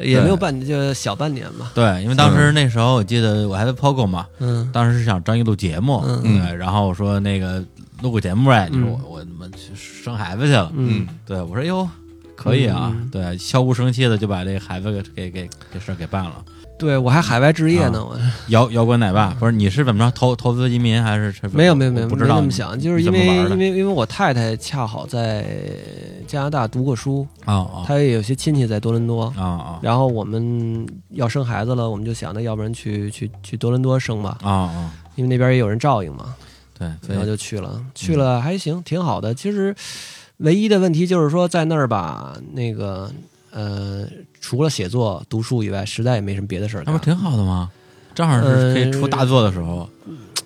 [SPEAKER 3] 也没有半就小半年吧。
[SPEAKER 1] 对，因为当时那时候我记得我还在 POGO 嘛，
[SPEAKER 3] 嗯，
[SPEAKER 1] 当时是想张一录节目，
[SPEAKER 3] 嗯
[SPEAKER 1] 对，然后我说那个录个节目呗，你说
[SPEAKER 3] 嗯
[SPEAKER 1] 我我他妈去生孩子去了，
[SPEAKER 2] 嗯，
[SPEAKER 1] 对我说哟。可以啊，
[SPEAKER 3] 嗯
[SPEAKER 1] 对，悄无声息的就把这个孩子给给给这事儿给办了。
[SPEAKER 3] 对我还海外置业呢，我
[SPEAKER 1] 摇摇滚奶爸不是你是怎么着投投资移民还是是
[SPEAKER 3] 没有没有没有
[SPEAKER 1] 我不
[SPEAKER 3] 没
[SPEAKER 1] 知道
[SPEAKER 3] 那
[SPEAKER 1] 你
[SPEAKER 3] 么想，就是因
[SPEAKER 1] 你
[SPEAKER 3] 为
[SPEAKER 1] 怎么玩的
[SPEAKER 3] 因为因为我太太恰好在加拿大读过书，
[SPEAKER 1] 哦
[SPEAKER 3] 她也有些亲戚在多伦多
[SPEAKER 1] 哦，哦
[SPEAKER 3] 然后我们要生孩子了，我们就想着要不然去去去多伦多生吧
[SPEAKER 1] 哦，哦，
[SPEAKER 3] 因为那边也有人照应嘛，
[SPEAKER 1] 对，嗯所
[SPEAKER 3] 然后
[SPEAKER 1] 以
[SPEAKER 3] 就去了，去了还行，挺好的。其实唯一的问题就是说在那儿吧，那个呃，除了写作、读书以外，实在也没什么别的事儿
[SPEAKER 1] 那
[SPEAKER 3] 干
[SPEAKER 1] 不。挺好的吗？正好是
[SPEAKER 3] 呃
[SPEAKER 1] 可以出大作的时候，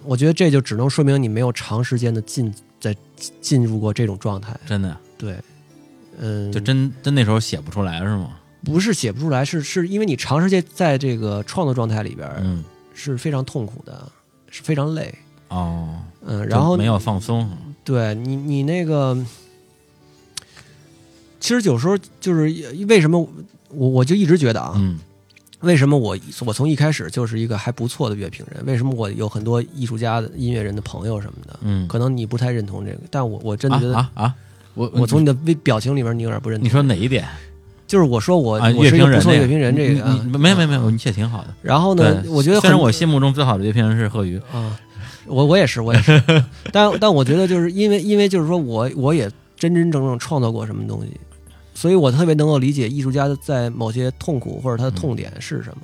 [SPEAKER 3] 我觉得这就只能说明你没有长时间的进在进入过这种状态。
[SPEAKER 1] 真的
[SPEAKER 3] 对，嗯，
[SPEAKER 1] 就真真那时候写不出来是吗？
[SPEAKER 3] 不是写不出来，是是因为你长时间在这个创作状态里边儿
[SPEAKER 1] 嗯，
[SPEAKER 3] 是非常痛苦的，是非常累。
[SPEAKER 1] 哦，
[SPEAKER 3] 嗯，
[SPEAKER 1] 就
[SPEAKER 3] 然后
[SPEAKER 1] 没有放松，
[SPEAKER 3] 对你，你那个，其实有时候就是为什么我我就一直觉得啊，
[SPEAKER 1] 嗯
[SPEAKER 3] 为什么我我从一开始就是一个还不错的乐评人？为什么我有很多艺术家的、音乐人的朋友什么的？
[SPEAKER 1] 嗯，
[SPEAKER 3] 可能你不太认同这个，但我我真的觉得，
[SPEAKER 1] 啊啊啊！我
[SPEAKER 3] 我从你的微表情里面，你有点不认同。
[SPEAKER 1] 你说哪一点
[SPEAKER 3] 就是我说我、
[SPEAKER 1] 啊？
[SPEAKER 3] 我
[SPEAKER 1] 乐
[SPEAKER 3] 是一个
[SPEAKER 1] 评人
[SPEAKER 3] 不错
[SPEAKER 1] 那
[SPEAKER 3] 乐
[SPEAKER 1] 个
[SPEAKER 3] 评人这
[SPEAKER 1] 你
[SPEAKER 3] 个，啊
[SPEAKER 1] 你没有没有没有，你写挺好的。
[SPEAKER 3] 然后呢
[SPEAKER 1] 对，，
[SPEAKER 3] 我觉得
[SPEAKER 1] 虽然
[SPEAKER 3] 很
[SPEAKER 1] 我心目中最好的乐评人是贺宇，
[SPEAKER 3] 啊，我我也是，我 也是，但但我觉得就是因为因为就是说我我也真真正正创造过什么东西，所以我特别能够理解艺术家在某些痛苦或者他的
[SPEAKER 1] 嗯
[SPEAKER 3] 痛点是什么，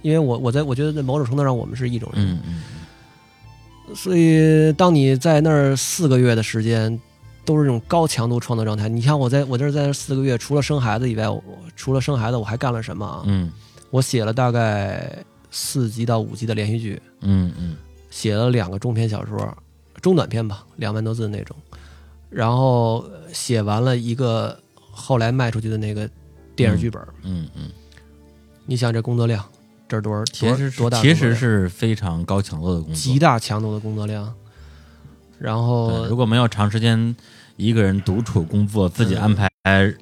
[SPEAKER 3] 因为我我在我觉得在某种程度上我们是一种人，
[SPEAKER 1] 嗯嗯，
[SPEAKER 3] 所以当你在那儿四个月的时间。都是这种高强度创作状态。你像我在我这儿在那四个月，除了生孩子以外，我除了生孩子，我还干了什么啊？
[SPEAKER 1] 嗯
[SPEAKER 3] 我写了大概四集到五集的连续剧，
[SPEAKER 1] 嗯嗯
[SPEAKER 3] 写了两个中篇小说，中短篇吧，两万多字那种。然后呃写完了一个后来卖出去的那个电视剧本，
[SPEAKER 1] 嗯嗯，
[SPEAKER 3] 你想这工作量，这是多少？
[SPEAKER 1] 其实
[SPEAKER 3] 多
[SPEAKER 1] 是
[SPEAKER 3] 多大工作
[SPEAKER 1] 其
[SPEAKER 3] 量？
[SPEAKER 1] 实是非常高强度的工作
[SPEAKER 3] 极，大强度的工作量。然
[SPEAKER 1] 对如
[SPEAKER 3] 后
[SPEAKER 1] 果没有长时间一个人独处工作，自己安排
[SPEAKER 3] 嗯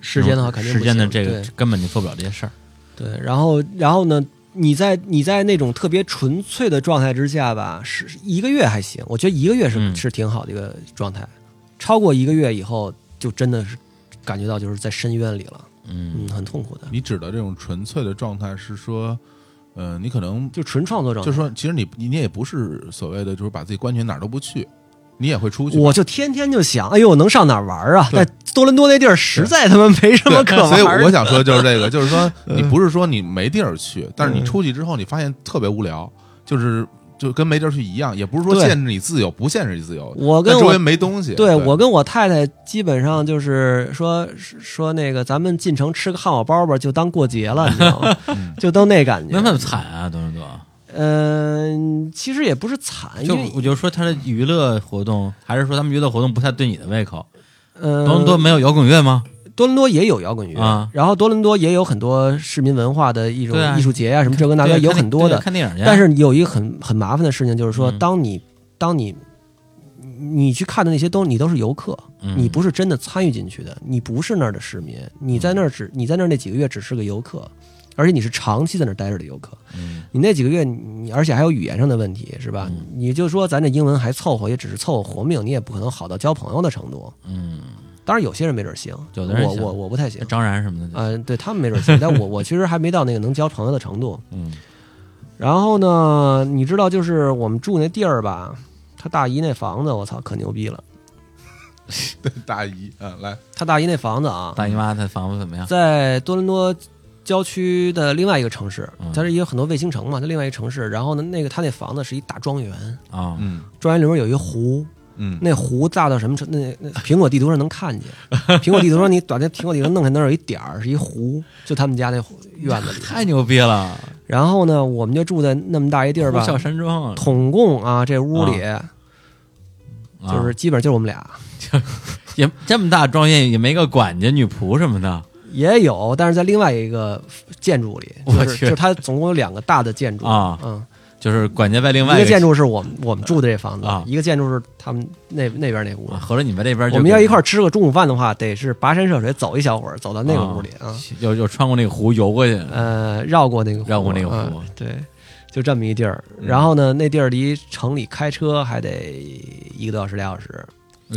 [SPEAKER 3] 时间的话，肯定
[SPEAKER 1] 嗯
[SPEAKER 3] 不
[SPEAKER 1] 时间的
[SPEAKER 3] 行
[SPEAKER 1] 这个
[SPEAKER 3] 对
[SPEAKER 1] 根本就做不了这些事儿。
[SPEAKER 3] 对，然后然后呢？你在你在那种特别纯粹的状态之下吧，是是一个月还行，我觉得一个月是、
[SPEAKER 1] 嗯
[SPEAKER 3] 是挺好的一个状态。超过一个月以后，就真的是感觉到就是在深渊里了，
[SPEAKER 1] 嗯
[SPEAKER 3] 嗯，很痛苦的，
[SPEAKER 2] 你指的这种纯粹的状态是说，呃，你可能
[SPEAKER 3] 就纯创作状态。
[SPEAKER 2] 就是说，其实你你你也不是所谓的就是把自己关起来哪儿都不去，你也会出去。
[SPEAKER 3] 我就天天就想，哎呦，能上哪儿玩儿啊？
[SPEAKER 2] 对
[SPEAKER 3] 在多伦多那地儿实在他妈没什
[SPEAKER 2] 对
[SPEAKER 3] 么可玩
[SPEAKER 2] 所以
[SPEAKER 3] 儿嗯的。
[SPEAKER 2] 我想说的就是这个，就是 说你不是说你没地儿去，但
[SPEAKER 3] 嗯
[SPEAKER 2] 是你出去之后你发现特别无聊，就是就跟没地儿去一样，也不是说
[SPEAKER 3] 对
[SPEAKER 2] 限制你自由，不限制你自由，
[SPEAKER 3] 我跟
[SPEAKER 2] 但周围
[SPEAKER 3] 我
[SPEAKER 2] 没东西。
[SPEAKER 3] 对我跟我太太基本上就是说说那个，咱们进城吃个汉堡包吧，就当过节了，你知道 吗？就都那感觉
[SPEAKER 1] 那。么惨啊，董事长。
[SPEAKER 3] 嗯、其实也不是惨，
[SPEAKER 1] 就
[SPEAKER 3] 哎因为
[SPEAKER 1] 我就说他的娱乐活动，还是说他们娱乐活动不太对你的胃口？
[SPEAKER 3] 嗯，
[SPEAKER 1] 多伦多没有摇滚乐吗？
[SPEAKER 3] 多伦多也有摇滚乐，
[SPEAKER 1] 啊
[SPEAKER 3] 然后多伦多也有很多市民文化的一种
[SPEAKER 1] 对啊
[SPEAKER 3] 艺术节啊，什么这个那
[SPEAKER 1] 对
[SPEAKER 3] 个
[SPEAKER 1] 看
[SPEAKER 3] 有
[SPEAKER 1] 电
[SPEAKER 3] 很多
[SPEAKER 1] 对
[SPEAKER 3] 的。
[SPEAKER 1] 看电影去。啊
[SPEAKER 3] 但是有一个很很麻烦的事情，就是说，
[SPEAKER 1] 嗯
[SPEAKER 3] 当你当你你去看的那些东西，你都是游客，
[SPEAKER 1] 嗯
[SPEAKER 3] 你不是真的参与进去的，你不是那儿的市民，你在那儿
[SPEAKER 1] 嗯
[SPEAKER 3] 只你在那儿那几个月只是个游客，而且你是长期在那儿待着的游客，
[SPEAKER 1] 嗯
[SPEAKER 3] 你那几个月你而且还有语言上的问题，是吧？你就说咱这英文还凑合，也只是凑合活命，你也不可能好到交朋友的程度。
[SPEAKER 1] 嗯，
[SPEAKER 3] 当然，有些人没准行，
[SPEAKER 1] 有的人
[SPEAKER 3] 我
[SPEAKER 1] 行
[SPEAKER 3] 我我不太行
[SPEAKER 1] 那，张然什么的，
[SPEAKER 3] 嗯、对他们没准 行，但我我其实还没到那个能交朋友的程度。
[SPEAKER 1] 嗯
[SPEAKER 3] 然后呢，你知道，就是我们住那地儿吧，他大姨那房子，我操，可牛逼了。
[SPEAKER 2] 大姨，嗯，来，
[SPEAKER 3] 他大姨那房子啊，
[SPEAKER 1] 大姨妈她房子怎么样？
[SPEAKER 3] 在多伦多郊区的另外一个城市
[SPEAKER 1] 嗯，
[SPEAKER 3] 它是也有很多卫星城嘛，它另外一个城市。然后呢，那个他那房子是一大庄园，
[SPEAKER 1] 啊，
[SPEAKER 2] 嗯
[SPEAKER 3] 庄园里面有一湖，
[SPEAKER 2] 嗯，
[SPEAKER 3] 那湖大到什么程？那那苹果地图上能看见， 苹果地图上你把那苹果地图弄开，那儿有一点儿是一湖，就他们家那湖院子里。
[SPEAKER 1] 太牛逼了，
[SPEAKER 3] 然后呢，我们就住在那么大一地儿吧
[SPEAKER 1] 呼，啸山庄啊，
[SPEAKER 3] 统共啊这屋里就是基本上就是我们俩。
[SPEAKER 1] 啊也这么大庄园也没个管家、女仆什么的
[SPEAKER 3] 也有，但是在另外一个建筑里，
[SPEAKER 1] 我
[SPEAKER 3] 就是
[SPEAKER 1] 去
[SPEAKER 3] 就是它总共有两个大的建筑，
[SPEAKER 1] 啊，
[SPEAKER 3] 嗯，
[SPEAKER 1] 就是管家在另
[SPEAKER 3] 一
[SPEAKER 1] 外
[SPEAKER 3] 个建
[SPEAKER 1] 筑。
[SPEAKER 3] 筑是我们我们住的这房子，
[SPEAKER 1] 啊
[SPEAKER 3] 一个建筑是他们那那边那屋。
[SPEAKER 1] 啊合着你们这边就
[SPEAKER 3] 我们要一块儿吃个中午饭的话，得是跋山涉水走一小会儿，走到那个屋里啊，
[SPEAKER 1] 有有穿过那个湖游过去，
[SPEAKER 3] 呃，绕过那个湖
[SPEAKER 1] 绕过那个湖嗯
[SPEAKER 3] 啊对，就这么一地儿。然后呢，那地儿离城里开车还得一个多小时俩小时。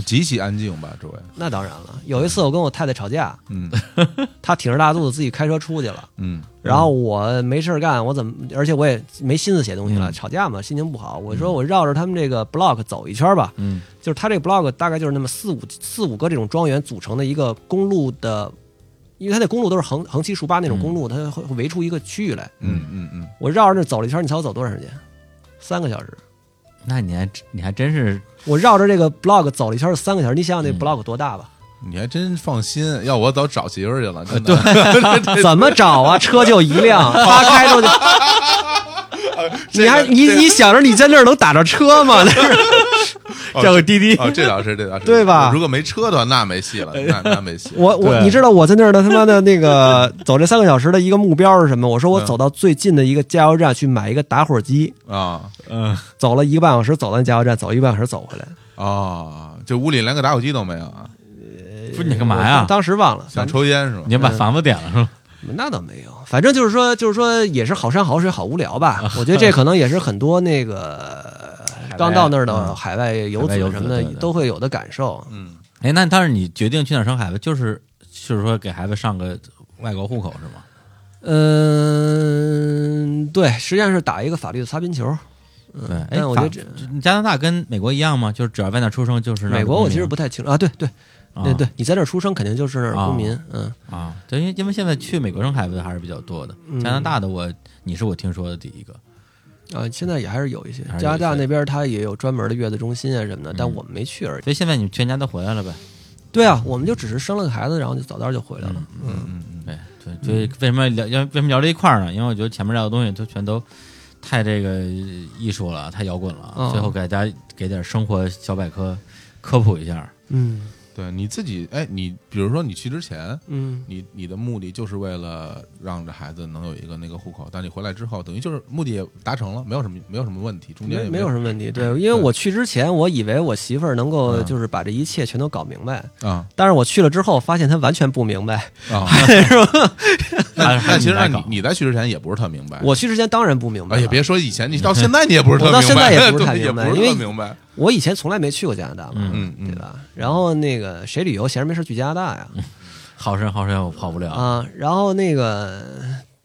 [SPEAKER 2] 极其安静吧，周围，
[SPEAKER 3] 那当然了，有一次我跟我太太吵架，
[SPEAKER 2] 嗯
[SPEAKER 3] 她挺着大肚子自己开车出去了。
[SPEAKER 2] 嗯，
[SPEAKER 3] 然后我没事儿干，我怎么？而且我也没心思写东西了，
[SPEAKER 1] 嗯
[SPEAKER 3] 吵架嘛，心情不好。
[SPEAKER 2] 嗯
[SPEAKER 3] 我说我绕着他们这个 block 走一圈儿吧，
[SPEAKER 1] 嗯
[SPEAKER 3] 就是他这个 block 大概就是那么四五四五个这种庄园组成的一个公路的，因为它那公路都是横横七竖八那种公路，它会会围出一个区域来。
[SPEAKER 2] 嗯嗯嗯，
[SPEAKER 3] 我绕着那走了一圈儿，你猜我走多长时间？三个小时。
[SPEAKER 1] 那你还你还真是
[SPEAKER 3] 我绕着这个 block 走了一圈儿三个小时，你想想那
[SPEAKER 1] 嗯
[SPEAKER 3] block 多大吧？
[SPEAKER 2] 你还真放心，要我早找媳妇儿去了，真 的。
[SPEAKER 3] 怎么找啊？车就一辆，他开出去，你还你你想着你在那儿能打着车吗？
[SPEAKER 2] 哦
[SPEAKER 1] 叫个滴滴
[SPEAKER 2] 哦，这倒是，这倒是，
[SPEAKER 3] 对吧哎
[SPEAKER 2] 如果没车的话，那没戏了， 那那没戏。
[SPEAKER 3] 我我
[SPEAKER 1] 对
[SPEAKER 3] 你知道我在那儿的他妈的那个走这三个小时的一个目标是什么？我说我
[SPEAKER 2] 嗯
[SPEAKER 3] 走到最近的一个加油站去买一个打火机，
[SPEAKER 2] 啊
[SPEAKER 1] 嗯，
[SPEAKER 3] 走了一个半小时，走到那加油站，走一个半小时走回来。
[SPEAKER 2] 啊，这屋里连个打火机都没有啊，
[SPEAKER 1] 不是你干嘛呀？
[SPEAKER 3] 当嗯时忘了，
[SPEAKER 2] 想抽烟是吗？
[SPEAKER 1] 你把房子点了是吧？
[SPEAKER 3] 那倒没有，反正就是说，就是说，也是好山好水好无 聊吧。我觉得这可能也是很多那个
[SPEAKER 1] 外嗯
[SPEAKER 3] 刚到那儿的海外游子
[SPEAKER 1] 海外游子
[SPEAKER 3] 什么的
[SPEAKER 1] 对对对
[SPEAKER 3] 都会有的感受。
[SPEAKER 2] 嗯，
[SPEAKER 1] 哎，那但是你决定去哪儿生孩子，就是就是说给孩子上个外国户口是吗？
[SPEAKER 3] 嗯，对，实际上是打一个法律的擦边球。
[SPEAKER 1] 对，哎，
[SPEAKER 3] 嗯但我觉得
[SPEAKER 1] 法
[SPEAKER 3] 这
[SPEAKER 1] 加拿大跟美国一样吗？就是只要在那儿出生就是那儿
[SPEAKER 3] 美
[SPEAKER 1] 的
[SPEAKER 3] 国
[SPEAKER 1] 公
[SPEAKER 3] 我其实
[SPEAKER 1] 民
[SPEAKER 3] 不太清楚啊，对对
[SPEAKER 1] 啊
[SPEAKER 3] 对对，你在这儿出生肯定就是公民，嗯，
[SPEAKER 1] 啊，对，因为因为现在去美国生孩子的还是比较多的，加拿大的我你是我听说的第一个，
[SPEAKER 3] 啊，现在也还是有一些
[SPEAKER 1] 还是有一些嗯
[SPEAKER 3] 加拿大那边它也有专门的月子中心啊什么的，但我们没去而已。
[SPEAKER 1] 所以现在你们全家都回来了呗？
[SPEAKER 3] 对啊，我们就只是生了个孩子，然后就早早就回来
[SPEAKER 1] 嗯
[SPEAKER 3] 了。
[SPEAKER 1] 对对，所以为什么聊，因为为什么聊到一块儿呢？因为我觉得前面聊的东西都全都太这个艺术了，太摇滚了，
[SPEAKER 3] 嗯
[SPEAKER 1] 最后给大家给点生活小百科科普一下。
[SPEAKER 3] 嗯
[SPEAKER 2] 对，你自己，哎，你比如说你去之前，
[SPEAKER 3] 嗯，
[SPEAKER 2] 你你的目的就是为了让这孩子能有一个那个户口，但你回来之后，等于就是目的也达成了，没有什么没有什么问题，中间
[SPEAKER 3] 嗯没
[SPEAKER 2] 也
[SPEAKER 3] 没有
[SPEAKER 2] 有
[SPEAKER 3] 什么问题。
[SPEAKER 1] 哎
[SPEAKER 3] 对，因为我去之前，我以为我媳妇儿能够
[SPEAKER 1] 嗯
[SPEAKER 3] 就是把这一切全都搞明白，
[SPEAKER 2] 啊
[SPEAKER 3] 但是我去了之后发现她完全不明白。
[SPEAKER 2] 啊。
[SPEAKER 1] 那
[SPEAKER 2] 那那其实
[SPEAKER 1] 还是你来
[SPEAKER 2] 让你
[SPEAKER 1] 搞
[SPEAKER 2] 你在去之前也不是特
[SPEAKER 1] 哎
[SPEAKER 2] 明白，
[SPEAKER 3] 我去之前当然不明白
[SPEAKER 2] 哎
[SPEAKER 3] 了，
[SPEAKER 2] 也别说以前，你到现在你也不是特
[SPEAKER 3] 我到
[SPEAKER 2] 明白，
[SPEAKER 3] 现 在也不是太
[SPEAKER 2] 对也
[SPEAKER 3] 明
[SPEAKER 2] 不
[SPEAKER 3] 白
[SPEAKER 2] 是
[SPEAKER 3] 因为
[SPEAKER 2] 特明白，
[SPEAKER 3] 我以前从来没去过加拿大嘛，
[SPEAKER 2] 嗯嗯
[SPEAKER 3] 对吧？然后那个谁旅游闲着没事去加拿大呀？
[SPEAKER 1] 好深好深，我跑不了。
[SPEAKER 3] 啊，然后那个，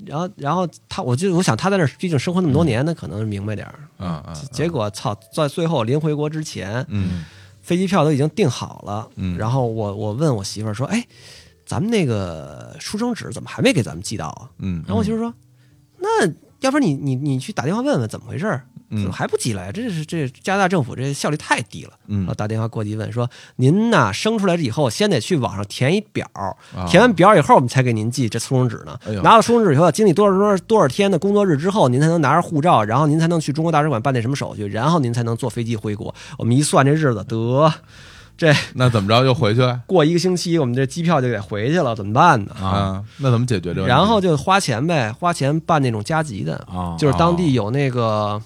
[SPEAKER 3] 然后然后他，我就我想他在那儿毕竟生活那么多年，那可能明白点儿。
[SPEAKER 2] 啊啊，啊
[SPEAKER 3] 结果操，在最后临回国之前，
[SPEAKER 2] 嗯
[SPEAKER 3] 飞机票都已经订好了。
[SPEAKER 2] 嗯
[SPEAKER 3] 然后我我问我媳妇儿说：“哎，咱们那个出生纸怎么还没给咱们寄到啊？”
[SPEAKER 2] 嗯
[SPEAKER 3] 然后我媳妇儿说：“那要不然你你你去打电话问问怎么回事儿，怎么还不寄来呀？这是这加拿大政府这效率太低了。”
[SPEAKER 2] 嗯
[SPEAKER 3] 然后打电话过去问说：“您呐，生出来以后先得去网上填一表，填完表以后我们才给您寄这出生纸呢。
[SPEAKER 2] 啊哎呦
[SPEAKER 3] 拿到出生纸以后，要经历多少多少多少天的工作日之后，您才能拿着护照，然后您才能去中国大使馆办那什么手续，然后您才能坐飞机回国。我们一算这日子，得这
[SPEAKER 2] 那怎么着又回去了
[SPEAKER 3] 过一个星期，我们这机票就得回去了，怎么办呢？”
[SPEAKER 2] 啊？那怎么解决这个问题？
[SPEAKER 3] 然后就花钱呗，花钱办那种加急的，
[SPEAKER 1] 啊
[SPEAKER 3] 就是当地有那个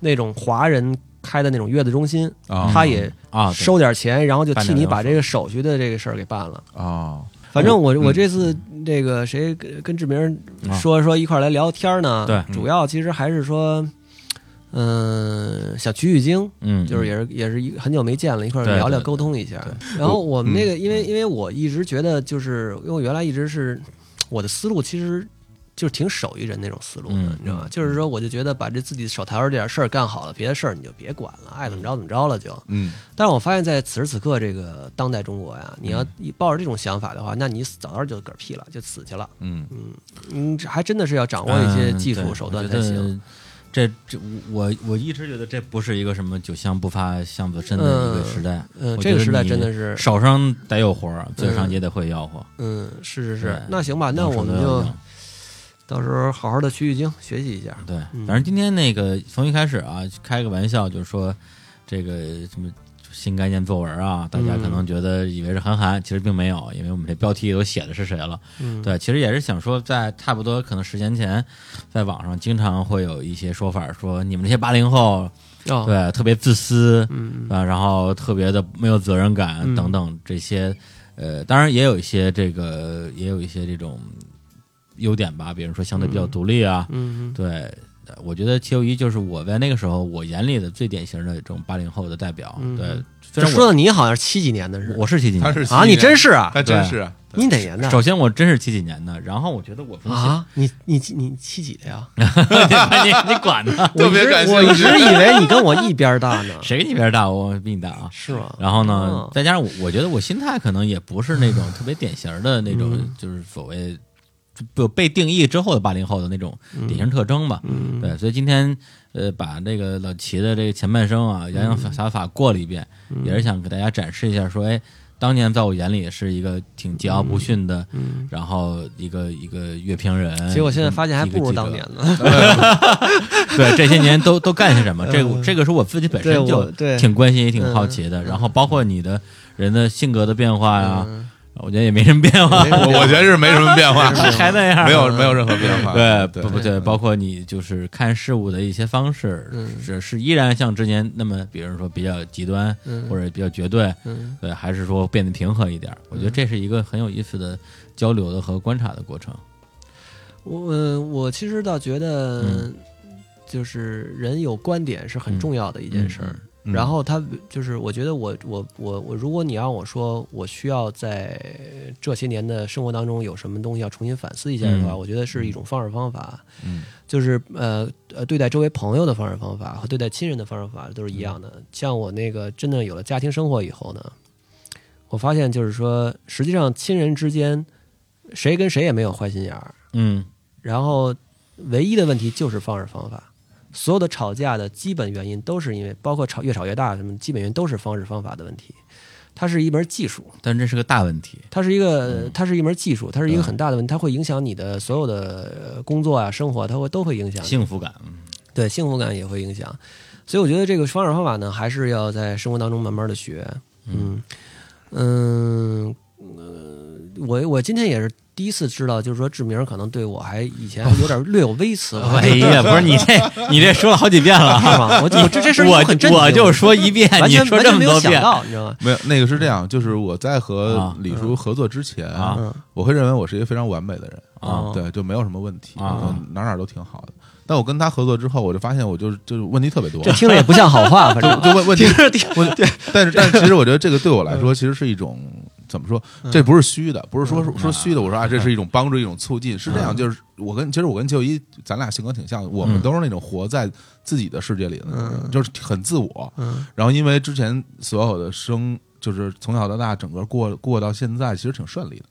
[SPEAKER 3] 那种华人开的那种月子中心，
[SPEAKER 2] 啊
[SPEAKER 3] 他也
[SPEAKER 1] 啊，对
[SPEAKER 3] 收点钱，然后就替你把
[SPEAKER 1] 办点
[SPEAKER 3] 这个手续的这个事儿给办了。
[SPEAKER 2] 啊，
[SPEAKER 3] 反正我
[SPEAKER 2] 嗯
[SPEAKER 3] 我这次这个谁跟跟志明说说一块儿来聊天
[SPEAKER 1] 啊
[SPEAKER 3] 呢？
[SPEAKER 1] 对
[SPEAKER 3] 主要其实还是说，嗯、小曲玉京，
[SPEAKER 1] 嗯，
[SPEAKER 3] 就是也是也是一很久没见了，一块儿
[SPEAKER 1] 对
[SPEAKER 3] 聊
[SPEAKER 1] 对
[SPEAKER 3] 聊
[SPEAKER 1] 对嗯
[SPEAKER 3] 沟通一下。然后我们那个，因为因为我一直觉得，就是因为我原来一直是我的思路，其实就是挺手艺人那种思路的，
[SPEAKER 1] 嗯
[SPEAKER 3] 你知道吗？就是说，我就觉得把这自己手头儿这点事儿干好了，别的事儿你就别管了，爱怎么着怎么着了就。
[SPEAKER 2] 嗯
[SPEAKER 3] 但是我发现，在此时此刻这个当代中国呀，你要
[SPEAKER 1] 嗯
[SPEAKER 3] 一抱着这种想法的话，那你早早就嗝屁了，就死去了。
[SPEAKER 2] 嗯
[SPEAKER 3] 嗯，还真的是要掌握一些
[SPEAKER 1] 嗯
[SPEAKER 3] 技
[SPEAKER 1] 对
[SPEAKER 3] 术手段
[SPEAKER 1] 我
[SPEAKER 3] 才
[SPEAKER 1] 觉
[SPEAKER 3] 行。
[SPEAKER 1] 得这这我我一直觉得这不是一个什么酒香不怕巷子深的一个
[SPEAKER 3] 嗯
[SPEAKER 1] 时代，
[SPEAKER 3] 嗯，
[SPEAKER 1] 我
[SPEAKER 3] 这
[SPEAKER 1] 觉
[SPEAKER 3] 个
[SPEAKER 1] 得
[SPEAKER 3] 时代
[SPEAKER 1] 你
[SPEAKER 3] 真的是，
[SPEAKER 1] 手上得有活儿，嘴上
[SPEAKER 3] 嗯
[SPEAKER 1] 也得会吆喝。
[SPEAKER 3] 嗯，是是
[SPEAKER 1] 对
[SPEAKER 3] 是。那行吧，那
[SPEAKER 1] 两手
[SPEAKER 3] 我们
[SPEAKER 1] 都要
[SPEAKER 3] 就
[SPEAKER 1] 硬
[SPEAKER 3] 到时候好好的取取经，学习一下。
[SPEAKER 1] 对，
[SPEAKER 3] 嗯
[SPEAKER 1] 反正今天那个从一开始啊，开个玩笑，就是说这个什么新概念作文啊，大家可能觉得以为是韩寒，其实并没有，因为我们这标题都写的是谁了。
[SPEAKER 3] 嗯，
[SPEAKER 1] 对，其实也是想说，在差不多可能十年前，在网上经常会有一些说法，说你们这些八零后，
[SPEAKER 3] 哦，
[SPEAKER 1] 对，特别自私，
[SPEAKER 3] 嗯，
[SPEAKER 1] 啊，然后特别的没有责任感
[SPEAKER 3] 嗯
[SPEAKER 1] 等等这些，呃，当然也有一些这个，也有一些这种优点吧，比如说相对比较独立啊，
[SPEAKER 3] 嗯嗯
[SPEAKER 1] 对，我觉得齐友一就是我在那个时候我眼里的最典型的这种八零后的代表。
[SPEAKER 3] 嗯
[SPEAKER 1] 对，虽
[SPEAKER 3] 这
[SPEAKER 1] 然
[SPEAKER 3] 说
[SPEAKER 1] 我
[SPEAKER 3] 到你好像是七几年的是
[SPEAKER 1] 我是七几
[SPEAKER 2] 他
[SPEAKER 1] 年，哎
[SPEAKER 2] 是
[SPEAKER 3] 啊？你真是啊？
[SPEAKER 2] 他真是啊
[SPEAKER 3] 你哪年的？
[SPEAKER 1] 首先我真是七几年的，然后我觉得我分析，
[SPEAKER 3] 啊？你你你七几的呀？
[SPEAKER 1] 你你你管呢？，
[SPEAKER 2] 特别感
[SPEAKER 3] 我
[SPEAKER 2] 兴
[SPEAKER 3] 一
[SPEAKER 2] 趣
[SPEAKER 3] 直以为你跟 我一边大呢
[SPEAKER 1] 谁跟你边大？我比你大啊。
[SPEAKER 3] 是吗？
[SPEAKER 1] 然后呢
[SPEAKER 3] 嗯，
[SPEAKER 1] 再加上我，我觉得我心态可能也不是那 种特别典型的那种
[SPEAKER 3] 嗯，
[SPEAKER 1] 就是所谓就被定义之后的八零后的那种典型特征吧。
[SPEAKER 3] 嗯
[SPEAKER 1] 对，所以今天呃，把这个
[SPEAKER 3] 嗯
[SPEAKER 1] 老齐的这个前半生啊，洋洋洒洒过了一遍，也是想给大家展示一下，说，哎，当年在我眼里是一个挺桀骜不驯的，然后一个一个乐评人。
[SPEAKER 3] 嗯结果现在发现还
[SPEAKER 1] 一个
[SPEAKER 3] 不
[SPEAKER 1] 嗯
[SPEAKER 3] 如
[SPEAKER 1] 记者
[SPEAKER 3] 当年 呢。
[SPEAKER 1] 对，这些年都都干些什么？这个这个是我自己本
[SPEAKER 3] 嗯对
[SPEAKER 1] 身
[SPEAKER 3] 我
[SPEAKER 1] 就
[SPEAKER 3] 对嗯
[SPEAKER 1] 挺关心也挺好奇的。然后包括你的人的性格的变化呀， 我觉得也没什么变化
[SPEAKER 3] 没，什么
[SPEAKER 2] 我我觉得是没什么变 化，
[SPEAKER 1] 还那样，
[SPEAKER 2] 没有没有任何变化。
[SPEAKER 1] 对，
[SPEAKER 2] 对
[SPEAKER 1] 不不
[SPEAKER 3] 嗯
[SPEAKER 1] 对，包括你就是看事物的一些方式，
[SPEAKER 3] 嗯
[SPEAKER 1] 是是依然像之前那么，比如说比较极端
[SPEAKER 3] 嗯
[SPEAKER 1] 或者比较绝对，对，还是说变得平和一点儿？我觉得这是一个很有意思的交流的和观察的过程。
[SPEAKER 3] 我呃我其实倒觉得
[SPEAKER 1] 嗯，
[SPEAKER 3] 就是人有观点是很
[SPEAKER 1] 嗯
[SPEAKER 3] 重要的一件事儿。
[SPEAKER 2] 嗯
[SPEAKER 3] 然后他就是，我觉得我我我我，如果你让我说我需要在这些年的生活当中有什么东西要重新反思一下的话，
[SPEAKER 1] 嗯
[SPEAKER 3] 我觉得是一种方式方法，
[SPEAKER 2] 嗯
[SPEAKER 3] 就是呃呃，对待周围朋友的方式方法和对待亲人的方式方法都
[SPEAKER 1] 嗯
[SPEAKER 3] 是一样的。像我那个真的有了家庭生活以后呢，我发现就是说，实际上亲人之间谁跟谁也没有坏心眼儿，
[SPEAKER 1] 嗯
[SPEAKER 3] 然后唯一的问题就是方式方法。所有的吵架的基本原因都是因为，包括吵越吵越大什么，基本原因都是方式方法的问题。它是一门技术，
[SPEAKER 1] 但这是个大问题。
[SPEAKER 3] 它是一
[SPEAKER 1] 嗯
[SPEAKER 3] 个，它是一门技术，它是一
[SPEAKER 1] 对
[SPEAKER 3] 个很大的问题，它会影响你的所有的呃工作啊、生活啊，它会都会影响你。
[SPEAKER 1] 幸福感，
[SPEAKER 3] 嗯对幸福感也会影响。所以我觉得这个方式方法呢，还是要在生活当中慢慢的学。嗯嗯呃，我我今天也是第一次知道，就是说志明可能对我还以前有点略有微词， 我还
[SPEAKER 1] 哎 呀，不是你这你这说了好几遍了，
[SPEAKER 3] 是 吗？我就我 这这事儿
[SPEAKER 1] 我
[SPEAKER 3] 很震惊，
[SPEAKER 1] 我就说一遍，
[SPEAKER 3] 完
[SPEAKER 1] 你
[SPEAKER 3] 全
[SPEAKER 1] 说
[SPEAKER 3] 完
[SPEAKER 1] 这
[SPEAKER 3] 全
[SPEAKER 1] 么
[SPEAKER 3] 没有
[SPEAKER 1] 多
[SPEAKER 3] 想
[SPEAKER 1] 遍，
[SPEAKER 3] 到，你知道吗？
[SPEAKER 2] 没有那个是这样，就是我在和
[SPEAKER 1] 啊
[SPEAKER 2] 李叔合作之前
[SPEAKER 1] 啊
[SPEAKER 3] 嗯
[SPEAKER 2] 我会认为我是一个非常完美的人
[SPEAKER 1] 啊
[SPEAKER 2] 对，就没有什么问题
[SPEAKER 1] 啊
[SPEAKER 2] 嗯哪哪都挺好的。但我跟他合作之后，我就发现我就是就是问题特别多，
[SPEAKER 3] 这听着也不像好话，反 正
[SPEAKER 2] 就 问问题
[SPEAKER 3] 听着听
[SPEAKER 2] 我但是但 是其实我觉得这个对我来
[SPEAKER 3] 嗯
[SPEAKER 2] 说其实是一种怎么说？这不是虚的，不是说
[SPEAKER 3] 嗯
[SPEAKER 2] 说虚的。我说啊，这是一种帮助，一种促进，是这样。就是我跟其实我跟九一，咱俩性格挺像的，我们
[SPEAKER 1] 嗯
[SPEAKER 2] 都是那种活在自己的世界里的那种人，就是很自我。
[SPEAKER 3] 嗯
[SPEAKER 2] 然后因为之前所有的生。就是从小到大，整个过过到现在，其实挺顺利的，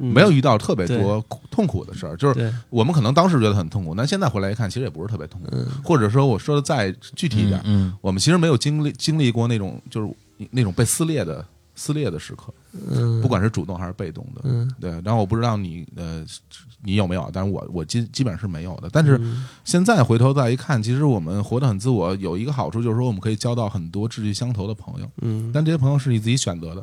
[SPEAKER 3] 嗯
[SPEAKER 2] 没有遇到特别多苦痛苦的事儿。就是
[SPEAKER 3] 对
[SPEAKER 2] 我们可能当时觉得很痛苦，但现在回来一看，其实也不是特别痛
[SPEAKER 3] 嗯
[SPEAKER 2] 苦。或者说，我说的再具体一点，
[SPEAKER 1] 嗯，
[SPEAKER 2] 我们其实没有经历经历过那种就是那种被撕裂的撕裂的时刻，
[SPEAKER 3] 嗯
[SPEAKER 2] 不管是主动还是被动的，
[SPEAKER 3] 嗯
[SPEAKER 2] 对。然后我不知道你呃你有没有，但是我我基基本上是没有的。但是
[SPEAKER 3] 嗯
[SPEAKER 2] 现在回头再一看，其实我们活得很自我，有一个好处就是说我们可以交到很多志趣相投的朋友，
[SPEAKER 3] 嗯
[SPEAKER 2] 但这些朋友是你自己选择的，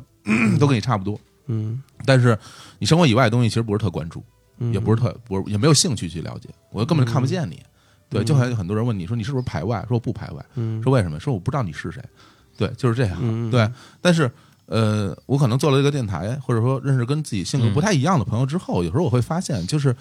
[SPEAKER 2] 都跟你差不多。
[SPEAKER 3] 嗯
[SPEAKER 2] 但是你生活以外的东西其实不是特关注，
[SPEAKER 3] 嗯，
[SPEAKER 2] 也不是特不是也没有兴趣去了解，我根本就看不见你。对，就好像有很多人问你说你是不是排外，说我不排外。
[SPEAKER 3] 嗯
[SPEAKER 2] 说为什么？说我不知道你是谁，对，就是这样，
[SPEAKER 3] 嗯
[SPEAKER 2] 对。但是呃，我可能做了这个电台，或者说认识跟自己性格
[SPEAKER 3] 嗯
[SPEAKER 2] 不太一样的朋友之后，有时候我会发现，就是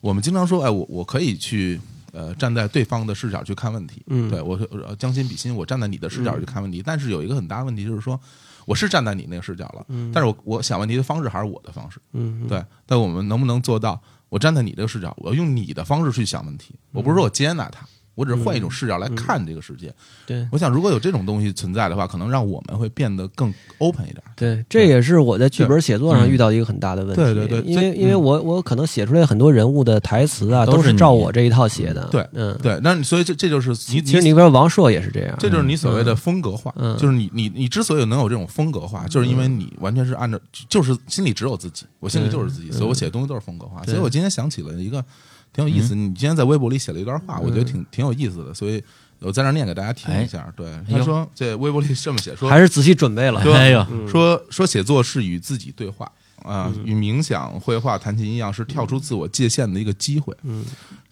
[SPEAKER 2] 我们经常说，哎，我我可以去。呃，站在对方的视角去看问题，
[SPEAKER 3] 嗯
[SPEAKER 2] 对我呃将心比心，我站在你的视角去看问题。但是有一个很大的问题就是说，我是站在你那个视角了，但是我我想问题的方式还是我的方式，
[SPEAKER 3] 嗯
[SPEAKER 2] 对，但我们能不能做到？我站在你这个视角，我用你的方式去想问题。我不是说我接纳它，我只是换一种
[SPEAKER 3] 嗯
[SPEAKER 2] 视角来看这个世界。
[SPEAKER 3] 对。
[SPEAKER 2] 我想，如果有这种东西存在的话，可能让我们会变得更 open 一点。
[SPEAKER 3] 对，这也是我在剧本写作上遇到一个很大的问题。
[SPEAKER 2] 嗯对对对
[SPEAKER 3] 因为
[SPEAKER 2] 这嗯
[SPEAKER 3] 因为我我可能写出来很多人物的台词啊，
[SPEAKER 1] 都是
[SPEAKER 3] 都是
[SPEAKER 1] 你
[SPEAKER 3] 照我这一套写的。
[SPEAKER 2] 对
[SPEAKER 3] 嗯，
[SPEAKER 2] 对，那你所以这这就是你
[SPEAKER 3] 其实你
[SPEAKER 2] 你
[SPEAKER 3] 比如王朔也是这样。
[SPEAKER 2] 这就是你所谓的风格化，
[SPEAKER 3] 嗯
[SPEAKER 2] 就是你你你之所以能有这种风格化，就是因为你完全是按照就是心里只有自己，我心里就是
[SPEAKER 3] 嗯
[SPEAKER 2] 自己，所以我写的东西都是风格化。所以我今天想起了一个挺有意
[SPEAKER 3] 嗯
[SPEAKER 2] 思，你今天在微博里写了一段话，我觉得挺挺有意思的，所以我在这儿念给大家听一下。对，他
[SPEAKER 1] 呦
[SPEAKER 2] 说这微博里这么写说
[SPEAKER 3] 哎还。是仔细准备了。
[SPEAKER 2] 对
[SPEAKER 1] 哎呦，
[SPEAKER 2] 说说写作是与自己对话啊，与冥想、绘画、弹琴一样，是跳出自我界限的一个机会。嗯，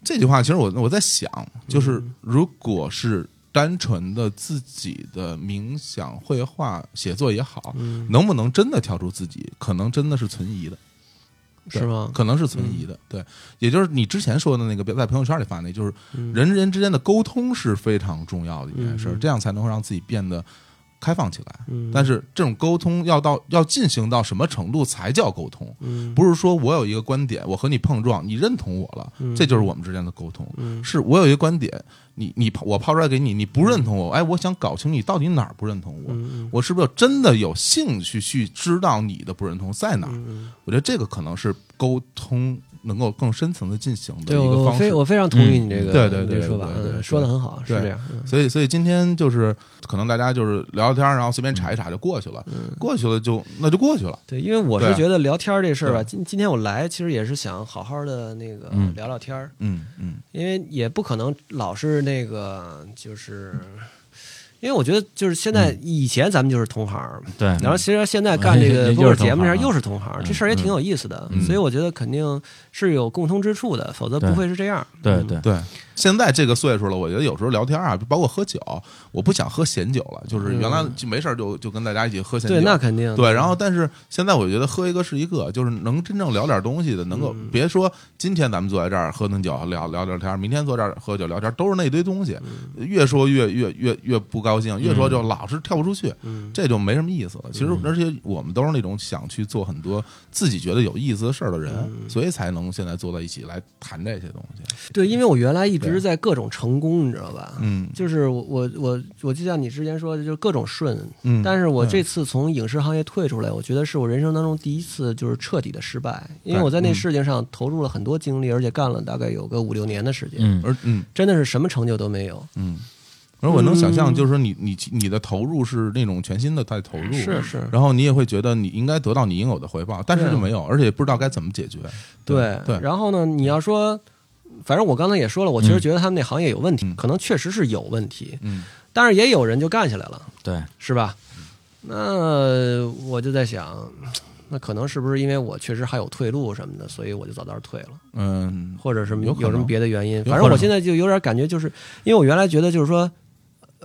[SPEAKER 2] 这句话其实我我在想，就是如果是单纯的自己的冥想、绘画、写作也好，能不能真的跳出自己，可能真的是存疑的。对
[SPEAKER 3] 是吗
[SPEAKER 2] 可能是存疑的，对，也就是你之前说的那个，在朋友圈里发那，就是人人之间的沟通是非常重要的一件事儿，这样才能让自己变得开放起来。
[SPEAKER 3] 嗯
[SPEAKER 2] 但是这种沟通要到要进行到什么程度才叫沟通？
[SPEAKER 3] 嗯
[SPEAKER 2] 不是说我有一个观点，我和你碰撞，你认同我了，
[SPEAKER 3] 嗯
[SPEAKER 2] 这就是我们之间的沟通。是我有一个观点，你你抛我抛出来给你，你不认同
[SPEAKER 3] 嗯
[SPEAKER 2] 我，哎，我想搞清你到底哪儿不认同我，我是不是真的有
[SPEAKER 3] 嗯
[SPEAKER 2] 兴趣去知道你的不认同在哪儿？我觉得这个可能是沟通能够更深层的进行的
[SPEAKER 3] 对
[SPEAKER 2] 一个
[SPEAKER 3] 我
[SPEAKER 2] 方
[SPEAKER 3] 非
[SPEAKER 2] 式。
[SPEAKER 3] 我非常同意你这个、
[SPEAKER 2] 嗯对对
[SPEAKER 3] 你这个
[SPEAKER 2] 对
[SPEAKER 3] 说法，
[SPEAKER 2] 对对
[SPEAKER 3] 嗯
[SPEAKER 2] 对
[SPEAKER 3] 说的很好，是
[SPEAKER 2] 对
[SPEAKER 3] 这样。嗯
[SPEAKER 2] 所以，所以今天就是可能大家就是聊聊天儿，然后随便查一查就过去了，
[SPEAKER 3] 嗯
[SPEAKER 2] 过去了就那就过去了。
[SPEAKER 3] 对，因为我是
[SPEAKER 2] 对啊
[SPEAKER 3] 觉得聊天儿这事儿吧，
[SPEAKER 2] 对啊
[SPEAKER 3] 今今天我来其实也是想好好的那个聊聊天儿，
[SPEAKER 2] 嗯嗯
[SPEAKER 3] 因为也不可能老是那个就是。因为我觉得就是现在，以前咱们就是同行儿，
[SPEAKER 1] 嗯对
[SPEAKER 3] 然后其实现在 干这个
[SPEAKER 1] 又是
[SPEAKER 3] 播客节目
[SPEAKER 1] 同行
[SPEAKER 3] 上
[SPEAKER 1] 儿啊
[SPEAKER 3] 又是同行儿，这事儿也挺有意思的，
[SPEAKER 2] 嗯
[SPEAKER 3] 所以我觉得肯定是有共通之处的，否则不
[SPEAKER 1] 对
[SPEAKER 3] 会是这样。
[SPEAKER 1] 对
[SPEAKER 3] 嗯
[SPEAKER 1] 对，
[SPEAKER 2] 对，现在这个岁数了，我觉得有时候聊天啊，包括喝酒，我不想喝闲酒了。就是原来就没事儿就就跟大家一起喝闲酒，
[SPEAKER 3] 嗯对，那肯定的
[SPEAKER 2] 对，然后但是现在我觉得喝一个是一个，就是能真正聊点东西的，能够
[SPEAKER 3] 嗯
[SPEAKER 2] 别说今天咱们坐在这儿喝顿酒聊聊聊天儿，明天坐这儿喝酒聊天儿，都是那堆东西，
[SPEAKER 3] 嗯
[SPEAKER 2] 越说越越越越不高兴，越说就老是跳不出去，
[SPEAKER 3] 嗯
[SPEAKER 2] 这就没什么意思了。其实而且我们都是那种想去做很多自己觉得有意思的事儿的人，
[SPEAKER 3] 嗯
[SPEAKER 2] 所以才能现在坐在一起来谈这些东西。
[SPEAKER 3] 对，因为我原来一直
[SPEAKER 2] 对
[SPEAKER 3] 在各种成功，你知道吧？
[SPEAKER 2] 嗯
[SPEAKER 3] 就是我我我我就像你之前说的，就是各种顺。
[SPEAKER 2] 嗯
[SPEAKER 3] 但是我这次从影视行业退出来，我觉得是我人生当中第一次就是彻底的失败，因为
[SPEAKER 2] 对
[SPEAKER 3] 我在那
[SPEAKER 2] 嗯
[SPEAKER 3] 事情上投入了很多精力，而且干了大概有个五六年的时间，
[SPEAKER 1] 嗯，
[SPEAKER 2] 而嗯
[SPEAKER 3] 真的是什么成就都没有。
[SPEAKER 2] 嗯。而我能想
[SPEAKER 3] 嗯
[SPEAKER 2] 象，就是说你你你的投入是那种全新的在投入，
[SPEAKER 3] 是是，
[SPEAKER 2] 然后你也会觉得你应该得到你应有的回报，但是
[SPEAKER 3] 对啊
[SPEAKER 2] 就没有，而且也不知道该怎么解决。
[SPEAKER 3] 对
[SPEAKER 2] 对，
[SPEAKER 3] 然后呢，你要说，反正我刚才也说了，我其实觉得他们那行业有问题，
[SPEAKER 2] 嗯
[SPEAKER 3] 可能确实是有问题，
[SPEAKER 2] 嗯
[SPEAKER 3] 但是也有人就干起来了。
[SPEAKER 1] 对，
[SPEAKER 3] 是吧？那我就在想，那可能是不是因为我确实还有退路什么的，所以我就早早退了，
[SPEAKER 2] 嗯
[SPEAKER 3] 或者是
[SPEAKER 2] 有可能
[SPEAKER 3] 有什么别的原因？
[SPEAKER 2] 可能
[SPEAKER 3] 反正我现在就有点感觉，就是因为我原来觉得就是说，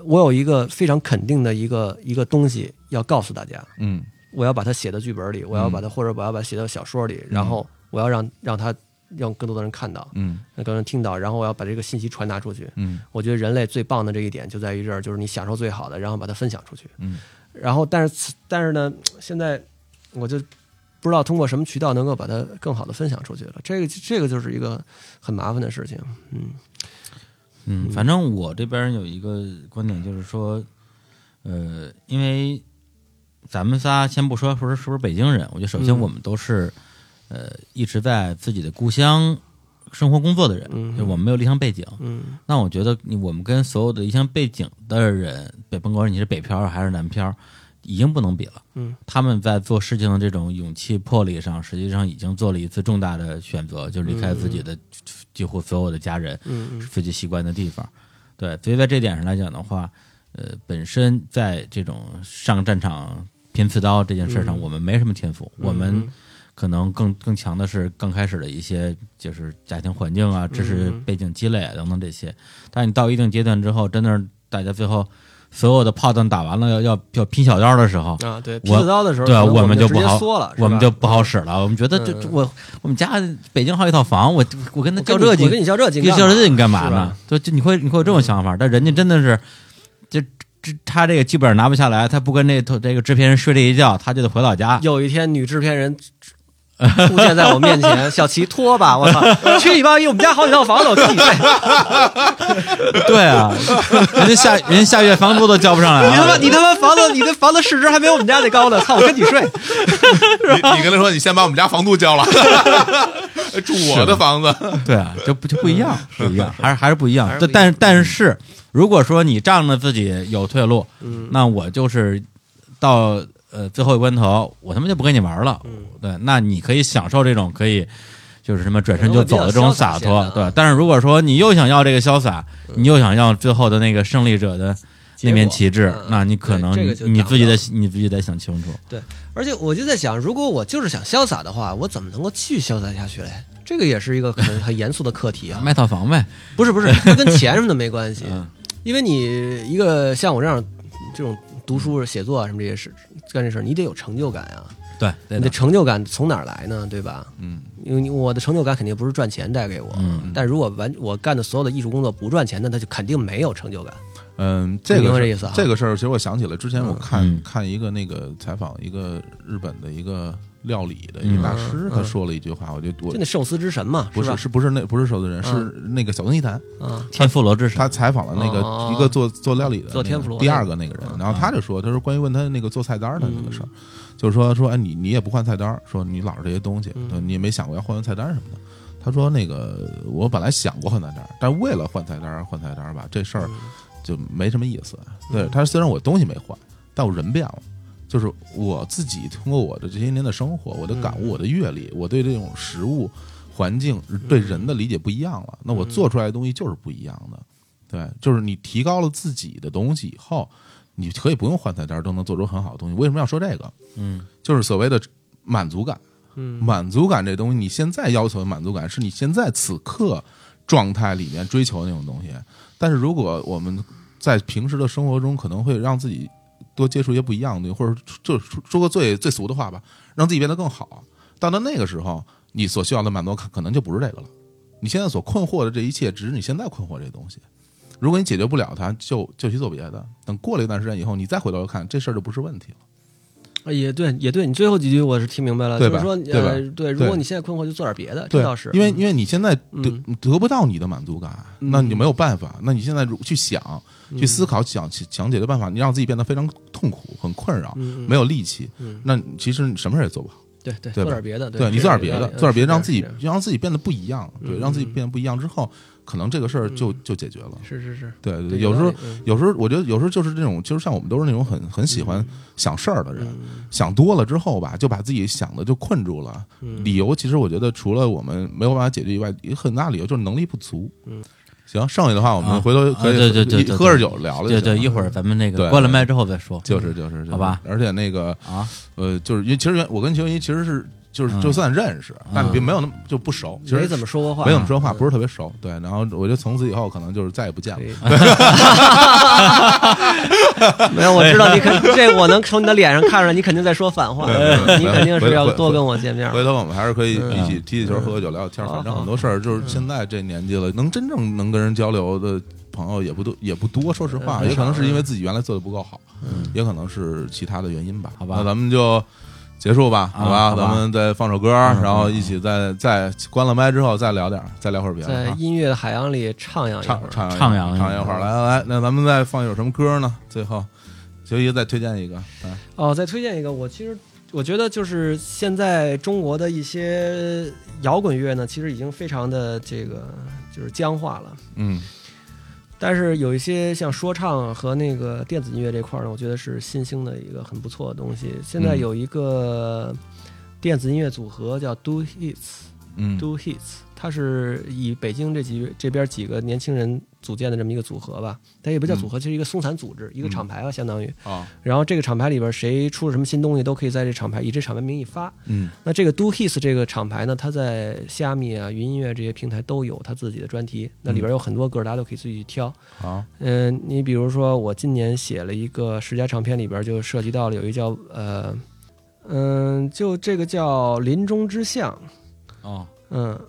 [SPEAKER 3] 我有一个非常肯定的一个一个东西要告诉大家，
[SPEAKER 2] 嗯
[SPEAKER 3] 我要把它写到剧本里，我要把它、或者我要把它写到小说里，然后我要让让它让更多的人看到，
[SPEAKER 2] 嗯
[SPEAKER 3] 让更多人听到，然后我要把这个信息传达出去。
[SPEAKER 2] 嗯
[SPEAKER 3] 我觉得人类最棒的这一点就在于这儿，就是你享受最好的，然后把它分享出去。
[SPEAKER 2] 嗯，
[SPEAKER 3] 然后但是此但是呢，现在我就不知道通过什么渠道能够把它更好的分享出去了。这个这个就是一个很麻烦的事情。嗯
[SPEAKER 1] 嗯，反正我这边有一个观点，就是说，呃，因为咱们仨先不说说是不是北京人，我觉得首先
[SPEAKER 3] 嗯
[SPEAKER 1] 我们都是、呃一直在自己的故乡生活工作的人，
[SPEAKER 3] 嗯
[SPEAKER 1] 就我们没有离乡背景。
[SPEAKER 3] 嗯
[SPEAKER 1] 那我觉得你我们跟所有的离乡背景的人，北甭管你是北漂还是南漂，已经不能比了。
[SPEAKER 3] 嗯，
[SPEAKER 1] 他们在做事情的这种勇气、魄力上，实际上已经做了一次重大的选择，就是离开自己的几乎所有的家人。
[SPEAKER 3] 嗯
[SPEAKER 1] 自己习惯的地方。对，所以在这点上来讲的话，呃，本身在这种上战场拼刺刀这件事上，
[SPEAKER 3] 嗯
[SPEAKER 1] 我们没什么天赋，
[SPEAKER 3] 嗯
[SPEAKER 1] 我们可能更更强的是刚开始的一些就是家庭环境啊、知
[SPEAKER 3] 嗯
[SPEAKER 1] 识背景积累啊等等这些。但你到一定阶段之后，真的是大家最后所有的炮弹打完了，要要要拼小刀的时候。
[SPEAKER 3] 啊，对，
[SPEAKER 1] 我
[SPEAKER 3] 劈子刀的时候，
[SPEAKER 1] 对，
[SPEAKER 3] 可能我
[SPEAKER 1] 们
[SPEAKER 3] 就直
[SPEAKER 1] 不
[SPEAKER 3] 接
[SPEAKER 1] 好
[SPEAKER 3] 缩了，，
[SPEAKER 1] 我们
[SPEAKER 3] 是
[SPEAKER 1] 就
[SPEAKER 3] 吧
[SPEAKER 1] 不好使了。我们觉得这
[SPEAKER 3] 嗯
[SPEAKER 1] 这
[SPEAKER 3] 嗯
[SPEAKER 1] 我我们家北京还有一套房，我我跟他较
[SPEAKER 3] 我跟你
[SPEAKER 1] 这劲
[SPEAKER 3] 我跟你较这劲
[SPEAKER 1] 你
[SPEAKER 3] 干嘛，
[SPEAKER 1] 较这劲干嘛
[SPEAKER 3] 是吧嗯
[SPEAKER 1] 呢？？就就你会你会有这种想法，但人家真的是，这这他这个剧本拿不下来，他不跟这这个制片人睡这一觉，他就得回老家。
[SPEAKER 3] 有一天女制 片人出现在我面前，小齐拖吧，我操，去你妈逼！我们家好几套房子，我自己睡。
[SPEAKER 1] 对啊， 人家下人家下月房租都交不上来
[SPEAKER 3] 你他妈，
[SPEAKER 1] 了。
[SPEAKER 3] 你他妈房子，你的房子市值还没有我们家那高呢，操！我跟你睡，
[SPEAKER 2] 你你跟他说，你先把我们家房租交了， 住我的房子。
[SPEAKER 1] 对啊，就不就不一样，不一样，还是还是不一样。但但是但是，如果说你仗着自己有退路，那我就是到呃最后一关头，我他妈就不跟你玩了。对，那你可以享受这种可以就是什么转身就走的这种洒
[SPEAKER 3] 可能我
[SPEAKER 1] 脱
[SPEAKER 3] 比较潇洒，些
[SPEAKER 1] 对
[SPEAKER 3] 啊。
[SPEAKER 1] 但是如果说你又想要这个潇洒，你又想要最后的那个胜利者的那面旗
[SPEAKER 3] 结
[SPEAKER 1] 帜
[SPEAKER 3] 果嗯，
[SPEAKER 1] 那你可
[SPEAKER 3] 对
[SPEAKER 1] 能
[SPEAKER 3] 这
[SPEAKER 1] 你
[SPEAKER 3] 个就
[SPEAKER 1] 你
[SPEAKER 3] 达不
[SPEAKER 1] 自己
[SPEAKER 3] 到
[SPEAKER 1] 得你自己得想清楚。
[SPEAKER 3] 对，而且我就在想，如果我就是想潇洒的话，我怎么能够继续潇洒下去嘞？这个也是一个很很严肃的课题啊！
[SPEAKER 1] 卖套房呗，
[SPEAKER 3] 不是 不是，它跟钱什么的没关系，
[SPEAKER 2] 嗯
[SPEAKER 3] 因为你一个像我这样这种读书、写作啊什么这些事干这事儿，你得有成就感啊！
[SPEAKER 1] 对，对
[SPEAKER 3] 你的成就感从哪儿来呢？对吧？
[SPEAKER 2] 嗯，
[SPEAKER 3] 因为你我的成就感肯定不是赚钱带给我，
[SPEAKER 1] 嗯
[SPEAKER 3] 但如果完我干的所有的艺术工作不赚钱，那他就肯定没有成就感。
[SPEAKER 2] 嗯，这
[SPEAKER 3] 明白
[SPEAKER 2] 个
[SPEAKER 3] 这
[SPEAKER 2] 事
[SPEAKER 3] 意思啊
[SPEAKER 2] 这个事儿，其实我想起来之前我
[SPEAKER 1] 嗯
[SPEAKER 2] 看看一个那个采访一个日本的一个料理的一个大师，他说了一句话，我就我
[SPEAKER 3] 嗯就那寿司之神嘛，
[SPEAKER 2] 不
[SPEAKER 3] 是
[SPEAKER 2] 是
[SPEAKER 3] 吧？
[SPEAKER 2] 是不是那不是手的人，是
[SPEAKER 3] 嗯
[SPEAKER 2] 那个小东一谈。
[SPEAKER 3] 啊，
[SPEAKER 1] 天妇罗之神
[SPEAKER 2] 他，采访了那个
[SPEAKER 3] 哦
[SPEAKER 2] 一个做做料理的那个
[SPEAKER 3] 做天妇罗
[SPEAKER 2] 第二个那个人
[SPEAKER 3] 嗯，
[SPEAKER 2] 然后他就说，他说关于问他那个做菜单的那个事儿，就是说说哎你你也不换菜单儿，说你老是这些东西，
[SPEAKER 3] 嗯
[SPEAKER 2] 对你也没想过要换换菜单什么的。他说那个我本来想过换菜单儿，但为了换菜单儿换菜单儿吧，这事
[SPEAKER 3] 嗯
[SPEAKER 2] 儿就没什么意思。对他虽然我东西没换，但我人变了。就是我自己通过我的这些年的生活，我的感
[SPEAKER 3] 嗯
[SPEAKER 2] 悟，我的阅历，我对这种食物、环境、对人的理解不一样了。
[SPEAKER 3] 嗯
[SPEAKER 2] 那我做出来的东西就是不一样的。对，就是你提高了自己的东西以后，你可以不用换菜单儿都能做出很好的东西。为什么要说这个？
[SPEAKER 1] 嗯，
[SPEAKER 2] 就是所谓的满足感。
[SPEAKER 3] 嗯
[SPEAKER 2] 满足感这东西，你现在要求的满足感是你现在此刻状态里面追求的那种东西。但是如果我们在平时的生活中，可能会让自己多接触一些不一样的东西，或者就说个最最俗的话吧，让自己变得更好。但到那个时候，你所需要的满足感可能就不是这个了。你现在所困惑的这一切，只是你现在困惑这东西。如果你解决不了它，就就去做别的。等过了一段时间以后，你再回头看，这事儿就不是问题了。
[SPEAKER 3] 啊也对，也对，你最后几句我是听明白了，
[SPEAKER 2] 对
[SPEAKER 3] 就是
[SPEAKER 2] 吧
[SPEAKER 3] 说，
[SPEAKER 2] 对吧
[SPEAKER 3] 呃，对，如
[SPEAKER 2] 对
[SPEAKER 3] 果你现在困惑，就做点别的，
[SPEAKER 2] 对，
[SPEAKER 3] 这倒是，
[SPEAKER 2] 因为因为你现在得
[SPEAKER 3] 嗯
[SPEAKER 2] 得不到你的满足感，那你就没有办法。那你现在如去想、去思考、想想解决办法，你让自己变得非常痛苦、很困扰，
[SPEAKER 3] 嗯嗯
[SPEAKER 2] 没有力气。
[SPEAKER 3] 嗯
[SPEAKER 2] 那其实你什么事儿也做不好。
[SPEAKER 3] 对对，
[SPEAKER 2] 对
[SPEAKER 3] 做
[SPEAKER 2] 吧
[SPEAKER 3] 点别的，
[SPEAKER 2] 对你做点别的，做点别的，让自己
[SPEAKER 3] 是
[SPEAKER 2] 让自己变得不一样。
[SPEAKER 3] 嗯
[SPEAKER 2] 对，让自己变得不一样之后，可能这个事儿就就解决了。
[SPEAKER 3] 是是是，
[SPEAKER 2] 对对
[SPEAKER 3] 对
[SPEAKER 2] 对，有时候
[SPEAKER 3] 道理嗯
[SPEAKER 2] 有时候我觉得有时候就是这种，就是像我们都是那种很很喜
[SPEAKER 3] 嗯
[SPEAKER 2] 欢想事儿的人，想多了之后吧，就把自己想的就困住了。
[SPEAKER 3] 嗯
[SPEAKER 2] 理由其实我觉得除了我们没有办法解决以外，一个很大理由就是能力不足。
[SPEAKER 3] 嗯，
[SPEAKER 2] 行，剩下的话我
[SPEAKER 1] 啊
[SPEAKER 2] 们回头可以
[SPEAKER 1] 啊对对对
[SPEAKER 2] 一
[SPEAKER 1] 对
[SPEAKER 2] 喝着酒聊聊就
[SPEAKER 1] 对
[SPEAKER 2] 行了。
[SPEAKER 1] 对，一会儿咱们那
[SPEAKER 2] 对
[SPEAKER 1] 个关了麦之后再说。
[SPEAKER 2] 就是就是就是
[SPEAKER 1] 好吧
[SPEAKER 2] 而且那个
[SPEAKER 1] 啊，
[SPEAKER 2] 呃，就是因为其实原我跟邱一其实是就是
[SPEAKER 1] 嗯
[SPEAKER 2] 就算认识，但并没有那么就不熟，其实
[SPEAKER 3] 没怎么说过话，啊嗯
[SPEAKER 2] 没怎么说话，不是特别熟。对，然后我就从此以后可能就是再也不见 了。
[SPEAKER 3] 可以。没有，我知道你肯 这，我能从你的脸上看出来，你肯定在说反话
[SPEAKER 2] 对对，对
[SPEAKER 3] 你肯定是要
[SPEAKER 2] 回头
[SPEAKER 3] 多跟我见面。
[SPEAKER 2] 回头我们还是可以一起
[SPEAKER 1] 嗯
[SPEAKER 2] 踢踢球、喝喝酒、聊聊天儿，
[SPEAKER 3] 好
[SPEAKER 2] 反正
[SPEAKER 3] 好
[SPEAKER 2] 很多事儿就是现在这年纪了，能真正能跟人交流的朋友也不多，也不多。说实话，
[SPEAKER 3] 嗯
[SPEAKER 2] 也可能是因为自己原来做的不够好，也可能是其他的原因吧。
[SPEAKER 1] 好吧
[SPEAKER 2] 那咱们就。结束吧，好吧，
[SPEAKER 1] 好吧
[SPEAKER 2] 咱们再放首歌，然后一起再再关了麦之后再聊点儿，再聊会儿别的
[SPEAKER 3] 在
[SPEAKER 2] 啊，
[SPEAKER 3] 音乐的海洋里徜徉一会
[SPEAKER 2] 唱
[SPEAKER 3] 儿，
[SPEAKER 2] 唱
[SPEAKER 1] 唱
[SPEAKER 2] 一
[SPEAKER 1] 两
[SPEAKER 2] 唱
[SPEAKER 1] 个
[SPEAKER 2] 一会儿，来来来，那咱们再放一首什么歌呢？最后，九一再推荐一个，来
[SPEAKER 3] 哦，再推荐一个，我其实我觉得就是现在中国的一些摇滚乐呢，其实已经非常的这个就是僵化了。
[SPEAKER 2] 嗯
[SPEAKER 3] 但是有一些像说唱和那个电子音乐这块儿呢，我觉得是新兴的一个很不错的东西。现在
[SPEAKER 2] 嗯
[SPEAKER 3] 有一个电子音乐组合叫 Do Hits，
[SPEAKER 2] 嗯
[SPEAKER 3] Do Hits，它是以北京这几这边几个年轻人组建的这么一个组合吧，它也不叫组
[SPEAKER 2] 嗯
[SPEAKER 3] 合，其实一个松散组织，一个厂牌吧，相当于。
[SPEAKER 2] 啊
[SPEAKER 3] 然后这个厂牌里边谁出了什么新东西，都可以在这厂牌以这厂牌名义发。
[SPEAKER 2] 嗯
[SPEAKER 3] 那这个 Do His 这个厂牌呢，它在虾米啊、云音乐这些平台都有它自己的专题，那里边有很多歌，大家都可以自己去挑。
[SPEAKER 2] 好
[SPEAKER 3] 嗯、你比如说我今年写了一个十佳唱片，里边就涉及到了有一个叫呃嗯、就这个叫林中之象，
[SPEAKER 1] 哦，
[SPEAKER 3] 嗯，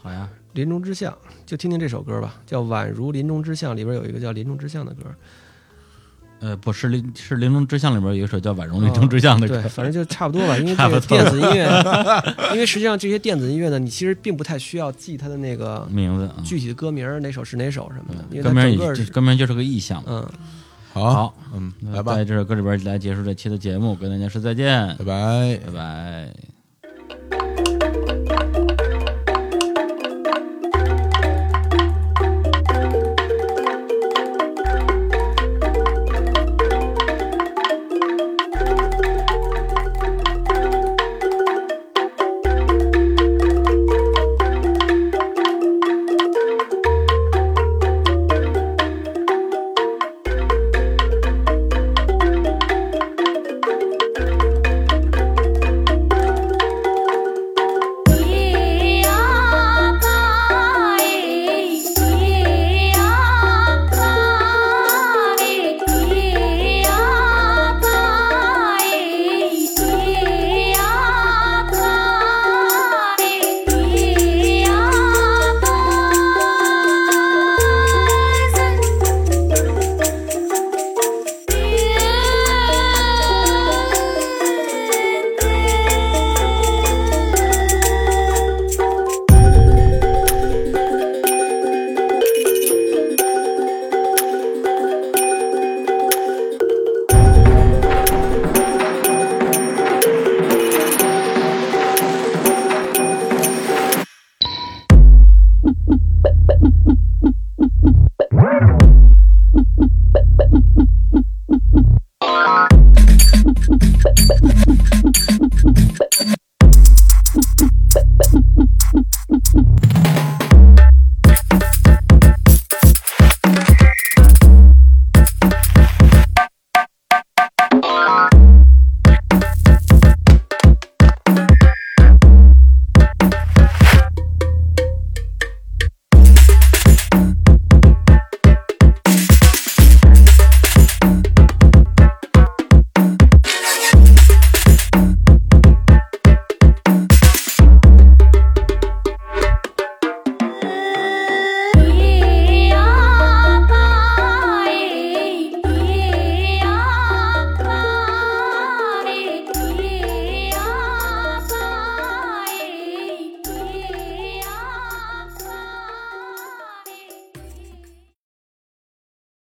[SPEAKER 1] 好呀，
[SPEAKER 3] 林中之象，就听听这首歌吧，叫宛如林中之象，里边有一个叫林中之象的歌，
[SPEAKER 1] 呃，不是林是《林中之象》里边有一首叫《婉容林中之象》的
[SPEAKER 3] 对，
[SPEAKER 1] 歌，
[SPEAKER 3] 反正就差不 多吧，因为
[SPEAKER 1] 差
[SPEAKER 3] 这
[SPEAKER 1] 不
[SPEAKER 3] 个
[SPEAKER 1] 多
[SPEAKER 3] 电子音乐，因为实际上这些电子音乐呢，你其实并不太需要记它的那个
[SPEAKER 1] 名字啊，
[SPEAKER 3] 具体的歌名儿哪首是哪首什么的，因为
[SPEAKER 1] 歌
[SPEAKER 3] 它
[SPEAKER 1] 名
[SPEAKER 3] 整
[SPEAKER 1] 也
[SPEAKER 3] 个
[SPEAKER 1] 就是歌名就是个意象。
[SPEAKER 3] 嗯，
[SPEAKER 2] 好，
[SPEAKER 1] 好，
[SPEAKER 2] 嗯，
[SPEAKER 1] 那
[SPEAKER 2] 来吧，
[SPEAKER 1] 在这首歌里边来结束这期的节目，跟大家说再见
[SPEAKER 2] 拜，拜。
[SPEAKER 1] 拜拜。